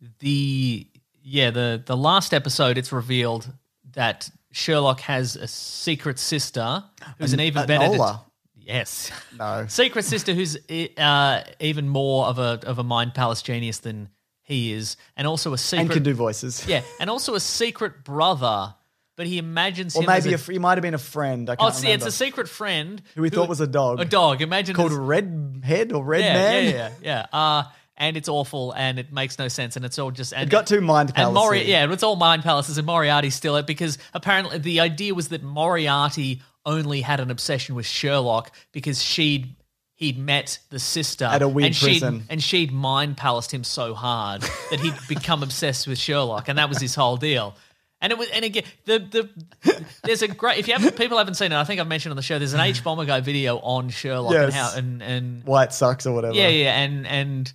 S4: yeah. The yeah, the the last episode it's revealed that Sherlock has a secret sister who's an, even
S1: Uh,
S4: better
S1: Nola.
S4: Yes. [LAUGHS]
S1: No.
S4: Secret sister, who's uh, even more of a of a mind palace genius than he is, and also a secret
S1: And can do voices.
S4: yeah, and also a secret brother, but he imagines
S1: Or
S4: him as
S1: maybe
S4: a,
S1: a, fr- he might have been a friend. I
S4: oh,
S1: can't
S4: see,
S1: remember.
S4: it's a secret friend
S1: Who we thought was a dog.
S4: A dog. Imagine
S1: called
S4: it's-
S1: Red Head or Red
S4: yeah,
S1: Man.
S4: yeah, yeah, yeah, Uh, and it's awful, and it makes no sense, and it's all just and
S1: [LAUGHS] It got too mind
S4: and Mori-
S1: palace-y.
S4: yeah, and it's all mind palaces, and Moriarty's still it because apparently the idea was that Moriarty only had an obsession with Sherlock because she'd he'd met the sister
S1: At a weird
S4: and she'd,
S1: prison.
S4: and she'd mind palaced him so hard
S1: [LAUGHS]
S4: that he'd become obsessed with Sherlock, and that was his whole deal. And it was, and again, the the there's a great if you haven't people haven't seen it, I think I've mentioned on the show. There's
S1: [LAUGHS]
S4: an H bomber guy video on Sherlock and
S1: Yes.
S4: how and and
S1: White sucks or whatever.
S4: yeah, yeah, and and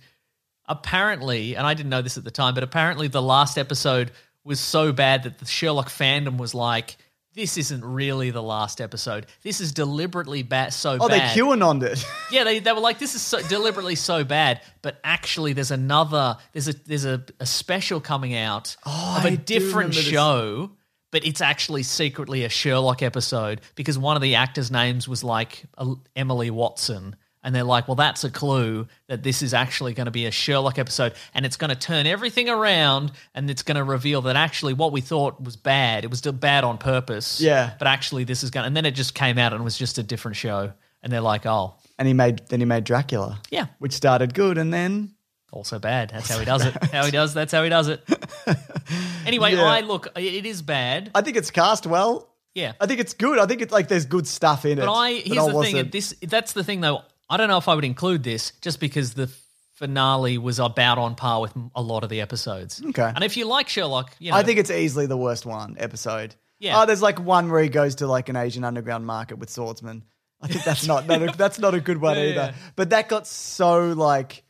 S4: apparently, and I didn't know this at the time, but apparently the last episode was so bad that the Sherlock fandom was like, this isn't really the last episode. This is deliberately bad. So
S1: Oh, they
S4: bad.
S1: QAnon it. [LAUGHS]
S4: Yeah, they, they were like, this is so, deliberately so bad, but actually, there's another, there's a there's a, a special coming out of a
S1: Oh, I do remember
S4: different
S1: this.
S4: show, but it's actually secretly a Sherlock episode because one of the actors' names was like a- Emily Watson, and they're like, well, that's a clue that this is actually going to be a Sherlock episode, and it's going to turn everything around, and it's going to reveal that actually what we thought was bad, it was still bad on purpose.
S1: Yeah.
S4: but actually, this is going, to and then it just came out and was just a different show, and they're like, oh.
S1: and he made then he made Dracula.
S4: Yeah.
S1: Which started good and then
S4: also bad. That's how he does it. How he does. That's how he does
S1: [LAUGHS]
S4: it. Anyway,
S1: Yeah.
S4: I look. it- It is bad.
S1: I think it's cast well.
S4: Yeah,
S1: I think it's good. I think it's like there's good stuff in it.
S4: but I here's the thing. This that's the thing though. I don't know if I would include this just because the finale was about on par with a lot of the episodes.
S1: Okay.
S4: And if you like Sherlock, you know,
S1: I think it's easily the worst one episode.
S4: Yeah.
S1: Oh, there's like one where he goes to like an Asian underground market with swordsmen. I think that's not that, that's not a good one
S4: Yeah,
S1: either.
S4: yeah.
S1: But that got so like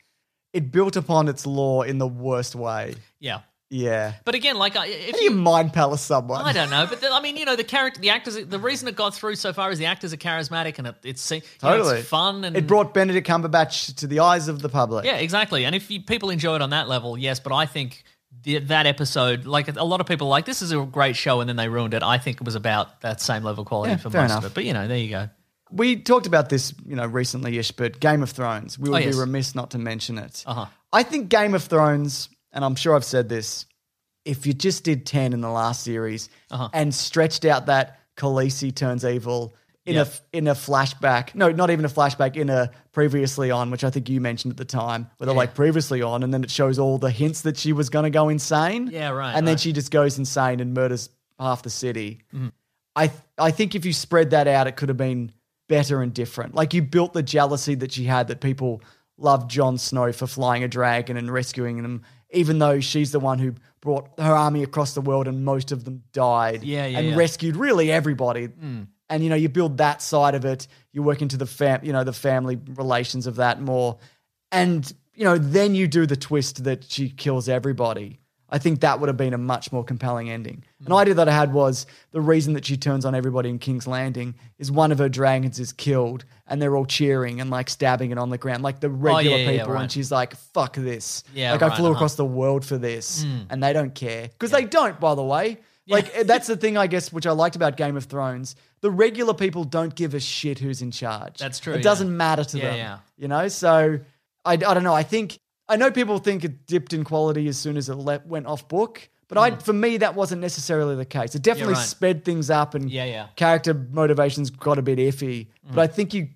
S1: it built upon its lore in the worst way.
S4: yeah.
S1: Yeah.
S4: But again, like I- if
S1: How do you
S4: you
S1: mind palace someone?
S4: I don't know, but the, I mean, you know, the character, the actors. The reason it got through so far is the actors are charismatic and it, it's you know, it's
S1: Totally.
S4: fun and
S1: It brought Benedict Cumberbatch to the eyes of the public.
S4: Yeah, exactly. And if you, people enjoy it on that level, yes. But I think the, that episode, like a lot of people, are like this is a great show, and then they ruined it. I think it was about that same level of quality
S1: Yeah,
S4: for
S1: fair
S4: most
S1: enough.
S4: of it. But you know, there you go.
S1: We talked about this, you know, recently-ish, but Game of Thrones. We would
S4: Oh, yes.
S1: be remiss not to mention it.
S4: Uh-huh.
S1: I think Game of Thrones, and I'm sure I've said this, if you just did 10 in the last series
S4: Uh-huh.
S1: and stretched out that Khaleesi turns evil in
S4: Yeah.
S1: a f- in a flashback, no, not even a flashback, in a previously on, which I think you mentioned at the time, where they're like previously on, and then it shows all the hints that she was going to go insane.
S4: Yeah, right,
S1: And then
S4: right.
S1: she just goes insane and murders half the city. I th- I think if you spread that out, it could have been better and different. Like you built the jealousy that she had that people loved Jon Snow for flying a dragon and rescuing them, even though she's the one who brought her army across the world and most of them died.
S4: Yeah, yeah,
S1: and
S4: yeah. Hmm.
S1: rescued really everybody. And you know, you build that side of it. You work into the fam, you know, the family relations of that more, and you know, then you do the twist that she kills everybody. I think that would have been a much more compelling ending.
S4: Hmm.
S1: An idea that I had was the reason that she turns on everybody in King's Landing is one of her dragons is killed, and they're all cheering and like stabbing it on the ground, like the regular
S4: Oh, yeah, yeah,
S1: people.
S4: right.
S1: And she's like, "Fuck this!
S4: Yeah,
S1: like I
S4: right,
S1: flew
S4: uh-huh. Mm.
S1: across the world for this, and they don't care because they don't. By the way, like eh, that's the thing I guess which I liked about Game of Thrones. The regular people don't give a shit who's in charge.
S4: That's true,
S1: It
S4: yeah.
S1: doesn't matter to
S4: Yeah,
S1: them.
S4: yeah.
S1: You know, so I, I don't know. I think I know people think it dipped in quality as soon as it le- went off book, but I for me that wasn't necessarily the case. It definitely
S4: Mm. right.
S1: sped things up and
S4: Yeah, yeah. Mm.
S1: character motivations got a bit iffy. But I think you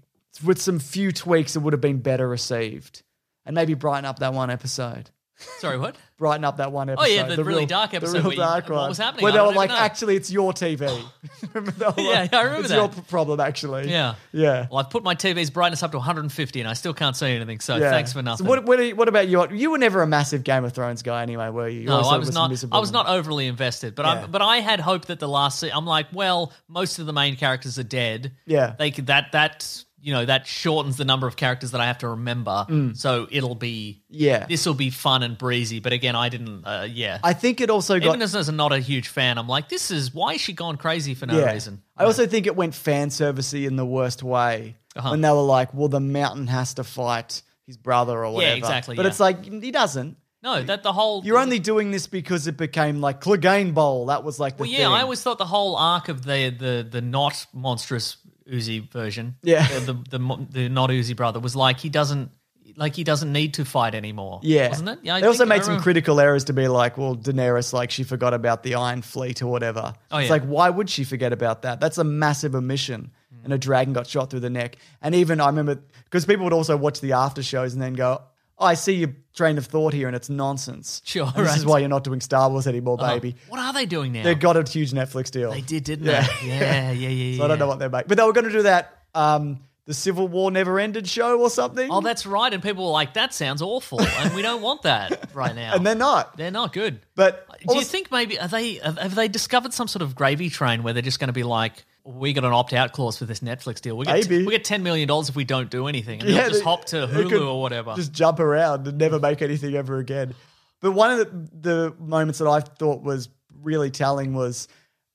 S1: with some few tweaks it would have been better received. And maybe brighten up that one episode.
S4: Sorry,
S1: [LAUGHS]
S4: what?
S1: Brighten up that one episode.
S4: Oh, yeah, the really
S1: real-
S4: dark episode
S1: The
S4: where
S1: real
S4: you-
S1: dark
S4: what
S1: one.
S4: was happening?
S1: Where
S4: I
S1: they
S4: don't
S1: were
S4: even
S1: like,
S4: know.
S1: actually, it's your
S4: [LAUGHS]
S1: TV. [LAUGHS] remember that one?
S4: Yeah, yeah, I remember
S1: It's
S4: that.
S1: your p- problem, actually.
S4: Yeah.
S1: Yeah.
S4: Well, I've put my TV's brightness up to 150, and I still can't see anything. So
S1: Yeah.
S4: thanks for nothing.
S1: So what, what, are you- what about you? You were never a massive Game of Thrones guy, anyway, were you? You
S4: no,
S1: always thought
S4: I
S1: it
S4: was not.
S1: miserable.
S4: I was not overly invested, but I
S1: Yeah.
S4: but I had hope that the last. se- I'm like, well, most of the main characters are dead.
S1: Yeah.
S4: they could that that you know that shortens the number of characters that I have to remember. So it'll be
S1: Mm. Yeah.
S4: this will be fun and breezy. But again, I didn't. Uh, yeah,
S1: I think it also got.
S4: even as, as not a huge fan, I'm like, this is why is she gone crazy for no
S1: yeah.
S4: reason?
S1: I also think it went fan servicey in the worst way.
S4: Uh-huh.
S1: When they were like, well, the mountain has to fight his brother or whatever.
S4: exactly,
S1: But
S4: yeah.
S1: it's like, he doesn't.
S4: No, that the whole
S1: You're only doing this because it became like Clegane Bowl. That was like the
S4: Well, yeah,
S1: thing.
S4: I always thought the whole arc of the the the not monstrous Uzi version,
S1: Yeah.
S4: the the, the, mo- the not Uzi brother was like he doesn't like he doesn't need to fight anymore.
S1: Yeah,
S4: wasn't it? I
S1: they also
S4: think I
S1: made some
S4: remember-
S1: critical errors to be like, well, Daenerys, like she forgot about the Iron Fleet or whatever.
S4: Oh,
S1: it's
S4: yeah.
S1: like, why would she forget about that? That's a massive omission. And a dragon got shot through the neck. And even I remember because people would also watch the after shows and then go, oh, I see your train of thought here, and it's nonsense.
S4: Sure,
S1: And this is
S4: right.
S1: why you're not doing Star Wars anymore, baby.
S4: What are they doing now?
S1: They got a huge Netflix deal.
S4: They did, didn't
S1: Yeah.
S4: they? Yeah, yeah, yeah,
S1: [LAUGHS]
S4: yeah.
S1: So I don't know what they make, but they were going to do that. Um, the Civil War never ended show or something.
S4: Oh, that's right. And people were like, "That sounds awful," and we don't want that right
S1: [LAUGHS]
S4: now.
S1: and they're not.
S4: they're not good.
S1: But
S4: do you
S1: also-
S4: think maybe are they have have they discovered some sort of gravy train where they're just going to be like, we got an opt out clause for this Netflix deal. We get
S1: Maybe.
S4: we get ten million dollars if we don't do anything, and they'll just
S1: they-
S4: hop to
S1: they
S4: Hulu
S1: could
S4: or whatever.
S1: Just jump around and never make anything ever again. But one of the, the moments that I thought was really telling was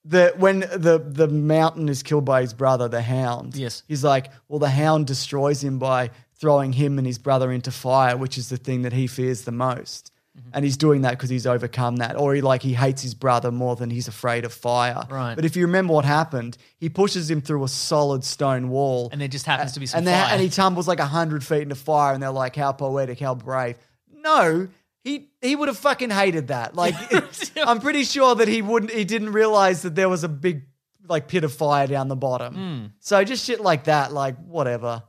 S1: that when the the mountain is killed by his brother, the hound.
S4: Yes.
S1: he's like, well, the hound destroys him by throwing him and his brother into fire, which is the thing that he fears the most.
S4: Mm-hmm.
S1: And he's doing that because he's overcome that, or he like he hates his brother more than he's afraid of fire.
S4: Right.
S1: But if you remember what happened, he pushes him through a solid stone wall,
S4: and there just happens to be
S1: and,
S4: some fire.
S1: they-
S4: [LAUGHS]
S1: and he tumbles like 100 feet into fire and they're like how poetic how brave no he he would have fucking hated that like
S4: [LAUGHS]
S1: [LAUGHS] it- i'm pretty sure that he wouldn't he didn't realize that there was a big like pit of fire down the bottom
S4: Hmm.
S1: so just shit like that like whatever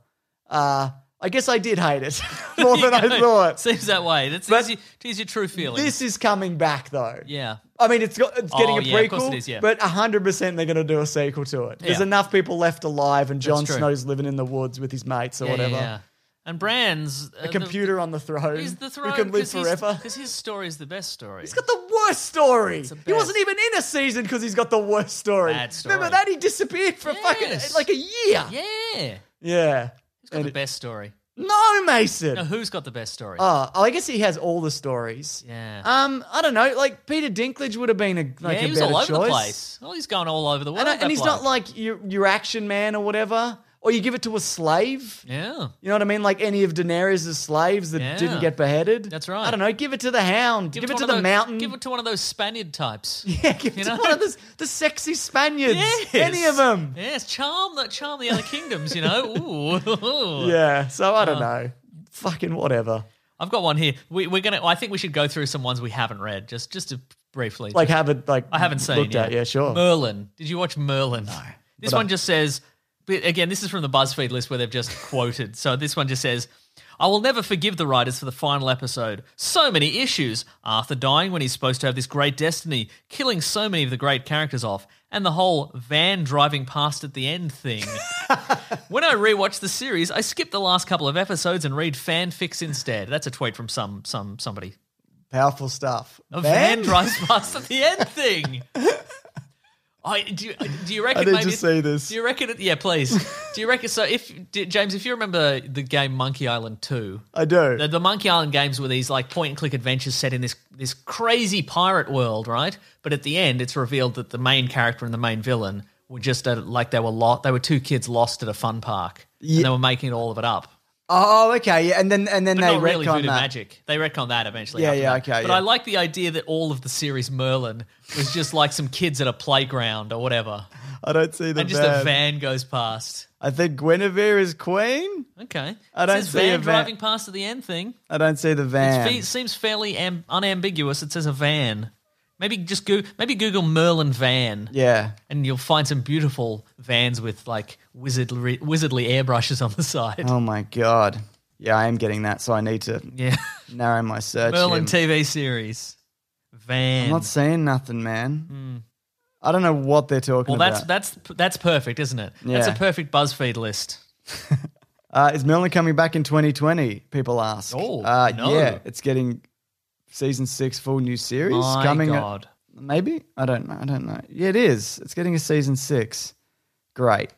S1: uh i guess i did hate it [LAUGHS] more
S4: [LAUGHS]
S1: than i thought
S4: Seems that way. That's
S1: But-
S4: here's your, here's your true feeling.
S1: this is coming back though
S4: yeah.
S1: I mean, it's, got, it's getting
S4: Oh,
S1: a prequel,
S4: yeah, of course it is, yeah.
S1: but 100% they're going to do a sequel to it. There's
S4: Yeah.
S1: enough people left alive, and Jon
S4: true.
S1: Snow's living in the woods with his mates or
S4: Yeah,
S1: whatever.
S4: Yeah, yeah. And Brands. uh,
S1: a computer on the throne.
S4: He's the throne.
S1: Who can live forever.
S4: Because his story is the best story.
S1: He's got the worst story.
S4: the
S1: He wasn't
S4: best.
S1: even in a season because he's got the worst story.
S4: Bad story.
S1: Remember that? He disappeared for
S4: Yes.
S1: fucking like a year.
S4: yeah. He's
S1: Yeah.
S4: got the best story.
S1: No, Mason.
S4: No, who's got the best story?
S1: Oh, I guess he has all the stories.
S4: yeah.
S1: Um, I don't know. Like Peter Dinklage would have been a like a
S4: yeah, he was
S1: better
S4: all over the
S1: choice.
S4: place. Oh, he's going all over the world.
S1: And, I- and
S4: that
S1: he's
S4: bloke.
S1: not like your your action man or whatever. Or you give it to a slave.
S4: Yeah.
S1: You know what I mean? Like any of Daenerys' slaves that
S4: Yeah.
S1: didn't get beheaded.
S4: That's right.
S1: I don't know. Give it to the hound. Give, it
S4: one
S1: to
S4: of
S1: the
S4: those-
S1: mountain.
S4: Give it to one of those Spaniard types.
S1: [LAUGHS] Yeah, give it
S4: You
S1: to
S4: know?
S1: one of the, the sexy Spaniards.
S4: Yes.
S1: Any of them.
S4: Yes, charm the charm the other kingdoms, you
S1: [LAUGHS]
S4: know. Ooh.
S1: Yeah, so I
S4: Oh.
S1: don't know. Fucking whatever.
S4: I've got one here. We, we're gonna. I think we should go through some ones we haven't read, just just to briefly.
S1: Like, haven't, like,
S4: I haven't seen
S1: looked
S4: yet.
S1: at. Yeah, sure.
S4: Merlin. Did you watch Merlin? No. This
S1: but
S4: one
S1: I-
S4: just says. But again, this is from the BuzzFeed list where they've
S1: [LAUGHS]
S4: just quoted. So this one just says. I will never forgive the writers for the final episode. So many issues. Arthur dying when he's supposed to have this great destiny, killing so many of the great characters off, and the whole van driving past at the
S1: [LAUGHS]
S4: end thing. When I rewatch the series, I skip the last couple of episodes and read fanfics instead. That's a tweet from some some somebody.
S1: Powerful stuff.
S4: A van,
S1: Van?
S4: drives past at the end thing. I do. You, do you reckon?
S1: I need
S4: maybe
S1: to
S4: it's-
S1: see this.
S4: Do you reckon? It, yeah, please. Do you reckon? So, if do, James, if you remember the game Monkey Island Two,
S1: I do.
S4: the, the Monkey Island games were these like point and click adventures set in this this crazy pirate world, right? But at the end, it's revealed that the main character and the main villain were just uh like they were lost. They were two kids lost at a fun park, and they were making all of it up.
S1: oh, okay. Yeah, and then and then
S4: But
S1: they
S4: not really
S1: retcon
S4: voodoo
S1: that.
S4: magic. They retcon that eventually.
S1: Yeah,
S4: after
S1: yeah,
S4: that.
S1: okay,
S4: But
S1: yeah.
S4: I like the idea that all of the series Merlin was just like some kids at a playground or whatever,
S1: I don't see the
S4: and just
S1: van.
S4: a van goes past.
S1: I think Guinevere is queen.
S4: Okay,
S1: I don't
S4: it says
S1: see
S4: van
S1: a van.
S4: driving past at the end thing.
S1: I don't see the
S4: It
S1: van.
S4: fe- seems fairly am- unambiguous. It says a van. Maybe just go- maybe Google Merlin van,
S1: yeah.
S4: and you'll find some beautiful vans with like wizardly wizardly airbrushes on the side.
S1: Oh my god. Yeah, I am getting that, so I need to
S4: Yeah,
S1: narrow my search.
S4: [LAUGHS] Merlin
S1: here.
S4: TV series van.
S1: I'm not seeing nothing, man. I don't know what they're talking
S4: Hmm. Well, that's
S1: about.
S4: that's that's perfect, isn't it? That's
S1: Yeah.
S4: a perfect BuzzFeed list.
S1: Uh, is Merlin coming back in 2020? People ask.
S4: Oh,
S1: uh,
S4: no.
S1: yeah, it's getting season six full new series
S4: My
S1: coming.
S4: God,
S1: Maybe I don't know. I don't know. Yeah, it is. It's getting a season six. Great.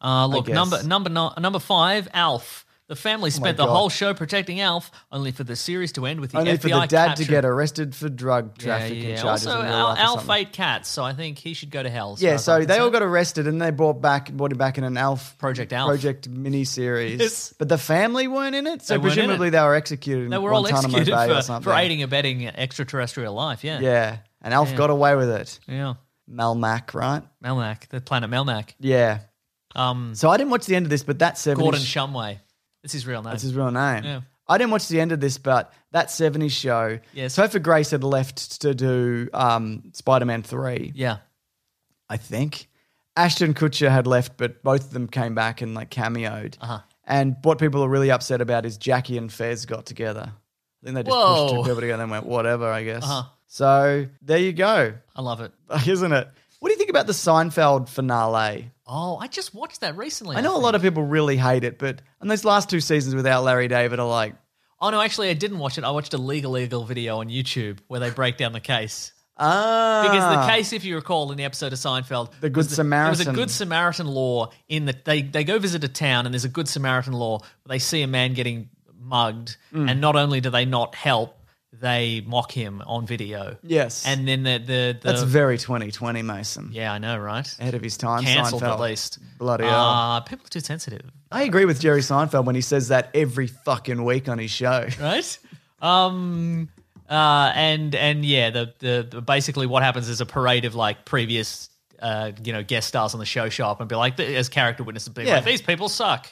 S4: uh, look
S1: guess. Oh
S4: number number no, number five, Alf. The family spent the
S1: God.
S4: whole show protecting Alf, only for the series to end with the
S1: Only
S4: FBI
S1: for the dad
S4: capture.
S1: to get arrested for drug
S4: Yeah,
S1: trafficking
S4: yeah.
S1: charges.
S4: Also,
S1: in real
S4: Al,
S1: life or
S4: Alf
S1: something.
S4: ate cats, so I think he should go to hell. as
S1: Yeah,
S4: far as
S1: so
S4: I'm
S1: they all
S4: concerned.
S1: got arrested and they brought back brought him back in an Alf
S4: Project Alf.
S1: project miniseries.
S4: Yes.
S1: But the family weren't in it, so
S4: They weren't in it.
S1: presumably they were executed. In
S4: they were all
S1: Guantanamo
S4: executed
S1: Bay or
S4: for,
S1: something.
S4: for aiding and abetting extraterrestrial life. Yeah,
S1: Yeah, and Alf got away with it.
S4: yeah.
S1: Malmac, right?
S4: Melmac, the planet Melmac.
S1: Yeah.
S4: Um,
S1: So I didn't watch the end of this, but that 70s.
S4: Gordon Shumway. That's his real name.
S1: That's his real name.
S4: Yeah.
S1: I didn't watch the end of this, but that 70s show.
S4: Yes.
S1: Topher Grace had left to do um, Spider Man 3,
S4: yeah,
S1: I think. Ashton Kutcher had left, but both of them came back and like cameoed. Uh-huh. And what people are really upset about is Jackie and Fez got together. I think they just pushed
S4: Whoa. Uh-huh.
S1: two people together and went, whatever, I guess. So there you go, [LAUGHS]
S4: I love it.
S1: isn't it? What do you think about the Seinfeld finale?
S4: Oh, I just watched that recently.
S1: I know a
S4: think.
S1: lot of people really hate it, but and those last two seasons without Larry David are like,
S4: Oh no, actually, I didn't watch it. I watched a legal legal video on YouTube where they break down the case.
S1: Ah,
S4: Because the case, if you recall, in the episode of Seinfeld,
S1: The Good
S4: was there
S1: Samaritan.
S4: was a good Samaritan law in that they they go visit a town, and there's a good Samaritan law. Where they see a man getting mugged,
S1: Mm.
S4: and not only do they not help, they mock him on video.
S1: Yes.
S4: and then the the, the
S1: that's very 2020, Mason.
S4: yeah, I know, right?
S1: Ahead of his time,
S4: Cancelled
S1: Seinfeld.
S4: at least.
S1: Bloody hell.
S4: Ah, people are too sensitive,
S1: I agree with Jerry Seinfeld when he says that every fucking week on his show. [LAUGHS]
S4: right? um. Uh, and and yeah, the, the the- basically what happens is a parade of like previous uh you know guest stars on the show show up and be like as character witnesses, be
S1: Yeah.
S4: like these people suck.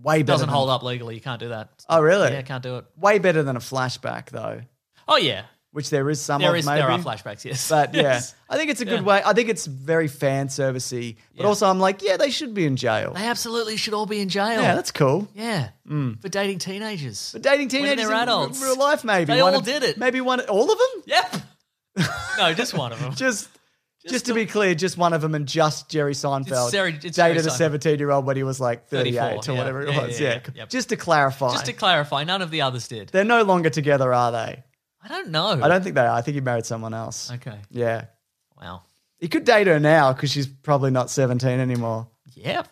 S1: Way better.
S4: doesn't
S1: than-
S4: hold up legally. You can't do that.
S1: Oh, really?
S4: Yeah, can't do it.
S1: Way better than a flashback, though,
S4: Oh yeah,
S1: which there is some
S4: there
S1: of
S4: is
S1: maybe.
S4: there are flashbacks. Yes, [LAUGHS]
S1: But yeah,
S4: Yes.
S1: I think it's a
S4: Yeah.
S1: good way. I think it's very fan servicey. But
S4: Yeah.
S1: also, I'm like, yeah, they should be in jail.
S4: they absolutely should all be in jail.
S1: Yeah, that's Mm. cool.
S4: [LAUGHS] yeah for dating teenagers.
S1: But dating
S4: they're
S1: teenagers in
S4: adults.
S1: real life, maybe
S4: They
S1: one
S4: all
S1: of-
S4: did it.
S1: Maybe one, all of them.
S4: yep. [LAUGHS] no, just one of them.
S1: Just, just, to be clear, just one of them, and just Jerry Seinfeld
S4: Jerry- it's Jerry
S1: dated a
S4: Seinfeld.
S1: seventeen-year-old when he was like thirty-eight
S4: 34,
S1: or
S4: yeah.
S1: whatever it
S4: Yeah,
S1: was.
S4: yeah,
S1: Yeah,
S4: yeah, yeah.
S1: just to clarify,
S4: Just to clarify, none of the others did.
S1: they're no longer together, are they?
S4: I don't know.
S1: I don't think they are. I think he married someone else.
S4: Okay.
S1: Yeah,
S4: Wow.
S1: he could date her now because she's probably not seventeen anymore.
S4: Yep.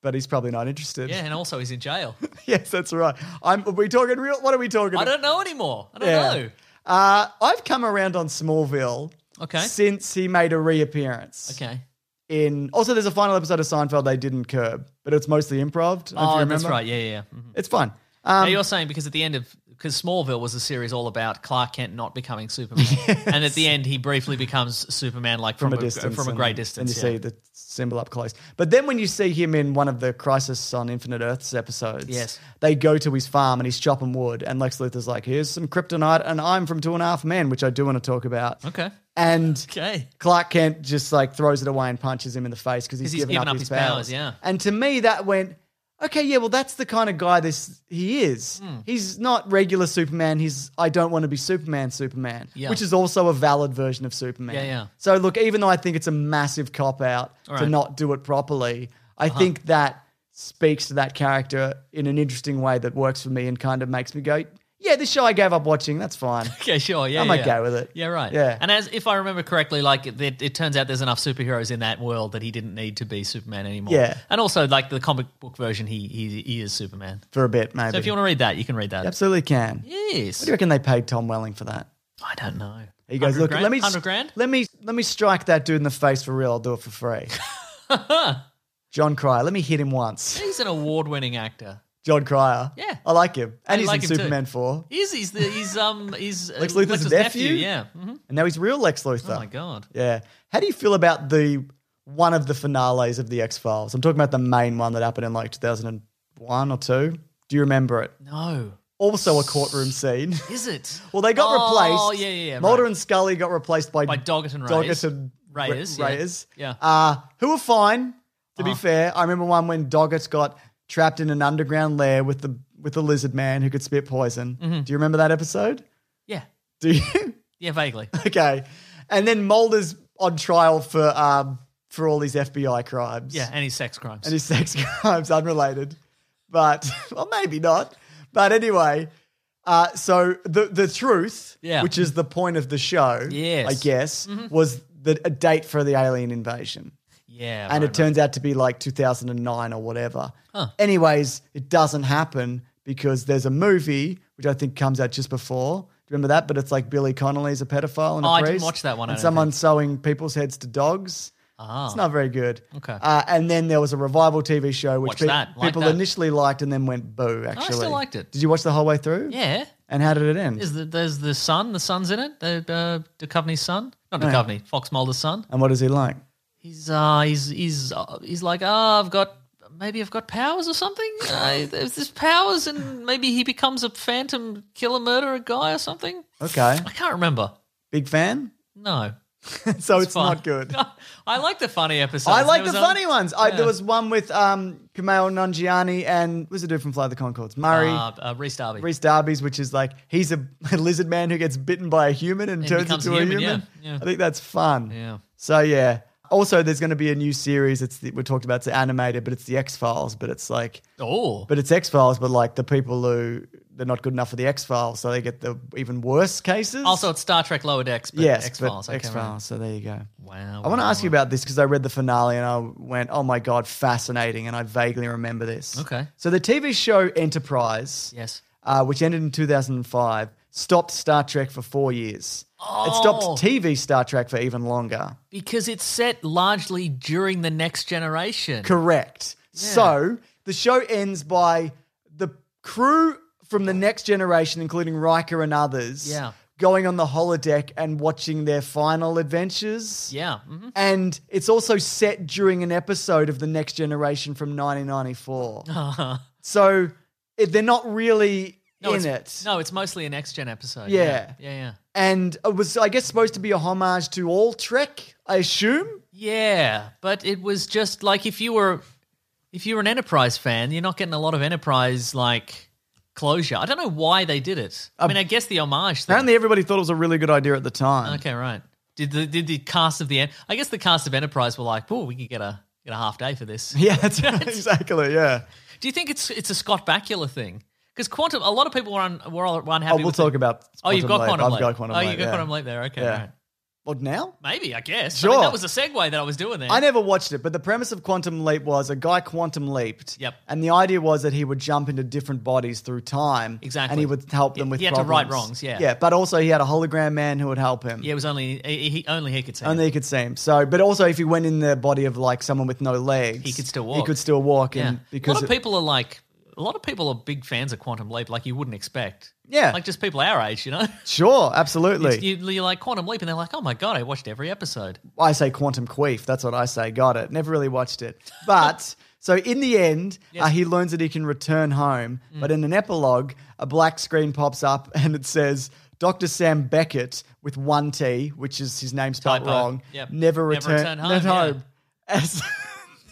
S1: But he's probably not interested.
S4: Yeah, and also he's in jail.
S1: [LAUGHS] yes, that's right. I'm, are we talking real? What are we talking?
S4: I
S1: about?
S4: don't know anymore. I don't
S1: Yeah.
S4: know.
S1: Uh, I've come around on Smallville
S4: Okay.
S1: since he made a reappearance.
S4: Okay.
S1: in also there's a final episode of Seinfeld they didn't curb, but it's mostly improv.
S4: Oh, that's right. Yeah, yeah. yeah. Mhm.
S1: It's fun.
S4: Now
S1: Um,
S4: you're saying because at the end of because Smallville was a series all about Clark Kent not
S1: [LAUGHS]
S4: becoming Superman, and at the end he briefly becomes Superman, like from,
S1: from a distance,
S4: from a
S1: and-
S4: great distance.
S1: and you
S4: yeah.
S1: see the symbol up close. But then when you see him in one of the Crisis on Infinite Earths episodes,
S4: Yes.
S1: they go to his farm and he's chopping wood, and Lex Luthor's like, "Here's some kryptonite, and I'm from Two and a Half Men," which I do want to talk about.
S4: Okay.
S1: And
S4: Okay.
S1: Clark Kent just like throws it away and punches him in the face because he's, given, up, his, powers.
S4: yeah.
S1: And to me, that went okay. Yeah, well, that's the kind of guy this he is.
S4: Hmm.
S1: He's not regular Superman. He's I don't want to be Superman. Superman,
S4: Yeah.
S1: which is also a valid version of Superman.
S4: Yeah, yeah.
S1: So look, even though I think it's a massive cop out to
S4: right. Uh-huh.
S1: not do it properly, I think that speaks to that character in an interesting way that works for me and kind of makes me go, yeah, this show I gave up watching. That's
S4: [LAUGHS]
S1: fine.
S4: Okay, sure. Yeah,
S1: I'm
S4: yeah.
S1: okay with it.
S4: Yeah, right.
S1: Yeah.
S4: And as if I remember correctly, like it, it turns out there's enough superheroes in that world that he didn't need to be Superman anymore.
S1: Yeah.
S4: And also, like the comic book version, he he, he is Superman.
S1: for a bit, maybe.
S4: So if you want to read that, you can read that.
S1: absolutely can. What
S4: Yes.
S1: do you reckon they paid Tom Welling for that?
S4: I don't know.
S1: He goes,
S4: 100
S1: look,
S4: grand?
S1: let me
S4: hundred grand.
S1: Let me let me strike that dude in the face for real. I'll do it for
S4: [LAUGHS]
S1: free. John Cryer, let me hit him once.
S4: He's an award-winning actor.
S1: John Cryer,
S4: Yeah.
S1: I like him, and
S4: I
S1: he's
S4: like
S1: in
S4: him too.
S1: Superman Four,
S4: He's he's the he's um he's uh,
S1: Lex Luthor's nephew?
S4: Yeah. hmm
S1: and now he's real Lex Luthor.
S4: Oh my god.
S1: Yeah, how do you feel about the one of the finales of the X Files? I'm talking about the main one that happened in like 2001 or two. Do you remember it?
S4: No.
S1: Also a courtroom scene. [LAUGHS]
S4: Is it?
S1: Well, they got replaced.
S4: Oh yeah yeah. yeah
S1: Mulder
S4: right.
S1: and Scully got replaced by
S4: by Doggerton Reyes.
S1: Doggerton
S4: Reyes,
S1: Ra-
S4: yeah.
S1: Reyes.
S4: Yeah.
S1: Uh, who were fine, to
S4: Oh.
S1: be fair. I remember one when Doggett got trapped in an underground lair with the with the lizard man who could spit poison.
S4: Mm-hmm.
S1: Do you remember that episode?
S4: Yeah.
S1: Do you? [LAUGHS]
S4: Yeah. Vaguely.
S1: okay. And then Mulder's on trial for um for all these FBI crimes.
S4: Yeah. And his sex crimes.
S1: And his sex [LAUGHS] crimes unrelated. But [LAUGHS] well maybe not. But anyway, uh, so the the truth,
S4: Yeah.
S1: which is the point of the show,
S4: Yes. Mm-hmm.
S1: I guess, was the a date for the alien invasion
S4: yeah.
S1: and
S4: right,
S1: it turns out to be like 2009 or whatever. Anyways, it doesn't happen because there's a movie which I think comes out just before. Do you remember that? But it's like Billy Connolly's a pedophile and a
S4: Oh, I
S1: priest.
S4: didn't watch that one, I
S1: And
S4: don't Ah.
S1: someone sewing people's heads to dogs. It's not very good.
S4: Okay.
S1: Uh, and then there was a revival TV show which
S4: Watched that, liked
S1: people
S4: that.
S1: initially liked and then went boo. Actually,
S4: liked it.
S1: Did you watch the whole way through?
S4: Yeah.
S1: And how did it end?
S4: Is the, there's the son? The son's in it. The uh, Duchovny's son, not Duchovny, Fox Mulder's son.
S1: and what is he like?
S4: He's uh, he's he's uh, he's like, ah, I've got maybe I've got powers or something. Uh, there's this powers, and maybe he becomes a phantom killer murderer guy or something. [LAUGHS]
S1: Okay,
S4: I can't remember.
S1: big fan. [LAUGHS]
S4: No,
S1: so it's,
S4: fine.
S1: not good.
S4: [LAUGHS] I like the funny episodes.
S1: I like
S4: There
S1: the
S4: was a-
S1: funny ones. I,
S4: yeah.
S1: There was one with um, Kumail Nanjiani and what was it dude from Fly the Concords? Murray.
S4: Uh, uh, Reese Darby.
S1: Reese Darby's, which is like he's a [LAUGHS] lizard man who gets bitten by a human and,
S4: And
S1: turns
S4: becomes
S1: into a
S4: human,
S1: human.
S4: yeah, yeah.
S1: I think that's fun.
S4: Yeah.
S1: So yeah. Also, there's going to be a new series. It's the, we talked about it's animated, but it's the X Files. But it's like,
S4: Oh,
S1: but it's X Files, but like the people who they're not good enough for the X Files, so they get the even worse cases.
S4: Also, it's Star Trek Lower Decks, but
S1: yes,
S4: X Files.
S1: X Files. So there you go.
S4: Wow.
S1: I want to ask you about this because I read the finale and I went, "Oh my god, fascinating!" And I vaguely remember this.
S4: Okay.
S1: So the TV show Enterprise,
S4: Yes.
S1: uh, which ended in 2005, stopped Star Trek for four years. It stopped
S4: Oh.
S1: TV Star Trek for even longer.
S4: Because it's set largely during the next generation.
S1: Correct. So the show ends by the crew from the next generation, including Riker and others,
S4: Yeah.
S1: going on the holodeck and watching their final adventures.
S4: Yeah. hmm
S1: And it's also set during an episode of The Next Generation from
S4: [GASPS]
S1: 1994.
S4: Mm-hmm.
S1: So it, they're not really
S4: No,
S1: in
S4: it's-
S1: it.
S4: [LAUGHS] No, it's mostly an X Gen episode.
S1: Yeah.
S4: Yeah. Yeah.
S1: And it was, I guess, supposed to be a homage to all Trek, I assume.
S4: Yeah, but it was just like if you were if you were an Enterprise fan, you're not getting a lot of Enterprise like closure. I don't know why they did it.
S1: Um,
S4: I mean, I guess the homage thing.
S1: Apparently, everybody thought it was a really good idea at the time.
S4: okay, right. Did the did the cast of the En- I guess the cast of Enterprise were like, "Oh, we could get a get a half day for this."
S1: [LAUGHS] Yeah,
S4: [LAUGHS]
S1: that's right, exactly. Yeah.
S4: Do you think it's it's a Scott Bakula thing? Because quantum, a lot of people were un, were, all- were unhappy.
S1: oh, we'll
S4: with
S1: talk
S4: it.
S1: about.
S4: Oh, you've got quantum.
S1: I've
S4: Leap.
S1: got quantum.
S4: Oh,
S1: Leap,
S4: you got
S1: yeah.
S4: quantum late there. Okay,
S1: Yeah.
S4: right.
S1: What now?
S4: maybe I guess. I mean,
S1: Sure.
S4: that was a segue that I was doing there.
S1: I never watched it, but the premise of Quantum Leap was a guy quantum leaped.
S4: Yep.
S1: And the idea was that he would jump into different bodies through time.
S4: Exactly.
S1: And he would help them
S4: He-
S1: with
S4: he had to
S1: problems.
S4: right wrongs, yeah.
S1: Yeah, but also he had a hologram man who would help him.
S4: Yeah, it was only he, he only he could say.
S1: Only
S4: it.
S1: he could see him. So, but also if he went in the body of like someone with no legs,
S4: He could still
S1: He
S4: walk.
S1: could still walk,
S4: Yeah,
S1: and because
S4: a lot of
S1: it-
S4: people are like, a lot of people are big fans of Quantum Leap, like you wouldn't expect.
S1: Yeah.
S4: like just people our age, you know. [LAUGHS]
S1: sure, absolutely.
S4: You, you're like Quantum Leap, and they're like, "Oh my god, I watched every episode."
S1: I say quantum queef. That's what I say. Got it. Never really watched it. But so in the
S4: [LAUGHS]
S1: end, uh, he learns that he can return home.
S4: Mm.
S1: But in an epilogue, a black screen pops up [LAUGHS] and it says, Dr. Sam Beckett with one T, which is his name spelled
S4: Typo.
S1: wrong,
S4: uh, Yep.
S1: never,
S4: Never
S1: return-
S4: returned
S1: not
S4: home, yeah.
S1: home. [LAUGHS]
S4: [LAUGHS]
S1: As-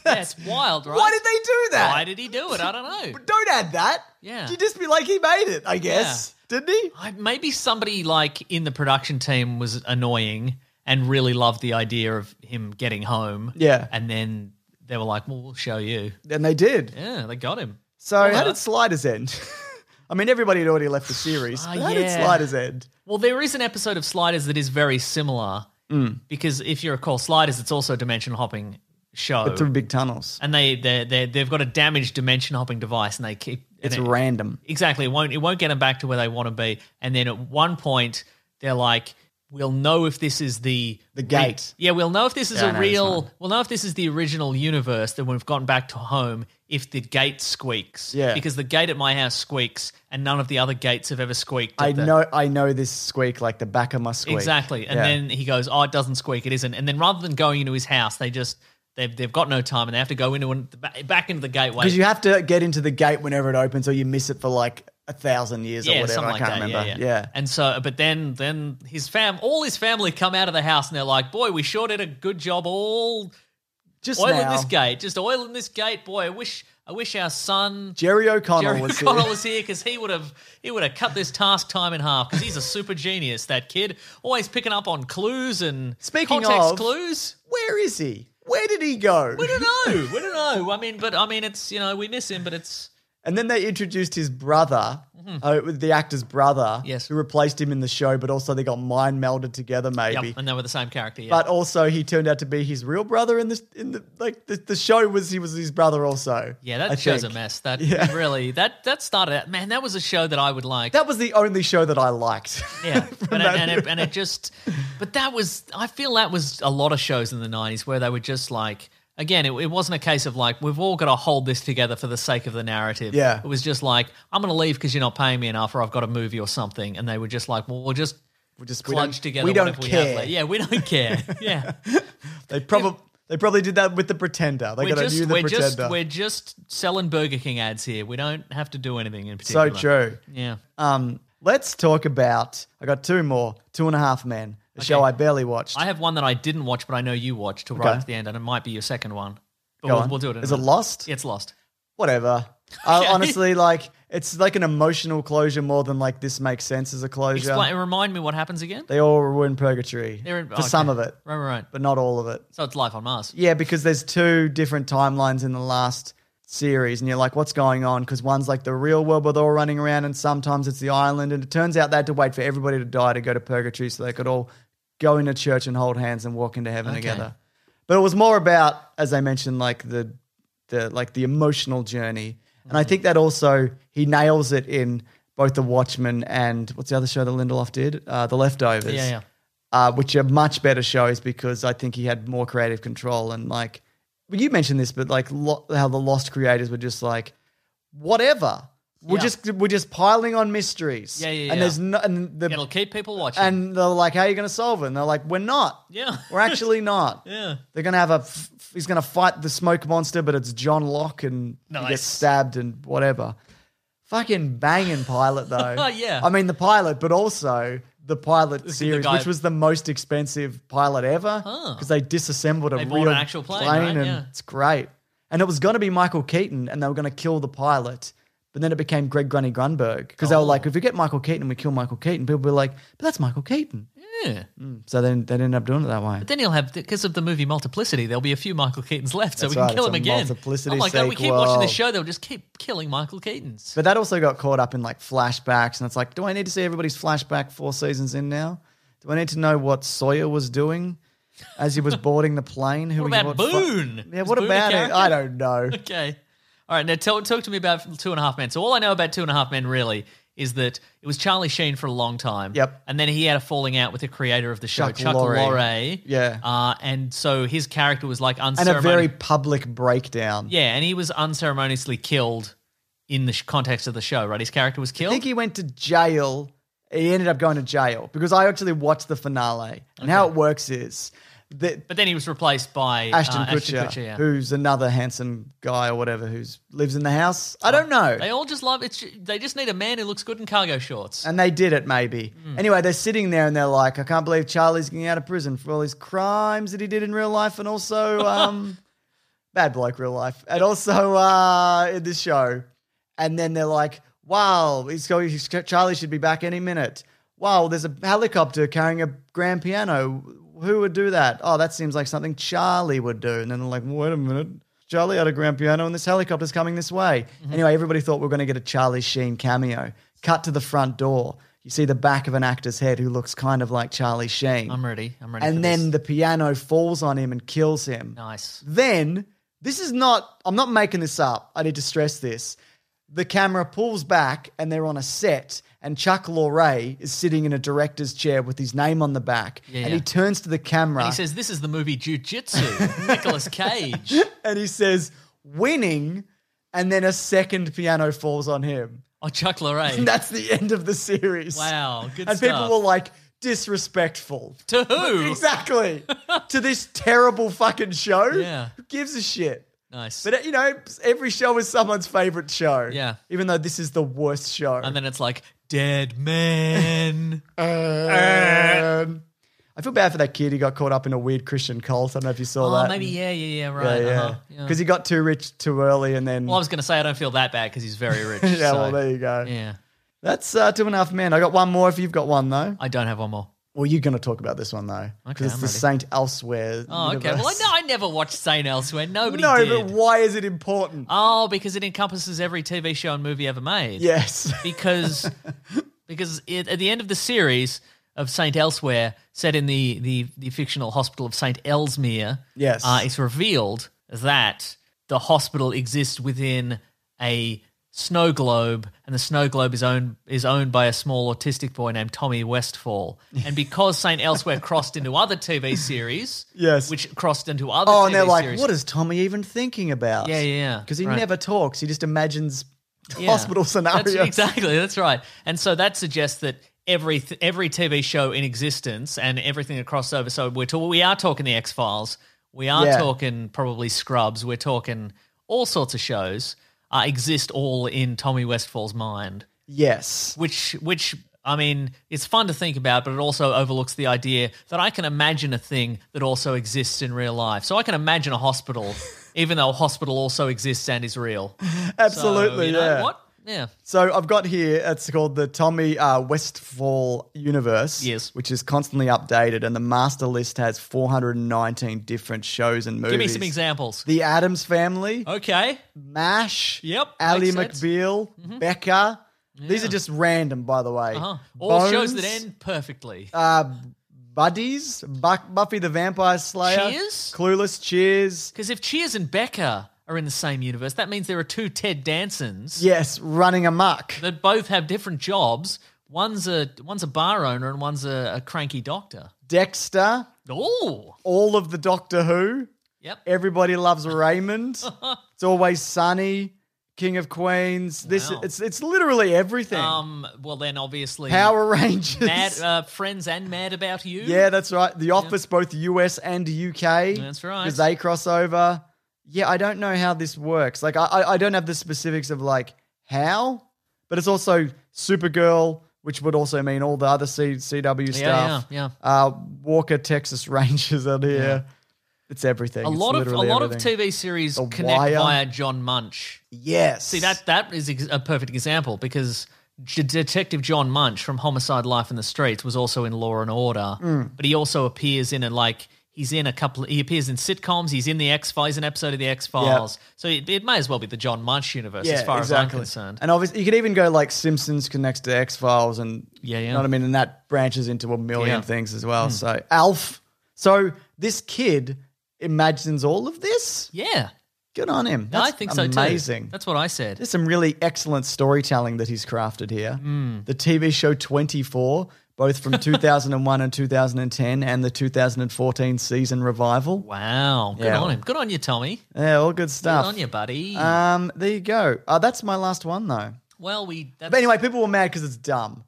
S4: That's wild, right?
S1: Why did they do that?
S4: Why did he do it? I don't
S1: [LAUGHS]
S4: know.
S1: But don't add that.
S4: Yeah.
S1: You just be like, he made it, I guess. Didn't he?
S4: I, maybe somebody like in the production team was annoying and really loved the idea of him getting home.
S1: Yeah.
S4: and then they were like, "Well, we'll show you."
S1: And they did.
S4: Yeah, they got him.
S1: So
S4: Well,
S1: how
S4: that-
S1: did Sliders end? [LAUGHS] I mean, everybody had already left the series.
S4: Ah,
S1: but how did
S4: yeah.
S1: Sliders end?
S4: Well, there is an episode of Sliders that is very similar
S1: Mm.
S4: because if you recall, Sliders it's also a dimension hopping show,
S1: But through big tunnels.
S4: and they they they they've got a damaged dimension hopping device, and they keep and
S1: It's
S4: it-
S1: random.
S4: Exactly, it won't it won't get them back to where they want to be, and then at one point they're like, "We'll know if this is the
S1: The gate.
S4: yeah, we'll know if this is
S1: Yeah, I
S4: a
S1: know, it's
S4: real. We'll know if this is the original universe that we've gotten back to home. If the gate squeaks,
S1: Yeah.
S4: because the gate at my house squeaks, and none of the other gates have ever squeaked. at
S1: I
S4: the-
S1: know I know this squeak like the back of my squeak.
S4: Exactly. And
S1: Yeah.
S4: then he goes, "Oh, it doesn't squeak. It isn't." And then rather than going into his house, they just they've they've got no time, and they have to go into an, ba- back into the gateway.
S1: because you have to get into the gate whenever it opens or you miss it for like a thousand years or
S4: yeah,
S1: whatever.
S4: something
S1: I
S4: like
S1: can't
S4: that.
S1: remember.
S4: Yeah, yeah, And so, but then then his fam, all his family, come out of the house, and they're like, "Boy, we sure did a good job all
S1: Just
S4: oiling
S1: now,
S4: this gate, just oiling this gate." Boy, I wish I wish our son.
S1: Jerry O'Connell
S4: Jerry
S1: was
S4: O'Connell
S1: here.
S4: was here because he would have he would have cut this task time in half because he's a super genius. That kid always picking up on clues and
S1: Speaking
S4: context
S1: of-
S4: clues.
S1: [LAUGHS] Where is he? Where did he go?
S4: We don't know. We don't know. I mean, but I mean, it's you know, we miss him, but it's
S1: And then they introduced his brother, uh, with the actor's brother,
S4: Mm-hmm. Yes.
S1: who replaced him in the show, but also they got mind melded together,
S4: yep,
S1: maybe.
S4: and they were the same character. Yeah.
S1: But also, he turned out to be his real brother in the in the like the, the show was he was his brother also.
S4: yeah, that
S1: I
S4: show's
S1: think.
S4: a mess.
S1: [LAUGHS]
S4: That
S1: Yeah.
S4: really that that started out. Man, that was a show that I would like.
S1: That was the only show that I liked. [LAUGHS]
S4: yeah,
S1: from
S4: and, it,
S1: that
S4: and,
S1: era.
S4: it, and it just, but that was. I feel that was a lot of shows in the '90s where they were just like. Again, it, it wasn't a case of like we've all got to hold this together for the sake of the narrative.
S1: Yeah.
S4: it was just like I'm going to leave because you're not paying me enough, or I've got a movie or something, and they were just like, well, we'll just
S1: We just- we don't-
S4: clunge together.
S1: we don't
S4: whatever We
S1: care.
S4: have. left. Yeah, we don't [LAUGHS] care. yeah,
S1: They probably they probably did that with the Pretender. They got
S4: we're
S1: to
S4: just
S1: do the
S4: we're
S1: Pretender.
S4: just we're just selling Burger King ads here. We don't have to do anything in
S1: so
S4: particular.
S1: true.
S4: Yeah.
S1: Um, let's talk about. I got two more. Two and a Half Men, a show I barely watched.
S4: I have one that I didn't watch, but I know you watched till right
S1: Okay.
S4: at the end, and it might be your second one. But
S1: Go
S4: we'll,
S1: on.
S4: we'll do it. In a
S1: Is it
S4: minute.
S1: Lost?
S4: Yeah, It's lost.
S1: Whatever.
S4: [LAUGHS]
S1: I, honestly, like it's like an emotional closure more than like this makes sense as a closure.
S4: Explain. Remind me what happens again.
S1: They all were in purgatory
S4: They're in- oh,
S1: for
S4: okay.
S1: some of it,
S4: Right, right, right.
S1: but not all of it.
S4: So it's life on Mars.
S1: Yeah, because there's two different timelines in the last series and you're like, what's going on? Because one's like the real world where they're all running around and sometimes it's the island. And it turns out they had to wait for everybody to die to go to purgatory so they could all go into church and hold hands and walk into heaven together. But it was more about, as I mentioned, like the the like the emotional journey. And I
S4: Mm-hmm.
S1: think that also he nails it in both The Watchmen and what's the other show that Lindelof did? Uh, the Leftovers
S4: Yeah, yeah.
S1: uh, which are much better shows because I think he had more creative control and like well, you mentioned this, but like lo- how the Lost creators were just like whatever. We're
S4: Yeah.
S1: just we're just piling on mysteries.
S4: Yeah, yeah,
S1: And
S4: yeah.
S1: there's no and the
S4: It'll keep people watching.
S1: and they're like, how are you going to solve it? And they're like, we're not.
S4: Yeah.
S1: we're
S4: [LAUGHS]
S1: actually not.
S4: yeah.
S1: They're gonna have a. F- f- he's gonna fight the smoke monster, but it's John Locke, and he
S4: Nice.
S1: gets stabbed and whatever. Fucking banging pilot though.
S4: [LAUGHS] Yeah.
S1: I mean the pilot, but also the pilot series,
S4: guy-
S1: which was the most expensive pilot ever because they disassembled a
S4: They bought
S1: real
S4: an actual plane, right?
S1: and
S4: Yeah.
S1: it's great. And it was gonna be Michael Keaton, and they were gonna kill the pilot. But then it became Greg Grunny Grunberg because
S4: Oh.
S1: they were like, if we get Michael Keaton, we kill Michael Keaton. People were like, but that's Michael Keaton. Mm.
S4: Yeah.
S1: So then they ended up doing it that way.
S4: But then he'll have because of the movie Multiplicity, there'll be a few Michael Keatons left, so
S1: That's
S4: we can
S1: right,
S4: kill
S1: it's
S4: him
S1: a
S4: again.
S1: Multiplicity
S4: oh my god, we keep
S1: sequel.
S4: watching this show; they'll just keep killing Michael Keatons.
S1: But that also got caught up in like flashbacks, and it's like, do I need to see everybody's flashback four seasons in now? Do I need to know what Sawyer was doing as he was boarding the plane? Who
S4: What
S1: he-
S4: about
S1: fu-
S4: Boone?
S1: yeah,
S4: Is
S1: what
S4: Boone a
S1: about it?
S4: character?
S1: I don't
S4: [LAUGHS]
S1: know.
S4: okay. All right. Now tell, talk to me about Two and a Half Men. So all I know about Two and a Half Men really is that it was Charlie Sheen for a long time.
S1: Yep.
S4: And then he had a falling out with the creator of the show,
S1: Chuck
S4: Chuck,
S1: Lorre.
S4: Lorre.
S1: Yeah.
S4: Uh, and so his character was like
S1: And a
S4: unceremonious.
S1: very public breakdown.
S4: yeah, and he was unceremoniously killed in the sh- context of the show. Right. His character was
S1: I
S4: killed.
S1: think he went to jail. He ended up going to jail because I actually watched the finale, and how it works is that
S4: but then he was replaced by uh,
S1: Ashton, Kutcher,
S4: yeah.
S1: who's another handsome guy or whatever, who's lives in the house. I don't know.
S4: Oh, They all just love it. They just need a man who looks good in cargo shorts.
S1: And they did it, maybe. Anyway, they're sitting there and they're like, I can't believe Charlie's getting out of prison for all his crimes that he did in real life and also um, bad bloke real life. And also uh, in this show. And then they're like, wow, he's going, he's, Charlie should be back any minute. Wow, there's a helicopter carrying a grand piano. Who would do that? Oh, that seems like something Charlie would do. And then they're like, wait a minute. Charlie had a grand piano and this helicopter's coming this way. Anyway, everybody thought we were going to get a Charlie Sheen cameo. Cut to the front door. You see the back of an actor's head who looks kind of like Charlie Sheen.
S4: I'm ready. I'm ready. for
S1: and then
S4: this.
S1: the piano falls on him and kills him
S4: nice.
S1: then this is not i'm not making this up i need to stress this the camera pulls back and they're on a set and chuck Lorre is sitting in a director's chair with his name on the back and he
S4: yeah.
S1: turns to the camera
S4: He says, "This is the
S1: [LAUGHS]
S4: movie Jujitsu." Nicholas Cage.
S1: and he says winning and then a second piano falls on him
S4: Oh, Chuck
S1: and
S4: Lorre.
S1: that's the end of the series
S4: Wow, good
S1: and
S4: stuff.
S1: people were like
S4: [LAUGHS]
S1: disrespectful
S4: to who?
S1: exactly to this terrible fucking show
S4: Yeah.
S1: who gives a shit
S4: Nice.
S1: But you know, every show is someone's favorite show.
S4: Yeah.
S1: Even though this is the worst show.
S4: and then it's like
S1: [LAUGHS]
S4: dead man.
S1: Um, I feel bad for that kid. He got caught up in a weird Christian cult. I don't know if you saw
S4: oh,
S1: that.
S4: maybe yeah, yeah, yeah.
S1: Yeah,
S4: Right.
S1: yeah.
S4: uh-huh,
S1: Because he got too rich too early, and then
S4: Well, I was going to say I don't feel that bad because he's very
S1: [LAUGHS]
S4: rich.
S1: yeah.
S4: so-
S1: Well, there you go.
S4: yeah.
S1: That's uh, two and a half men. I got one more. If you've got one though,
S4: I don't have one more.
S1: well, you're going to talk about this one though, because
S4: Okay,
S1: it's
S4: I'm
S1: the
S4: ready.
S1: Saint Elsewhere.
S4: Oh, okay. Well, I,
S1: universe.
S4: no, I never watched Sane Elsewhere. Nobody
S1: No,
S4: did.
S1: but why is it important?
S4: oh, because it encompasses every TV show and movie ever made.
S1: yes.
S4: because because it, at the end of the series of Saint Elsewhere, set in the the, the fictional hospital of Saint Elsmere,
S1: Yes.
S4: uh, it's revealed that the hospital exists within a snow globe, and the snow globe is owned is owned by a small autistic boy named Tommy Westfall. And because Saint Elsewhere crossed into other TV series,
S1: Yes.
S4: which crossed into other
S1: Oh,
S4: TV
S1: and they're like,
S4: series,
S1: what is Tommy even thinking about?
S4: Yeah, yeah, yeah.
S1: Because he
S4: Right.
S1: never talks. He just imagines [LAUGHS]
S4: Yeah.
S1: hospital scenarios.
S4: That's, exactly, that's right. And so that suggests that every th- every TV show in existence and everything that crossed over. So we're talking, we are talking the X Files. We are
S1: Yeah.
S4: talking probably Scrubs. We're talking all sorts of shows uh, exist all in Tommy Westfall's mind.
S1: Yes.
S4: Which which I mean, it's fun to think about, but it also overlooks the idea that I can imagine a thing that also exists in real life. So I can imagine
S1: [LAUGHS]
S4: a hospital, even though a hospital also exists and is real. So,
S1: Absolutely.
S4: you know
S1: yeah.
S4: What? Yeah.
S1: So I've got here, it's called the Tommy uh, Westfall Universe.
S4: Yes.
S1: Which is constantly updated, and the master list has 419 different shows and movies.
S4: Give me some examples.
S1: The Adams Family,
S4: Okay.
S1: MASH,
S4: Yep,
S1: Ally
S4: makes sense. Mm-hmm.
S1: McBeal, Becca. These are just random, by the way.
S4: Uh-huh. All shows
S1: Bones,
S4: that end perfectly.
S1: Uh, Buddies, Buck, Buffy the Vampire Slayer,
S4: Cheers?
S1: Clueless, Cheers.
S4: Because if Cheers and Becca are in the same universe, that means there are two Ted Dansons
S1: Yes, Running Amok.
S4: that both have different jobs. One's a one's a bar owner and one's a, a cranky doctor.
S1: Dexter,
S4: Oh,
S1: all of the Doctor Who.
S4: yep.
S1: Everybody
S4: [LAUGHS]
S1: loves Raymond. it's always sunny. King of Queens. This
S4: Wow.
S1: it's it's literally everything.
S4: Um. Well, then obviously
S1: Power Rangers.
S4: Mad uh, Friends and Mad About You.
S1: yeah, that's right. The Office, both US and UK.
S4: That's right.
S1: Because they cross over. Yeah, I don't know how this works. Like, I, I I don't have the specifics of like how, but it's also Supergirl, which would also mean all the other C, CW
S4: Yeah,
S1: stuff.
S4: yeah, yeah.
S1: Uh, Walker, Texas Rangers out here. It's everything.
S4: A
S1: It's
S4: lot of a
S1: literally
S4: lot
S1: everything.
S4: of TV series
S1: The
S4: connect
S1: Wire.
S4: via John Munch.
S1: Yes.
S4: See that that is ex- a perfect example because J- Detective John Munch from Homicide: Life in the Streets was also in Law and Order,
S1: Mm.
S4: but he also appears in a like he's in a couple. He appears in sitcoms. He's in the X Files, an episode of the X Files. So it, it may as well be the John Munch universe as far as I'm concerned.
S1: And obviously, you could even go like Simpsons connects to X Files, and
S4: Yeah,
S1: you
S4: yeah.
S1: know what I mean. And that branches into a million
S4: Yeah. Hmm.
S1: things as well. So Alf, so this kid imagines all of this.
S4: yeah,
S1: Good on him.
S4: No,
S1: That's
S4: I think so
S1: amazing.
S4: too. That's what I said.
S1: There's some really excellent storytelling that he's crafted here.
S4: Hmm.
S1: The TV show 24, both from 2001 and 2010, and the 2014 season revival.
S4: wow, good
S1: Yeah.
S4: on him. Good on you, Tommy.
S1: Yeah, all good
S4: Good
S1: stuff.
S4: on you, buddy.
S1: Um, there you go. Uh, that's my last one though.
S4: well, we. That's,
S1: But anyway, people were mad because it's dumb.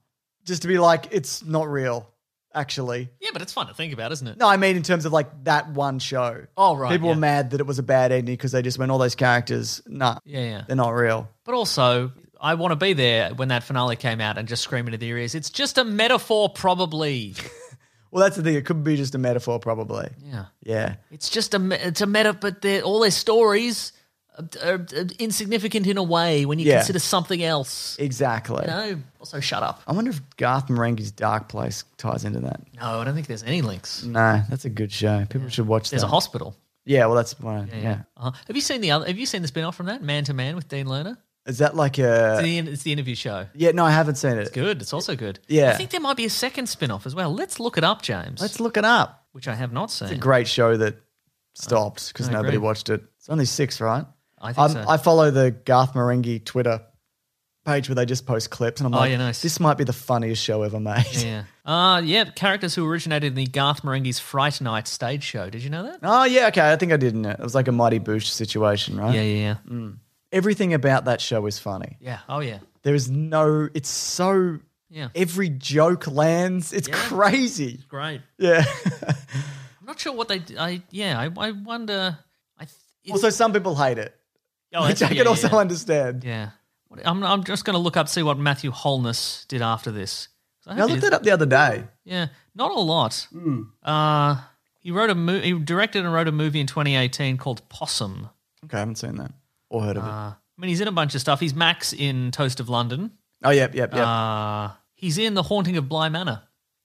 S1: Just to be like, it's not real, actually.
S4: yeah, but it's fun to think about, isn't it?
S1: No, I mean in terms of like that one show.
S4: Oh, right,
S1: People
S4: yeah.
S1: were mad that it was a bad ending because they just went all those characters. Nah,
S4: Yeah, yeah.
S1: they're not real.
S4: But also, I want to be there when that finale came out and just scream into their ears, it's just a metaphor, probably.
S1: Well, that's the thing. It could be just a metaphor, probably.
S4: Yeah.
S1: Yeah.
S4: It's just a, me- it's a meta, but they're, all their stories are, are, are insignificant in a way when you
S1: Yeah.
S4: consider something else.
S1: Exactly.
S4: You know? Also, shut up.
S1: I wonder if Garth Marenghi's Dark Place ties into that.
S4: No, I don't think there's any links.
S1: Nah, that's a good show. People should watch
S4: There's
S1: that.
S4: a hospital.
S1: yeah, well, that's one. Yeah,
S4: Uh-huh. Have you seen the other? Have you seen the spin off from that, Man to Man with Dean Lerner?
S1: Is that like a?
S4: It's the, it's the interview show.
S1: Yeah, no, I haven't seen it.
S4: Good. It's also good.
S1: Yeah.
S4: I think there might be a second spin off as well. Let's look it up, James,
S1: Let's look it up.
S4: which I have not seen.
S1: It's a great show that stopped because
S4: I
S1: nobody
S4: agree.
S1: watched it. It's only six, right?
S4: I think
S1: I'm,
S4: so.
S1: I follow the Garth Marenghi Twitter page where they just post clips, and I'm
S4: Oh,
S1: like,
S4: yeah, nice.
S1: this might be the funniest show ever made.
S4: Yeah. Uh, yeah, characters who originated in the Garth Marenghi's Fright Night stage show. Did you know that?
S1: [LAUGHS] Oh yeah, okay. I think I didn't. It was like a Mighty Boosh situation, right?
S4: Yeah, yeah, yeah.
S1: Mm. Everything about that show is funny.
S4: Yeah. Oh, yeah.
S1: There is no. It's so.
S4: Yeah.
S1: Every joke lands. It's crazy.
S4: Great.
S1: Yeah. [LAUGHS]
S4: I'm not sure what they. I yeah. I, I wonder. I. Th- it's-
S1: also, some people hate it,
S4: oh,
S1: [LAUGHS] which
S4: that's-
S1: I
S4: yeah,
S1: can also
S4: yeah.
S1: understand.
S4: Yeah. What- I'm. I'm just going to look up see what Matthew Holness did after this. 'Cause I
S1: I
S4: hope he
S1: looked
S4: did-
S1: it up the other day.
S4: Yeah. Not a lot.
S1: Hmm.
S4: Uh, he wrote a mo- He directed and wrote a movie in 2018 called Possum.
S1: Okay, I haven't seen that or heard of it.
S4: Uh, I mean, he's in a bunch of stuff. He's Max in Toast of London.
S1: Oh, yep, yep, yep.
S4: Uh, he's in The Haunting of Bly Manor.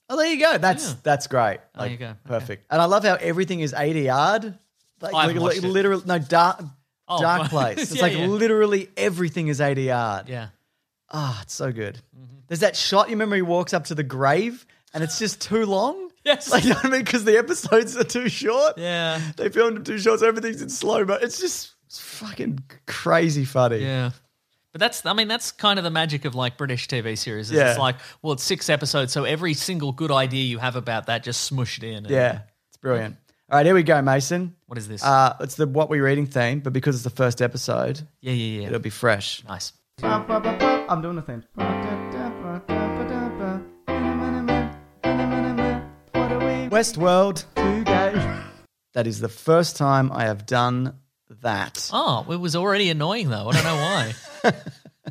S1: Oh, there you go. That's that's great. Like,
S4: Oh, you go. Okay.
S1: Perfect. And I love how everything is ADR'd. Like,
S4: I haven't
S1: like,
S4: watched it.
S1: literally, no dark,
S4: Oh,
S1: dark
S4: [LAUGHS] right.
S1: place. It's
S4: Yeah,
S1: like
S4: yeah.
S1: literally everything is ADR'd.
S4: Yeah. Mm-hmm.
S1: Ah, it's so good. There's that shot. You remember he walks up to the grave, and it's just too long.
S4: [LAUGHS] Yes.
S1: like you know what I mean, because the episodes are too short.
S4: Yeah.
S1: they filmed it too short, so everything's in slow mo. It's just it's fucking crazy funny.
S4: Yeah. But that's, I mean, that's kind of the magic of like British TV series. Is
S1: Yeah.
S4: It's like, well, it's six episodes, so every single good idea you have about that, just smush it in. and-
S1: Yeah, it's brilliant. All right, here we go, Mason.
S4: What is this?
S1: Uh, it's the what we're reading theme, but because it's the first episode,
S4: yeah, yeah, yeah.
S1: it'll be fresh.
S4: nice.
S1: I'm doing the thing. Westworld. That is the first time I have done that.
S4: Oh, it was already annoying though. I don't know why.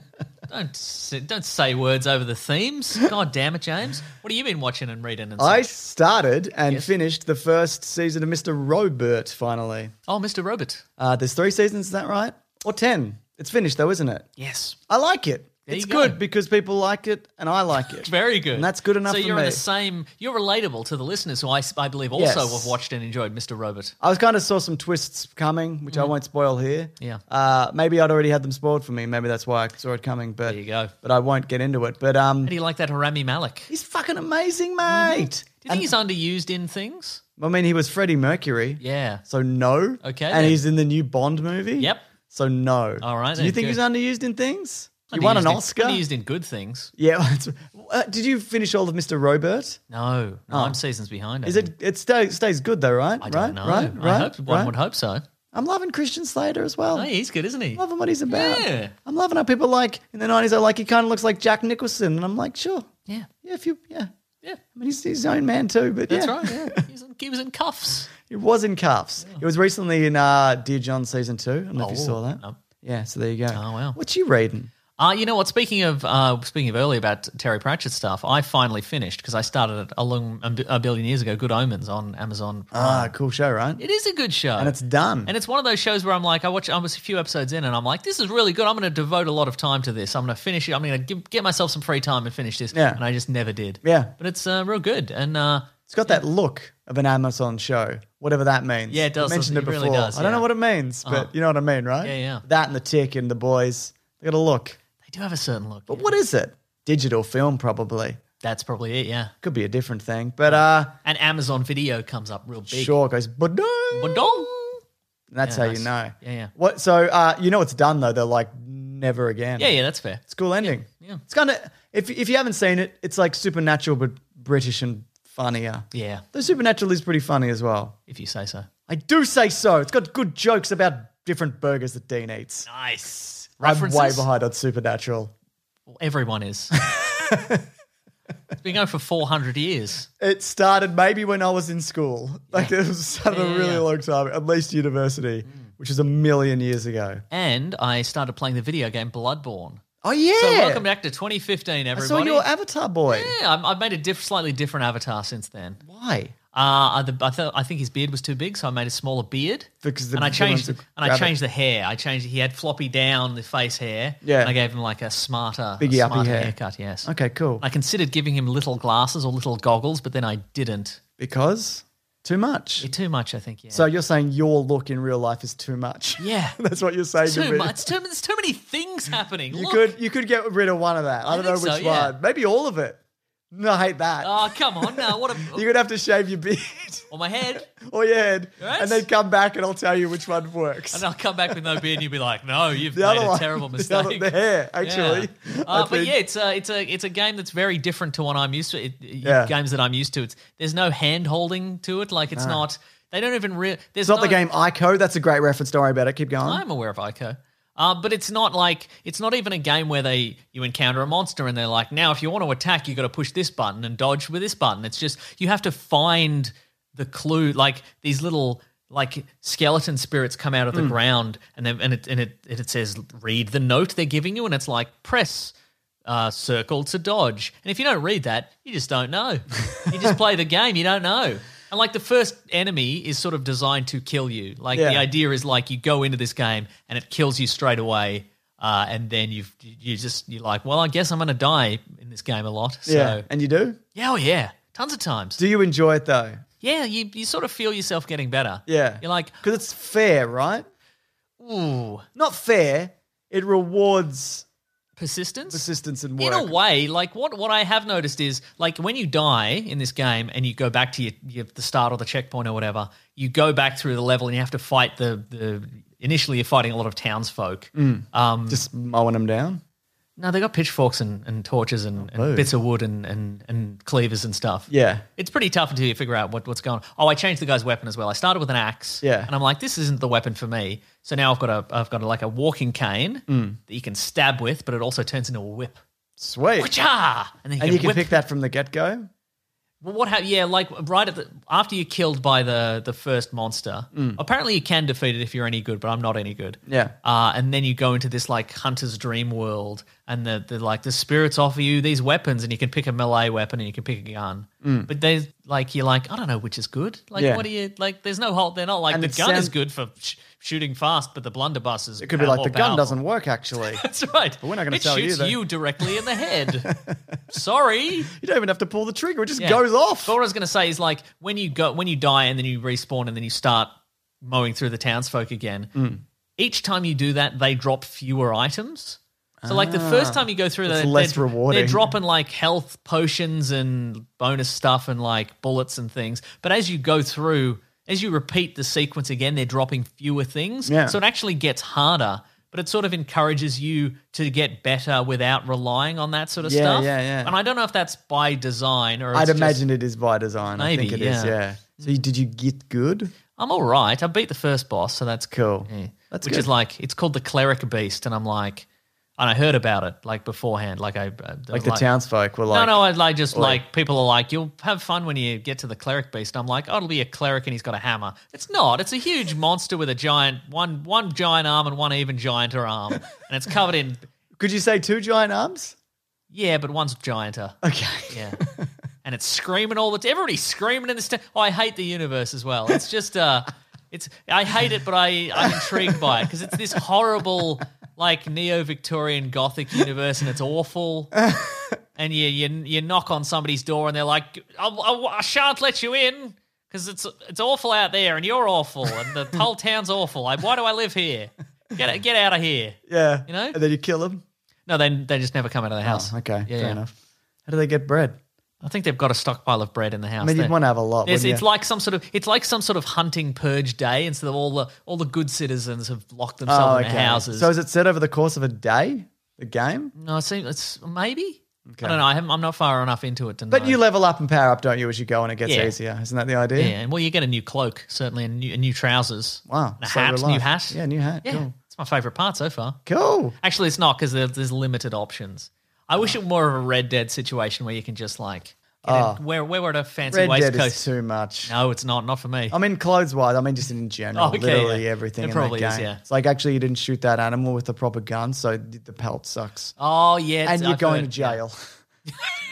S1: [LAUGHS]
S4: don't say, don't say words over the themes. God damn it, James. What have you been watching and reading? And
S1: I
S4: such?
S1: started and
S4: Yes.
S1: finished the first season of Mr. Robert finally.
S4: oh, Mr. Robert.
S1: Uh, there's three seasons, is that right? Or ten. It's finished though, isn't it?
S4: Yes.
S1: I like it.
S4: There
S1: it's
S4: you go.
S1: good because people like it and I like it.
S4: [LAUGHS] Very good.
S1: And that's good enough
S4: So
S1: for
S4: you're in
S1: me.
S4: the same. You're relatable to the listeners who I, s- I believe also
S1: Yes.
S4: have watched and enjoyed Mr. Robot.
S1: I was kind of saw some twists coming, which I won't spoil here.
S4: Mm. Yeah.
S1: Uh, maybe I'd already had them spoiled for me. Maybe that's why I saw it coming. But
S4: There you go.
S1: But I won't get into it. But um,
S4: How do you like that Harami Malik? Do
S1: he's fucking amazing, mate.
S4: you think he's underused in things?
S1: I mean, he was Freddie Mercury.
S4: Mm-hmm. Yeah.
S1: So no.
S4: Okay,
S1: And
S4: then.
S1: he's in the new Bond movie.
S4: Yep.
S1: So no.
S4: All right,
S1: Do you
S4: then,
S1: think
S4: good.
S1: he's underused in things? He won an
S4: Underused in-
S1: Oscar.
S4: Underused in good things.
S1: yeah. [LAUGHS] that's- uh, did you finish all of Mr. Robert?
S4: No, no I'm seasons behind. I
S1: Oh. Is
S4: think.
S1: it it stay, stays good though, right?
S4: I
S1: right?
S4: don't know.
S1: Right?
S4: I
S1: Right?
S4: hope, one
S1: right?
S4: would hope so.
S1: I'm loving Christian Slater as well.
S4: Oh, he's good, isn't he?
S1: I'm loving what he's about.
S4: Yeah.
S1: I'm loving how people like in the nineties. I like he kind of looks like Jack Nicholson, and I'm like, sure,
S4: Yeah,
S1: yeah, if you, yeah,
S4: yeah.
S1: I mean, he's his own man too, but
S4: That's
S1: yeah.
S4: right. Yeah. He was in- he was in cuffs.
S1: It was in cuffs. It was recently in uh, Dear John season two. I don't know if you
S4: Oh,
S1: saw that.
S4: no.
S1: Yeah, so there you go.
S4: Oh, wow.
S1: What you reading?
S4: Uh, you know what? Speaking of uh, speaking of earlier about Terry Pratchett stuff, I finally finished because I started it a long a bi- a billion years ago. Good Omens on Amazon.
S1: Ah,
S4: Prime.
S1: cool show, right?
S4: it is a good show,
S1: and it's done.
S4: Uh, and it's one of those shows where I'm like, I watch, I was a few episodes in, and I'm like, this is really good. I'm going to devote a lot of time to this. I'm going to finish it. I'm going to get myself some free time and finish this.
S1: Yeah.
S4: and I just never did.
S1: Yeah.
S4: but it's uh, real good, and uh,
S1: it's got that look of an Amazon show, whatever that means.
S4: Yeah, it does,
S1: I mentioned it
S4: doesn't it? It
S1: before.
S4: really does,
S1: I don't know
S4: yeah.
S1: what it means, but
S4: Uh-huh.
S1: you know what I mean, right?
S4: Yeah, yeah.
S1: That and the tick and the boys, they got a look.
S4: they do have a certain look.
S1: But what is it? Digital film, probably.
S4: That's probably it. Yeah,
S1: Could be a different thing, but uh,
S4: and Amazon Video comes up real big.
S1: sure goes. Badoo.
S4: Badong.
S1: That's
S4: Yeah,
S1: how you
S4: nice.
S1: know.
S4: Yeah, yeah.
S1: What? So uh, you know it's done though. They're like never again.
S4: Yeah, yeah, that's fair.
S1: It's a cool ending.
S4: Yeah, yeah.
S1: It's kind of if if you haven't seen it, it's like supernatural but British and funnier.
S4: Yeah,
S1: Though supernatural is pretty funny as well.
S4: if you say so.
S1: I do say so. It's got good jokes about different burgers that Dean eats.
S4: Nice.
S1: I'm way behind on supernatural.
S4: Everyone is.
S1: [LAUGHS]
S4: it's been going for 400 years.
S1: It started maybe when I was in school. Like it was started
S4: Yeah,
S1: a
S4: yeah,
S1: really
S4: yeah. Mm.
S1: long time, at least university, which is a million years ago.
S4: And I started playing the video game Bloodborne.
S1: Oh yeah.
S4: So welcome back to 2015,
S1: I
S4: everybody.
S1: saw your avatar boy.
S4: yeah, I'm- I've made a diff- slightly different avatar since then.
S1: Why?
S4: Uh, I- the, I, th- I think his beard was too big, so I made a smaller beard.
S1: Because the
S4: and I
S1: villains
S4: changed
S1: would
S4: and I
S1: grab it.
S4: changed the hair. I changed. He had floppy down the face hair.
S1: Yeah.
S4: and I gave him like a smarter,
S1: Biggie
S4: a
S1: uppy
S4: smarter
S1: hair.
S4: haircut. Yes.
S1: Okay, cool.
S4: I considered giving him little glasses or little goggles, but then I didn't.
S1: because too much.
S4: You're too much, I think. Yeah.
S1: so you're saying your look in real life is too much.
S4: yeah,
S1: [LAUGHS] That's what you're saying to
S4: too
S1: me.
S4: much. It's Too, there's too many things happening.
S1: You
S4: Look.
S1: could you could get rid of one of that. I,
S4: I
S1: don't know
S4: think
S1: which
S4: so,
S1: one.
S4: yeah.
S1: Maybe all of it. No, I hate that.
S4: Oh come on now! What a
S1: [LAUGHS] You're gonna have to shave your beard [LAUGHS]
S4: on my head,
S1: or your head,
S4: Yes.
S1: and then come back and I'll tell you which one works.
S4: and I'll come back with no beard, and you'll be like, "No, you've made a
S1: [LAUGHS]
S4: terrible
S1: the, other-
S4: mistake."
S1: the hair actually.
S4: Yeah.
S1: [LAUGHS] I
S4: Uh, but
S1: think.
S4: yeah, it's a it's a it's a game that's very different to one I'm used to. It, it-
S1: Yeah.
S4: Games that I'm used to. It's there's no hand holding to it. Like it's not. They don't even real. There's
S1: Ah. it's not the
S4: no-
S1: game Ico. That's a great reference. Don't worry about it. Keep going.
S4: I'm aware of Ico. Uh, but it's not like it's not even a game where they you encounter a monster and they're like, now if you want to attack, you got to push this button and dodge with this button. It's just you have to find the clue, like these little like skeleton spirits come out of the ground and then and it and it and it says read the note they're giving you and it's like press uh, circle to dodge. And if you don't read that, you just don't know. you just play the game, you don't know. And like the first enemy is sort of designed to kill you. Like
S1: Yeah.
S4: the idea is like you go into this game and it kills you straight away. Uh, and then you've, you just, you're like, well, I guess I'm going to die in this game a lot. So,
S1: yeah.
S4: yeah,
S1: And you do?
S4: oh, yeah. Tons of times.
S1: Do you enjoy it though?
S4: yeah, you, you sort of feel yourself getting better.
S1: Yeah.
S4: You're like,
S1: Because it's fair, right?
S4: ooh,
S1: Not fair. It rewards
S4: persistence?
S1: persistence and work.
S4: In a way, like what what I have noticed is like when you die in this game and you go back to your, your the start or the checkpoint or whatever, you go back through the level and you have to fight the the. Initially, you're fighting a lot of townsfolk.
S1: Mm.
S4: Um,
S1: Just mowing them down.
S4: no, they got pitchforks and, and torches and, and bits of wood and, and, and cleavers and stuff.
S1: Oh, Yeah.
S4: It's pretty tough until you figure out what, what's going on. Oh, I changed the guy's weapon as well. I started with an axe.
S1: Yeah.
S4: And I'm like, this isn't the weapon for me. So now I've got a I've got a, like a walking cane
S1: Mm.
S4: that you can stab with, but it also turns into a whip.
S1: Sweet.
S4: Wha-cha! And then you
S1: and
S4: can,
S1: you can
S4: whip
S1: pick that from the get go.
S4: Well, what happened? Yeah, like right at the after you're killed by the the first monster.
S1: Mm.
S4: Apparently, you can defeat it if you're any good, but I'm not any good.
S1: Yeah.
S4: Uh, and then you go into this like hunter's dream world, and the, the like the spirits offer you these weapons, and you can pick a melee weapon and you can pick a gun. But they like you're like I don't know which is good. Like
S1: Mm. Yeah.
S4: what are you like? There's no halt. They're not like
S1: And
S4: the
S1: it
S4: gun is
S1: sound-
S4: good for sh- shooting fast, but the blunderbuss is.
S1: It could be like
S4: more
S1: the gun
S4: powerful."
S1: doesn't work actually. you
S4: [LAUGHS] That's right.
S1: But we're not gonna
S4: It
S1: tell you
S4: shoots
S1: that.
S4: you directly in
S1: [LAUGHS]
S4: the head. Sorry.
S1: don't even have to pull the trigger; it just
S4: Yeah.
S1: goes off.
S4: But what I was going to say is like when you go when you die and then you respawn and then you start mowing through the townsfolk again.
S1: Mm.
S4: Each time you do that, they drop fewer items. So like the first time you go through,
S1: Ah. That's
S4: they're,
S1: less
S4: they're-
S1: rewarding.
S4: They're dropping like health potions and bonus stuff and like bullets and things. But as you go through, as you repeat the sequence again, they're dropping fewer things.
S1: Yeah.
S4: So it actually gets harder. But it sort of encourages you to get better without relying on that sort of
S1: Yeah,
S4: stuff.
S1: yeah, yeah.
S4: And I don't know if that's by design or
S1: I'd
S4: it's just-
S1: imagine it is by design. I think
S4: Maybe,
S1: it is.
S4: yeah.
S1: Yeah. So you, did you get good?
S4: I'm all right. I beat the first boss, so that's
S1: Cool.
S4: Yeah.
S1: That's
S4: Which
S1: good.
S4: is like it's called the cleric beast, and I'm like, and I heard about it like beforehand, like I uh,
S1: Like the townsfolk were like,
S4: no, no, I like just
S1: like-
S4: like, people are like, you'll have fun when you get to the cleric beast. I'm like, oh, it'll be a cleric and he's got a hammer. It's not. It's a
S1: [LAUGHS]
S4: huge monster with a giant one one giant arm and one even gianter arm, and it's covered in
S1: could you say two giant arms? [LAUGHS]
S4: yeah, but one's gianter.
S1: Okay.
S4: Yeah. and it's screaming all the time. Everybody's screaming in this. town. oh, I hate the universe as well. It's just, uh, it's I hate it, but I I'm intrigued by it because it's this horrible like neo-Victorian Gothic universe, and it's awful. and you you you knock on somebody's door, and they're like, I, I, I shan't let you in. Because it's it's awful out there, and you're awful, and the whole town's awful. Like, why do I live here? Get get out of here!
S1: Yeah.
S4: You know?
S1: And then you kill them.
S4: No, they they just never come out of the house.
S1: Oh, Okay.
S4: Yeah,
S1: fair
S4: yeah.
S1: enough. How do they get bread?
S4: I think they've got a stockpile of bread in the house.
S1: I mean,
S4: They-
S1: you'd want to have a lot.
S4: There's-
S1: Wouldn't you?
S4: it's like some sort of it's like some sort of hunting purge day, and so all the all the good citizens have locked themselves in their houses.
S1: Oh, So is it set over the course of a day? The game,
S4: no, I see, it's maybe.
S1: Okay.
S4: I don't know. I haven't, I'm not far enough into it to
S1: but
S4: know.
S1: you level up and power up, don't you, as you go, and it gets
S4: Yeah.
S1: easier. Isn't that the idea?
S4: yeah, and well, you get a new cloak certainly, and new, and new trousers.
S1: Wow.
S4: and a
S1: so
S4: hat,
S1: we're
S4: new
S1: live.
S4: hat.
S1: Yeah, new hat.
S4: yeah.
S1: Cool.
S4: It's my favorite part so far.
S1: Cool.
S4: Actually, it's not because there's, there's limited options. I wish it were more of a Red Dead situation where you can just like get in- where where we're at a fancy
S1: Ah. Red Dead
S4: waistcoat.
S1: is Um, too much.
S4: no, it's not. Not for me.
S1: I mean, clothes wise, I mean, just in general,
S4: Oh, okay,
S1: literally
S4: yeah.
S1: everything
S4: It
S1: in
S4: probably
S1: that
S4: is,
S1: game.
S4: yeah.
S1: It's like actually you didn't shoot that animal with a proper gun, so th- the pelt sucks,
S4: oh yeah,
S1: and you're
S4: I've
S1: going
S4: heard-
S1: to
S4: [LAUGHS]
S1: jail.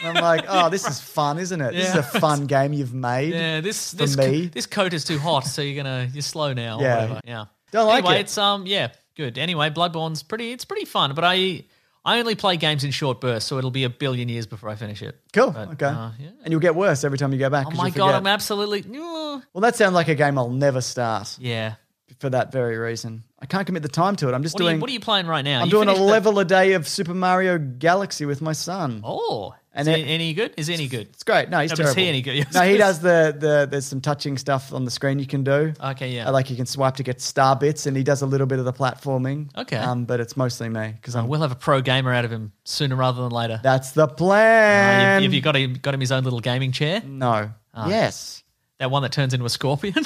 S1: And I'm like, oh, this is fun, isn't it? This is a fun game you've made.
S4: Yeah, this
S1: for
S4: this
S1: me.
S4: co- this coat is too hot, so you're gonna you're slow now.
S1: Yeah.
S4: Yeah, whatever. yeah.
S1: Don't like
S4: anyway,
S1: it.
S4: It's um yeah good. Anyway, Bloodborne's pretty it's pretty fun, but I I only play games in short bursts, so it'll be a billion years before I finish it.
S1: Cool.
S4: But,
S1: okay.
S4: uh, yeah.
S1: And you'll get worse every time you go back.
S4: Oh
S1: 'cause
S4: my
S1: you
S4: god,
S1: forget.
S4: I'm absolutely no.
S1: well, that sounds like a game I'll never start
S4: yeah.
S1: for that very reason. I can't commit the time to it. I'm just
S4: What
S1: doing.
S4: are you what are you playing right now?
S1: I'm
S4: You
S1: doing a
S4: finished the-
S1: level a day of Super Mario Galaxy with my son.
S4: oh,
S1: And
S4: and
S1: it-
S4: any good? Is he any good?
S1: It's great. No, he's
S4: No, but
S1: terrible.
S4: is he any good? [LAUGHS]
S1: no, he does the the. There's some touching stuff on the screen you can do.
S4: Okay, yeah.
S1: Uh, Like you can swipe to get star bits, and he does a little bit of the platforming.
S4: Okay. Oh,
S1: Um, but it's mostly me because I'm.
S4: We'll have a pro gamer out of him sooner rather than later.
S1: That's the
S4: Uh, you-
S1: plan.
S4: have you got Ah. him got him his own little gaming chair?
S1: no. yes.
S4: That one that turns into a scorpion? [LAUGHS]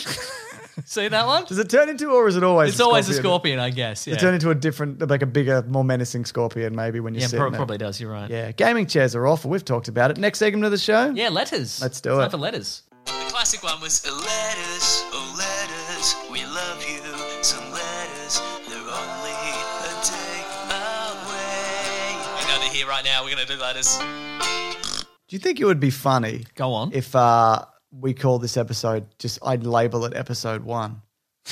S4: See that one?
S1: Does it turn into, or is it always?
S4: It's always a scorpion, I guess. Yeah,
S1: It turn into a different, like a bigger, more menacing scorpion, maybe when you
S4: yeah
S1: sit.
S4: pro- probably does. You're right.
S1: Yeah, gaming chairs are awful. We've talked about it. Next segment of the show.
S4: Yeah, letters.
S1: Let's do
S4: It's
S1: it.
S4: Time for letters.
S3: The classic one was uh, letters, oh letters, we love you. Some letters, they're only a day away. And under here right now, we're gonna do letters.
S1: Do you think it would be funny
S4: Go on.
S1: if uh, we call this episode just? I'd label it episode one. [LAUGHS]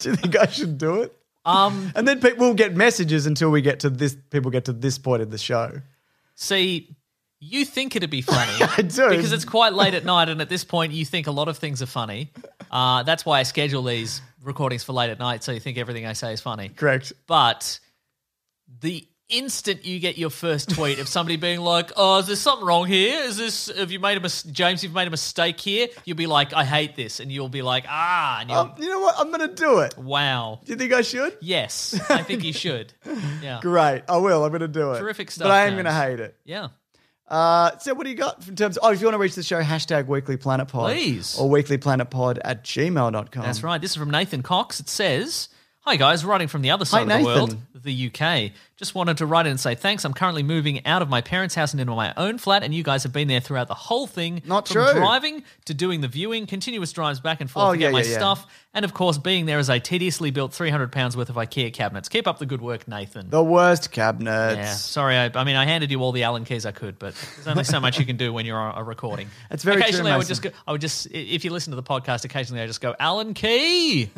S1: do you think I should do it?
S4: um,
S1: And then people will get messages until we get to this. People get to this point in the show.
S4: [LAUGHS] see, you think it'd be [LAUGHS] funny.
S1: I do
S4: Because it's quite late at night, and at this point, you think a lot of things are funny. Uh, that's why I schedule these recordings for late at night, so you think everything I say is funny.
S1: correct.
S4: But the instant you get your first tweet of somebody being like, "Oh, is there something wrong here? Is this have you made a mis- James? You've made a mistake here." You'll be like, "I hate this," and you'll be like, "Ah," and you'll,
S1: Um, you know what? I'm going to do it.
S4: "Wow."
S1: Do you think I should?
S4: Yes, I think you should. Yeah.
S1: Great. I will. I'm going to do it.
S4: Terrific stuff,
S1: But I am
S4: James.
S1: going to hate it.
S4: Yeah.
S1: Uh, so what do you got in terms? oh, if you want to reach the show, hashtag Weekly Planet Pod,
S4: Please.
S1: or Weekly Planet Pod at gmail.com.
S4: That's right. This is from Nathan Cox. It says, Hi guys, writing from the other side of the
S1: Nathan.
S4: world, the UK. Just wanted to write in and say thanks. I'm currently moving out of my parents' house and into my own flat, and you guys have been there throughout the whole thing.
S1: Not
S4: from
S1: true.
S4: driving to doing the viewing, continuous drives back and forth
S1: Oh,
S4: to
S1: yeah,
S4: get my
S1: yeah, yeah.
S4: stuff, and of course being there as I tediously built 300 pounds worth of IKEA cabinets. Keep up the good work, Nathan.
S1: The worst
S4: yeah,
S1: cabinets.
S4: sorry. I, I mean, I handed you all the Allen keys I could, but there's only so much you can do when you're on a recording.
S1: [LAUGHS] That's very true,
S4: Occasionally, I would
S1: Mason.
S4: just, go, I would just, i- if you listen to the podcast, occasionally I just go
S1: [LAUGHS]
S4: Allen key.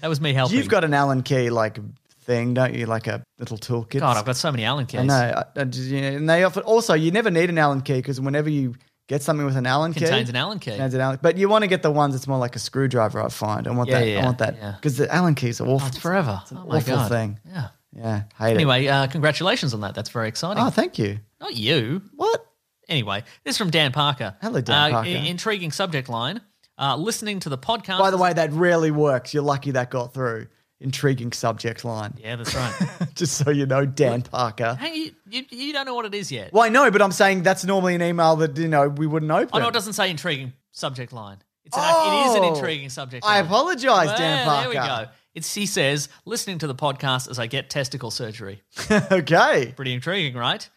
S4: That was me helping.
S1: You've got an Allen key like thing, don't you? Like a little toolkit.
S4: God, I've got so many Allen keys.
S1: I know. I, I just- yeah, and they often also you never need an Allen key because whenever you get something with an Allen key,
S4: Contains an Allen key.
S1: contains an Allen- But you want to get the ones that's more like a screwdriver. I find. I want
S4: Yeah,
S1: that.
S4: yeah,
S1: I want
S4: yeah.
S1: that because the Allen keys are
S4: Oh,
S1: awful.
S4: it's forever.
S1: an
S4: oh my
S1: awful
S4: God.
S1: thing.
S4: Yeah.
S1: Yeah, hate it.
S4: Anyway, uh, congratulations on that. That's very exciting.
S1: Oh, thank you.
S4: Not you.
S1: What?
S4: Anyway, this is from Dan Parker.
S1: Hello, Dan
S4: Uh,
S1: Parker.
S4: i- intriguing subject line. Uh, listening to the podcast.
S1: By the way, that rarely works. You're lucky that got through. Intriguing subject line.
S4: yeah, that's right.
S1: [LAUGHS] Just so you know, Dan Parker.
S4: hey, you, you, you don't know what it is yet.
S1: Well, I know, but I'm saying that's normally an email that you know we wouldn't open.
S4: Oh no, it doesn't say intriguing subject line. It's an, it is an
S1: Oh.
S4: intriguing subject.
S1: I
S4: line.
S1: apologize, Dan
S4: Well,
S1: Parker.
S4: There we go. It's he says listening to the podcast as I get testicle surgery.
S1: [LAUGHS] okay.
S4: Pretty intriguing, right?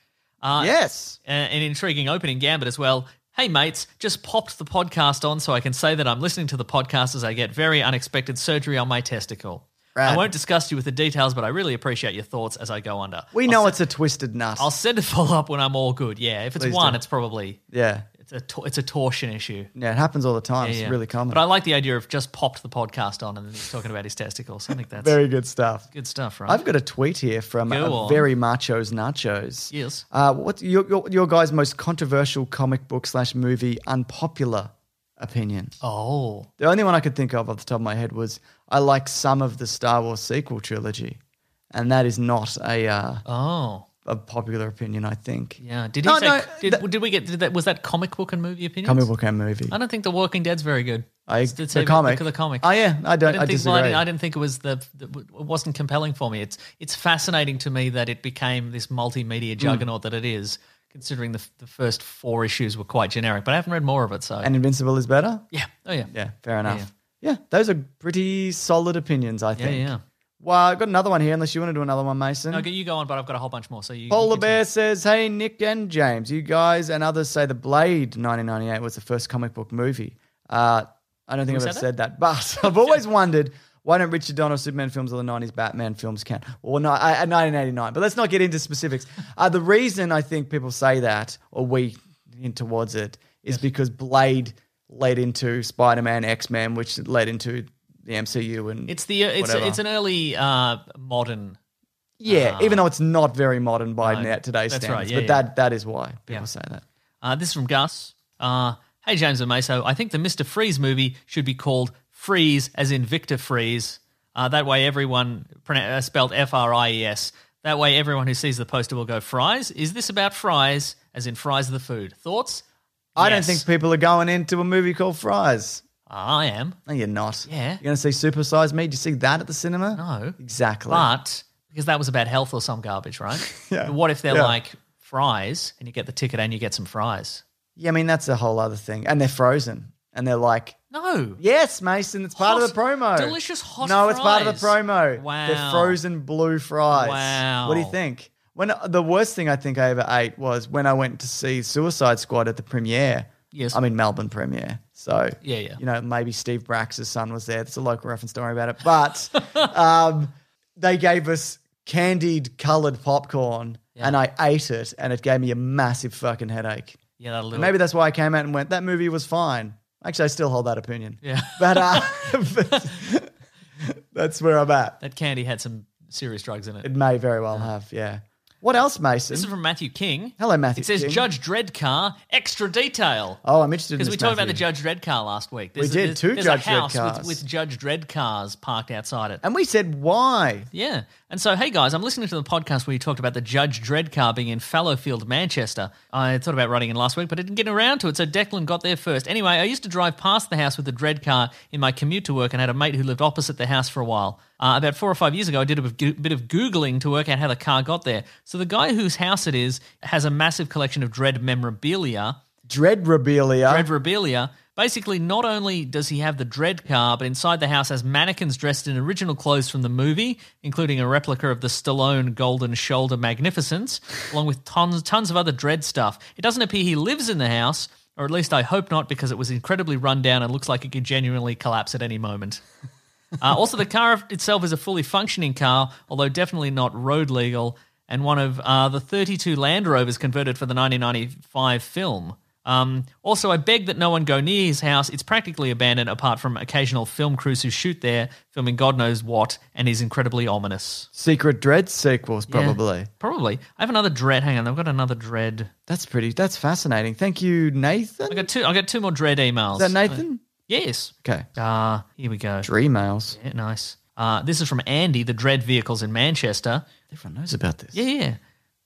S4: Uh,
S1: Yes.
S4: a- An intriguing opening gambit as well. Hey mates, just popped the podcast on so I can say that I'm listening to the podcast as I get very unexpected surgery on my testicle. I
S1: Rad.
S4: won't discuss you with the details, but I really appreciate your thoughts as I go under.
S1: We
S4: I'll
S1: know
S4: se-
S1: it's a twisted nut.
S4: I'll send a follow up when I'm all good. Yeah, if it's
S1: Please
S4: one,
S1: do.
S4: it's probably
S1: yeah.
S4: it's a tor- it's a torsion issue.
S1: Yeah, it happens all the time.
S4: Yeah.
S1: It's really common.
S4: But I like the idea of just popped the podcast on and then he's talking about his testicles. I think that's
S1: Very good stuff.
S4: good stuff, right?
S1: I've got a tweet here from
S4: Go
S1: uh,
S4: on.
S1: very machos nachos.
S4: Yes.
S1: Uh, what's your, your your guys' most controversial comic book slash movie unpopular opinion?
S4: oh,
S1: The only one I could think of off the top of my head was I like some of the Star Wars sequel trilogy, and that is not a uh,
S4: oh,
S1: a popular opinion. I think
S4: yeah. Did he
S1: No,
S4: say?
S1: no,
S4: did,
S1: that-
S4: did we get? Did that, was that comic book and movie opinions?
S1: comic book and movie.
S4: I don't think The Walking Dead's very good.
S1: I,
S4: It's-
S1: the,
S4: it's a-
S1: comic.
S4: The, the comic.
S1: Oh yeah, I
S4: I
S1: don't. I,
S4: didn't, think,
S1: disagree.
S4: well, I, didn't, I didn't think it was the, the- it wasn't compelling for me. It's it's fascinating to me that it became this
S1: Mm.
S4: multimedia juggernaut that it is. Considering the the first four issues were quite generic, but I haven't read more of it, so
S1: and Invincible is better.
S4: yeah, oh yeah,
S1: Yeah, fair enough. Yeah, those are pretty solid opinions. I
S4: yeah,
S1: think.
S4: yeah.
S1: Well, I've got another one here, unless you want to do another one, Mason.
S4: Okay, you go on, but I've got a whole bunch more. So you you
S1: Polar
S4: continue.
S1: Bear says, Hey, Nick and James, you guys and others say The Blade 1998 was the first comic book movie. Uh, I don't think I've
S4: Who
S1: ever
S4: said
S1: said that, but [LAUGHS] I've always wondered why don't Richard Donner Superman films or the 90s Batman films count? Or not, uh, 1989, but let's not get into specifics. Uh, the reason I think people say that, or we hint towards it, is because Blade led into Spider Man, X Men, which led into the MCU and
S4: It's the uh, it's
S1: whatever.
S4: it's an early uh, modern.
S1: Yeah, even though it's not very modern by
S4: Uh-huh. No,
S1: now, today's
S4: that's
S1: standards,
S4: right, yeah,
S1: but
S4: yeah.
S1: that that is why people
S4: Yeah.
S1: say that.
S4: Uh, this is from Gus. Uh, hey James and Meso, I think the Mister Freeze movie should be called Freeze, as in Victor Freeze. Uh, that way, everyone pronoun- uh, spelled F R I E S. That way, everyone who sees the poster will go fries. Is this about fries, as in fries of the food? Thoughts?
S1: I don't
S4: Yes.
S1: think people are going into a movie called Fries.
S4: I am
S1: No, you're not.
S4: Yeah.
S1: you're going to see Super Size Me. Do you see that at the cinema?
S4: no,
S1: exactly.
S4: but because that was about health or some garbage, right?
S1: [LAUGHS] Yeah.
S4: But what if they're
S1: Yeah.
S4: like fries, and you get the ticket and you get some fries?
S1: yeah, I mean that's a whole other thing. And they're frozen, and they're like,
S4: No.
S1: "Yes, Mason, it's part
S4: Hot-
S1: of the promo.
S4: delicious hot
S1: No, it's part of the
S4: fries.
S1: promo.
S4: Wow.
S1: they're frozen blue fries.
S4: Wow.
S1: What do you think? When uh, the worst thing I think I ever ate was when I went to see Suicide Squad at the premiere.
S4: Yes.
S1: I'm in Melbourne premiere, so
S4: Yeah, yeah.
S1: you know, maybe Steve Brax's son was there. It's a local reference. Don't worry about it.
S4: [LAUGHS]
S1: But um, they gave us candied coloured popcorn, and I ate it, and it gave me a massive fucking headache.
S4: Yeah, that'll do
S1: And
S4: it.
S1: maybe that's why I came out and went, "That movie was fine." Actually, I still hold that opinion.
S4: Yeah.
S1: [LAUGHS] but, uh, but
S4: [LAUGHS]
S1: that's where I'm at.
S4: That candy had some serious drugs in it.
S1: It may very well have. Yeah. What else, Mason?
S4: This is from Matthew King.
S1: Hello, Matthew
S4: It says
S1: King.
S4: Judge Dredd car, extra detail.
S1: oh, I'm interested in
S4: Because
S1: this.
S4: we talked about the
S1: Matthew.
S4: Judge Dredd car last week. There's,
S1: did,
S4: there's,
S1: two
S4: there's
S1: Judge
S4: a
S1: Dredd
S4: house
S1: cars.
S4: With, with Judge Dredd cars parked outside it.
S1: and we said why.
S4: Yeah. And so, hey guys, I'm listening to the podcast where you talked about the Judge Dredd car being in Fallowfield, Manchester. I thought about writing in last week, but I didn't get around to it, so Declan got there first. Anyway, I used to drive past the house with the Dredd car in my commute to work and had a mate who lived opposite the house for a while. Uh, about four or five years ago, I did a bit bit of Googling to work out how the car got there. So, the guy whose house it is has a massive collection of Dredd memorabilia.
S1: Dread Rebelia.
S4: Dread Rebelia, Basically, not only does he have the dread car, but inside the house has mannequins dressed in original clothes from the movie, including a replica of the Stallone Golden Shoulder Magnificence, along with tons, tons of other dread stuff. It doesn't appear he lives in the house, or at least I hope not, because it was incredibly run down and looks like it could genuinely collapse at any moment. Uh, also, the car itself is a fully functioning car, although definitely not road legal, and one of uh, the 32 Land Rovers converted for the 1995 film. Um, also, I beg that no one go near his house. It's practically abandoned, apart from occasional film crews who shoot there, filming God knows what, and is incredibly ominous.
S1: Secret Dread sequels, probably.
S4: Yeah, probably. I have another dread. Hang on, I've got another dread.
S1: That's pretty. That's fascinating. Thank you, Nathan.
S4: I got two. I got two more dread emails.
S1: Is that Nathan?
S4: Yes.
S1: Okay.
S4: Ah, here we go.
S1: Dreamails.
S4: Yeah, nice. Uh, this is from Andy, the Dread Vehicles in Manchester.
S1: Everyone knows about this.
S4: Yeah, yeah.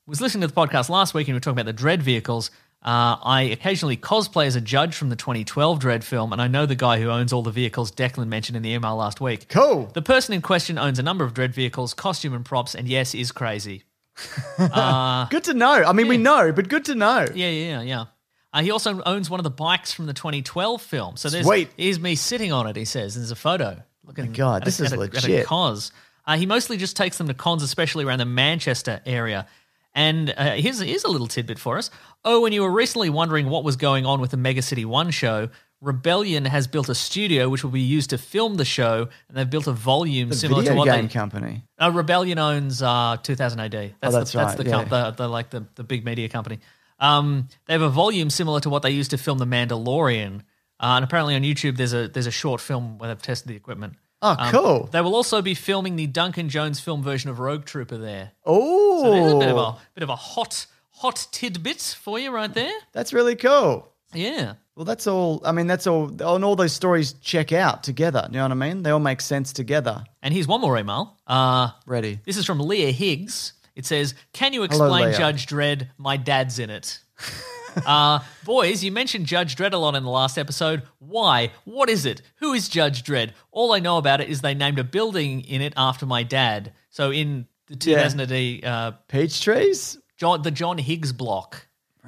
S4: Was listening to the podcast last week and we were talking about the Dread Vehicles. Uh, I occasionally cosplay as a judge from the 2012 Dread film, and I know the guy who owns all the vehicles Declan mentioned in the email last week.
S1: Cool.
S4: The person in question owns a number of Dread vehicles, costume and props, and yes, is crazy. uh,
S1: Good to know. I mean, we know, but good to know.
S4: yeah, yeah, yeah. Uh, he also owns one of the bikes from the 2012 film. So there's
S1: Sweet.
S4: here's me sitting on it. He says, and "There's a photo. Look at
S1: God,
S4: at
S1: this
S4: a,
S1: is
S4: at a, At a
S1: legit.
S4: cons. Uh, he mostly just takes them to cons, especially around the Manchester area. And uh, here's here's a little tidbit for us. Oh, when you were recently wondering what was going on with the Mega City One show, Rebellion has built a studio which will be used to film the show, and they've built a volume similar to
S1: Video
S4: what
S1: game
S4: they
S1: company.
S4: uh, Rebellion owns uh, 2000 AD. That's,
S1: Oh, that's
S4: the, That's
S1: right,
S4: the, com-
S1: yeah.
S4: the, the like the, the big media company. Um, they have a volume similar to what they used to film The Mandalorian, uh, and apparently on YouTube there's a there's a short film where they've tested the equipment.
S1: Oh,
S4: Um,
S1: cool.
S4: They will also be filming the Duncan Jones film version of Rogue Trooper there.
S1: Oh,
S4: So there's a bit of a bit of a hot hot tidbit for you right there.
S1: that's really cool.
S4: Yeah.
S1: Well, that's all. I mean, that's all. And all those stories check out together. You know what I mean? They all make sense together.
S4: And here's one more email. Uh,
S1: Ready.
S4: this is from Leah Higgs. It says, "Can you
S1: Hello,
S4: explain
S1: Leah.
S4: Judge Dredd? My dad's
S1: [LAUGHS]
S4: in it." uh, boys, you mentioned Judge Dredd a lot in the last episode. Why? What is it? Who is Judge Dredd? All I know about it is they named a building in it after my dad. So in the 2000 AD, uh,
S1: Peach trees?
S4: John, the John Higgs block.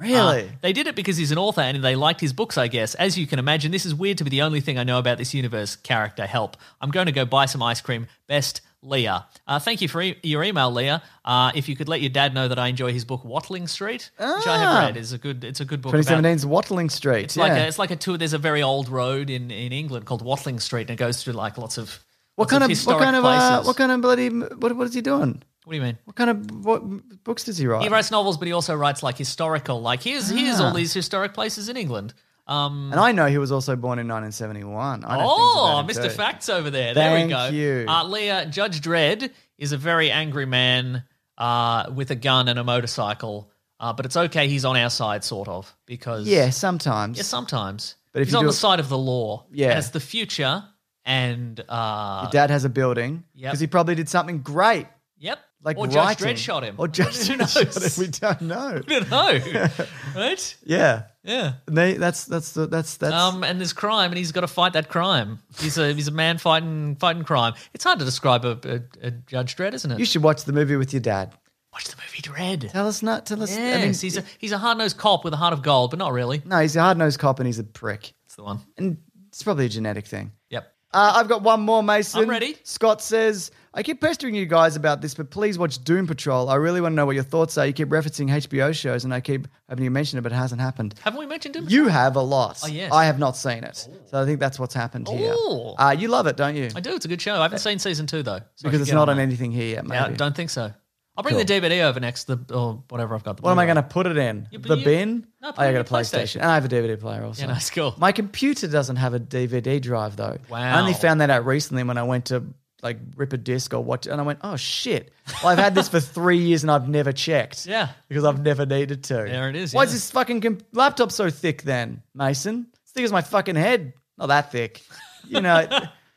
S4: Uh,
S1: Really?
S4: they did it because he's an author and they liked his books, I guess. As you can imagine, this is weird to be the only thing I know about this universe. Character help. I'm going to go buy some ice cream. Best, Leah. Uh, thank you for e- your email, Leah. Uh, if you could let your dad know that I enjoy his book Watling Street, which I have
S1: Ah.
S4: read, is a good. It's a good book. about-
S1: 2017's Watling Street.
S4: it's
S1: yeah.
S4: like a, it's like a tour. There's a very old road in, in England called Watling Street, and it goes through like lots of
S1: what
S4: lots
S1: kind of, what
S4: historic
S1: kind of uh,
S4: places.
S1: what kind of bloody what, what is he doing?
S4: What do you mean?
S1: What kind of what books does he write?
S4: He writes novels, but he also writes like historical. Like here's here's
S1: Ah.
S4: all these historic places in England. Um,
S1: and I know he was also born in 1971. I know
S4: oh,
S1: things about
S4: Mr.
S1: him too.
S4: Facts over there.
S1: Thank
S4: there we go.
S1: you.
S4: Uh, Leah Judge Dredd is a very angry man uh, with a gun and a motorcycle, uh, but it's okay. He's on our side, sort of, because
S1: Yeah, sometimes.
S4: yeah, sometimes.
S1: But if
S4: he's
S1: you
S4: on
S1: do
S4: the
S1: it-
S4: side of the law.
S1: Yeah.
S4: as the future, and uh,
S1: Your dad has a building
S4: Yep.
S1: because he probably did something great,
S4: yep,
S1: like
S4: or Judge
S1: writing.
S4: Dredd shot him,
S1: or Judge
S4: [LAUGHS] Who
S1: Dredd shot him. We
S4: [LAUGHS] knows?
S1: don't know.
S4: We don't know, [LAUGHS] right?
S1: Yeah,
S4: Yeah.
S1: And they, that's that's the, that's that's.
S4: Um, and there's crime, and he's got to fight that crime. He's a he's a man fighting fighting crime. It's hard to describe a, a, a Judge Dredd, isn't it?
S1: you should watch the movie with your dad.
S4: Watch the movie Dread.
S1: Tell us not. Tell us.
S4: Yes, he's a he's a hard nosed cop with a heart of gold, but not really.
S1: no, he's a hard nosed cop and he's a prick,
S4: That's the one.
S1: and it's probably a genetic thing.
S4: Yep.
S1: Uh, I've got one more, Mason.
S4: I'm ready.
S1: Scott says, I keep pestering you guys about this, but please watch Doom Patrol. I really want to know what your thoughts are. You keep referencing HBO shows, and I keep having you mention it, but it hasn't happened.
S4: Haven't we mentioned him?
S1: You have a lot.
S4: Oh, yes.
S1: I have not seen it. So I think that's what's happened here.
S4: Ooh.
S1: Uh, you love it, don't you?
S4: I do. It's a good show. I haven't seen season two though, so I should
S1: because it's
S4: get
S1: not on
S4: that.
S1: anything here yet,
S4: Yeah, I
S1: maybe.
S4: don't think so. I'll bring the DVD over next. The or whatever I've got. The
S1: what am I
S4: Blu-ray.
S1: going to put it in?
S4: but
S1: the
S4: you-
S1: bin?
S4: No, put
S1: Oh,
S4: it
S1: I got a
S4: in your
S1: PlayStation.
S4: PlayStation.
S1: And I have a DVD player also.
S4: Yeah, nice, cool.
S1: My computer doesn't have a DVD drive though.
S4: Wow.
S1: I only found that out recently when I went to like rip a disc or watch, and I went, oh shit! Well, I've had this for three years and I've never checked.
S4: Yeah.
S1: because I've never needed to.
S4: There it is,
S1: Why is
S4: yeah.
S1: this fucking com- laptop so thick then, Mason? It's thick as my fucking head. Not that thick. You know, [LAUGHS]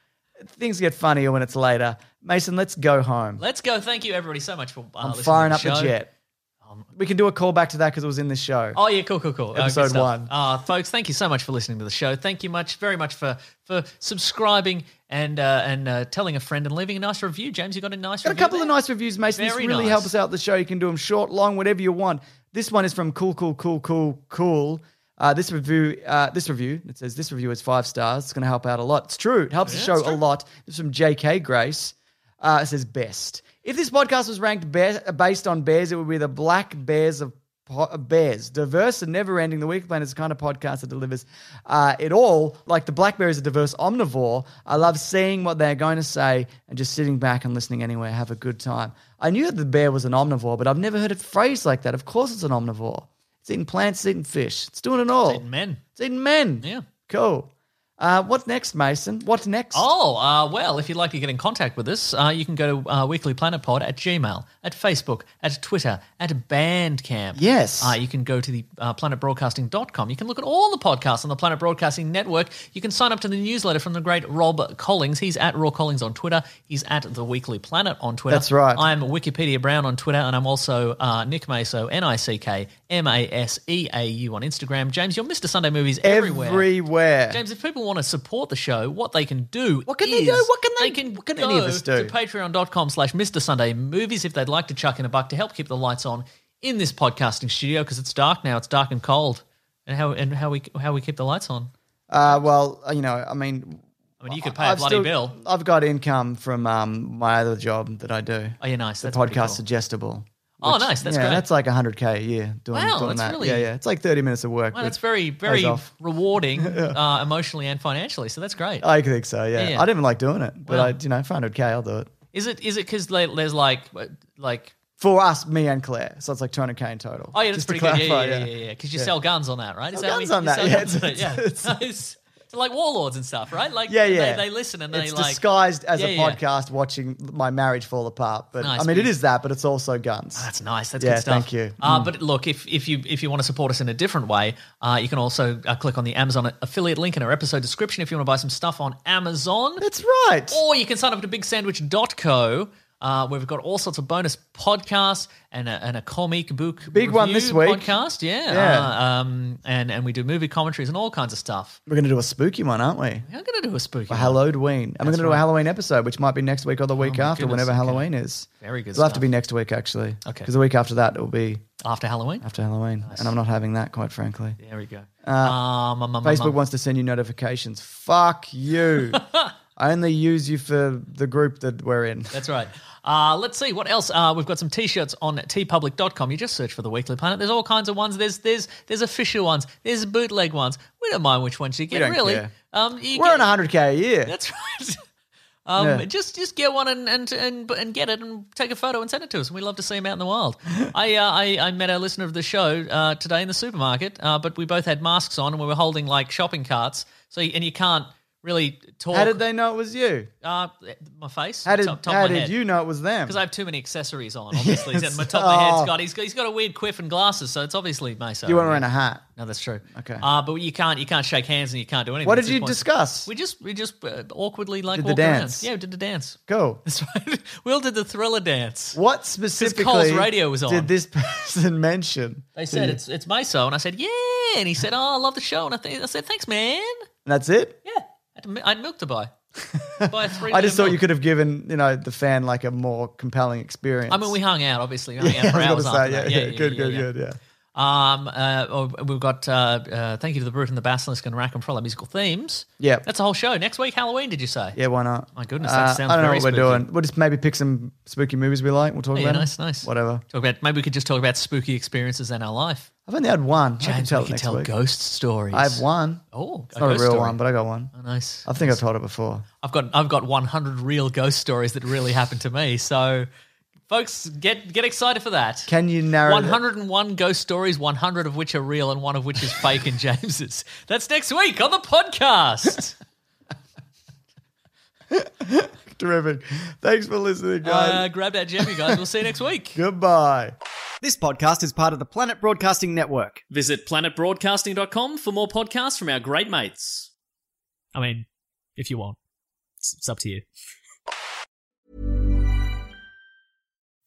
S1: things get funnier when it's later. Mason, let's go home.
S4: Let's go. Thank you, everybody, so much for. Uh,
S1: I'm
S4: listening
S1: firing
S4: to
S1: up the
S4: show. Um,
S1: jet. we can do a callback to that because it was in the show.
S4: Oh yeah, cool, cool, cool. Uh, good
S1: Episode
S4: stuff.
S1: one.
S4: Uh, folks, thank you so much for listening to the show. Thank you much, very much for for subscribing and uh, and uh, telling a friend and leaving a nice review. James, you got a nice.
S1: Got a
S4: review
S1: couple
S4: there?
S1: of nice reviews, Mason. this
S4: Very
S1: really
S4: nice.
S1: helps us out the show. You can do them short, long, whatever you want. This one is from Cool, Cool, Cool, Cool, Cool. Uh, this review, uh, this review, it says this review is five stars. It's going to help out a lot. It's true. It helps the show a lot. This is from J.K. Grace. Uh, it says best. If this podcast was ranked be- based on bears, it would be the Black Bears of po- uh, Bears. Diverse and never ending, The Weekly Planet is the kind of podcast that delivers uh, it all. Like the Black Bear is a diverse omnivore. I love seeing what they're going to say and just sitting back and listening anyway. Have a good time. I knew that the bear was an omnivore, but I've never heard it phrased like that. Of course, it's an omnivore. It's eating plants, it's eating fish, it's doing it all. It's
S4: Eating men.
S1: It's eating men.
S4: Yeah.
S1: Cool. Uh, what next, Mason? What next?
S4: Oh, uh, well, if you'd like to get in contact with us, uh, you can go to uh, weeklyplanetpod at Gmail, at Facebook, at Twitter, at Bandcamp.
S1: Yes.
S4: Uh, you can go to the uh, planetbroadcasting.com. You can look at all the podcasts on the Planet Broadcasting Network. You can sign up to the newsletter from the great Rob Collings. He's at Raw Collings on Twitter. He's at The Weekly Planet on Twitter.
S1: That's right.
S4: I'm Wikipedia Brown on Twitter, and I'm also uh, Nick Maso, N I C K M A S E A U on Instagram. James, you're Mr. Sunday Movies everywhere.
S1: Everywhere.
S4: James, if people want to support the show, what they can do
S1: What can
S4: is
S1: they do? What can they-
S4: can
S1: what can
S4: go
S1: any of us do?
S4: to patreon.com slash Mr. Sunday Movies if they'd like to chuck in a buck to help keep the lights on in this podcasting studio because it's dark now. It's dark and cold. And how and how we how we keep the lights on.
S1: Uh, well, you know, I mean,
S4: I mean, you could pay a bloody
S1: still-
S4: bill.
S1: I've got income from um, my other job that I do.
S4: Oh, yeah, nice. That's pretty
S1: podcast
S4: cool.
S1: suggestible.
S4: Oh, nice. That's
S1: yeah,
S4: great.
S1: that's like 100k a year doing,
S4: Wow,
S1: doing
S4: that's
S1: that.
S4: really-
S1: Yeah, yeah. It's like 30 minutes of work.
S4: Wow,
S1: but
S4: that's very very
S1: pays off. [LAUGHS] Uh,
S4: rewarding uh, emotionally and financially. So that's great.
S1: I think so. Yeah.
S4: Yeah, yeah.
S1: I didn't like doing it, but
S4: Wow.
S1: I, you know, for 100k, I'll do it.
S4: Is it is it because there's like uh, like
S1: For us, me and Claire, so it's like 200k in total.
S4: Oh yeah, that's
S1: Just to
S4: pretty good.
S1: clarify,
S4: Yeah, yeah, yeah, yeah, yeah. Because you sell guns on that, right? Is
S1: Sell
S4: that
S1: guns
S4: what you-
S1: on
S4: you
S1: that,
S4: sell
S1: yeah,
S4: guns on
S1: [LAUGHS] it's-
S4: that,
S1: it's-
S4: yeah. [LAUGHS] It's, it's like warlords and stuff, right? Like,
S1: Yeah,
S4: they-
S1: yeah.
S4: They, listen and they
S1: it's
S4: like
S1: disguised as
S4: Yeah,
S1: a
S4: yeah.
S1: podcast watching my marriage fall apart. But
S4: Nice,
S1: I mean, it
S4: but-
S1: is that, but it's also guns.
S4: Oh, That's nice. That's
S1: Yeah,
S4: good stuff.
S1: thank you. Hmm.
S4: Uh, But look, if, if you if you want to support us in a different way, uh, you can also uh, click on the Amazon affiliate link in our episode description if you want to buy some stuff on Amazon.
S1: That's right.
S4: Or you can sign up to bigsandwich.co. Uh, where we've got all sorts of bonus podcasts and a, and a comic book
S1: Big one
S4: review
S1: this week.
S4: podcast, yeah,
S1: Yeah.
S4: Uh, um, and and we do movie commentaries and all kinds of stuff.
S1: We're going to do a spooky one, aren't we?
S4: I'm gonna do a spooky.
S1: A
S4: one.
S1: Halloween. And we're going to do a Halloween episode, which might be next week or the week
S4: Oh my
S1: after,
S4: goodness,
S1: whenever
S4: okay.
S1: Halloween is.
S4: Very good
S1: It'll have to
S4: stuff.
S1: be next week, actually.
S4: Okay.
S1: Because the week after that, it'll be
S4: after Halloween.
S1: after Halloween. And I'm not having that, quite frankly.
S4: There we go. um, um, um,
S1: uh, Facebook
S4: um,
S1: wants to send you notifications. Fuck
S4: [LAUGHS]
S1: you. I only use you for the group that we're in.
S4: That's right. Uh, let's see what else. Uh, we've got some t-shirts on tpublic.com. You just search for the Weekly Planet. There's all kinds of ones. There's there's there's official ones. There's bootleg ones. We don't mind which ones you get.
S1: don't
S4: really.
S1: care.
S4: Um, you
S1: [LAUGHS] We're on
S4: get-
S1: 100K a year.
S4: That's [LAUGHS] right. Um,
S1: Yeah.
S4: just just get one and, and and and get it and take a photo and send it to us. We love to see them out in the
S1: [LAUGHS]
S4: wild. I uh, I, I met a listener of the show uh, today in the supermarket, uh, but we both had masks on and we were holding like shopping carts. So you- and you can't really talk.
S1: How did they know it was you?
S4: Uh, my face.
S1: How did,
S4: top, top
S1: how
S4: of my
S1: did
S4: head.
S1: you know it was them?
S4: Because I have too many accessories on. Obviously,
S1: Yes.
S4: And my top of my head's
S1: Oh.
S4: got he's, got he's got a weird quiff and glasses, so it's obviously Mesa.
S1: you weren't wearing a hat.
S4: No, that's true.
S1: Okay.
S4: Uh, but you can't you can't shake hands and you can't do anything.
S1: What did
S4: It's just
S1: you
S4: pointless.
S1: discuss?
S4: We just we just uh, awkwardly like
S1: Did the
S4: walked around.
S1: dance.
S4: Yeah, we did the dance. [LAUGHS]
S1: Go.
S4: That's right. Will did the thriller dance.
S1: What specifically
S4: radio was on.
S1: did this [LAUGHS] person mention?
S4: They said it's it's Meso, and I said yeah, and he said oh I love the show, and I, th- I said thanks man.
S1: And that's it?
S4: Yeah, I had, to, mi- I had milk
S1: [LAUGHS]
S4: to buy. buy a three.
S1: I just
S4: litre
S1: thought you
S4: milk.
S1: could have given you know the fan like a more compelling experience.
S4: I mean, we hung out obviously. We hung
S1: yeah,
S4: out
S1: [LAUGHS]
S4: for
S1: I
S4: hours
S1: was gonna
S4: after
S1: say, yeah,
S4: that.
S1: yeah, good, good, good, yeah.
S4: Um, uh, oh, we've got uh, uh, thank you to the Brute and the Basilisk and Rack and Frolic musical themes.
S1: Yep.
S4: that's a whole show next week. Halloween, did you say?
S1: Yeah, why not? Uh,
S4: My goodness, that sounds
S1: I don't know
S4: very
S1: what we're
S4: spooky.
S1: doing. We'll just maybe pick some spooky movies we like. We'll talk
S4: Yeah,
S1: about. 'em.
S4: nice, nice.
S1: Whatever.
S4: Talk about maybe we could just talk about spooky experiences in our life.
S1: I've only had one. I can
S4: James,
S1: tell
S4: we
S1: it
S4: can
S1: next
S4: tell
S1: week.
S4: ghost stories.
S1: I have one.
S4: Oh,
S1: It's not a
S4: ghost
S1: real
S4: story.
S1: one, but I got one.
S4: Oh, nice.
S1: I think I've told it before.
S4: I've got I've got 100 real ghost stories that really happened to me. So, folks, get get excited for that.
S1: Can you narrow? that?
S4: 101 ghost stories, 100 of which are real and one of which is fake and [LAUGHS] James's. That's next week on the podcast.
S1: [LAUGHS] Terrific. Thanks for listening, [LAUGHS]
S4: uh,
S1: guys.
S4: grab that gem, you guys. We'll see you next week.
S1: Goodbye.
S6: This podcast is part of the Planet Broadcasting Network.
S2: [LAUGHS] Visit planetbroadcasting.com for more podcasts from our great mates. I mean, if you want, it's, it's up to you.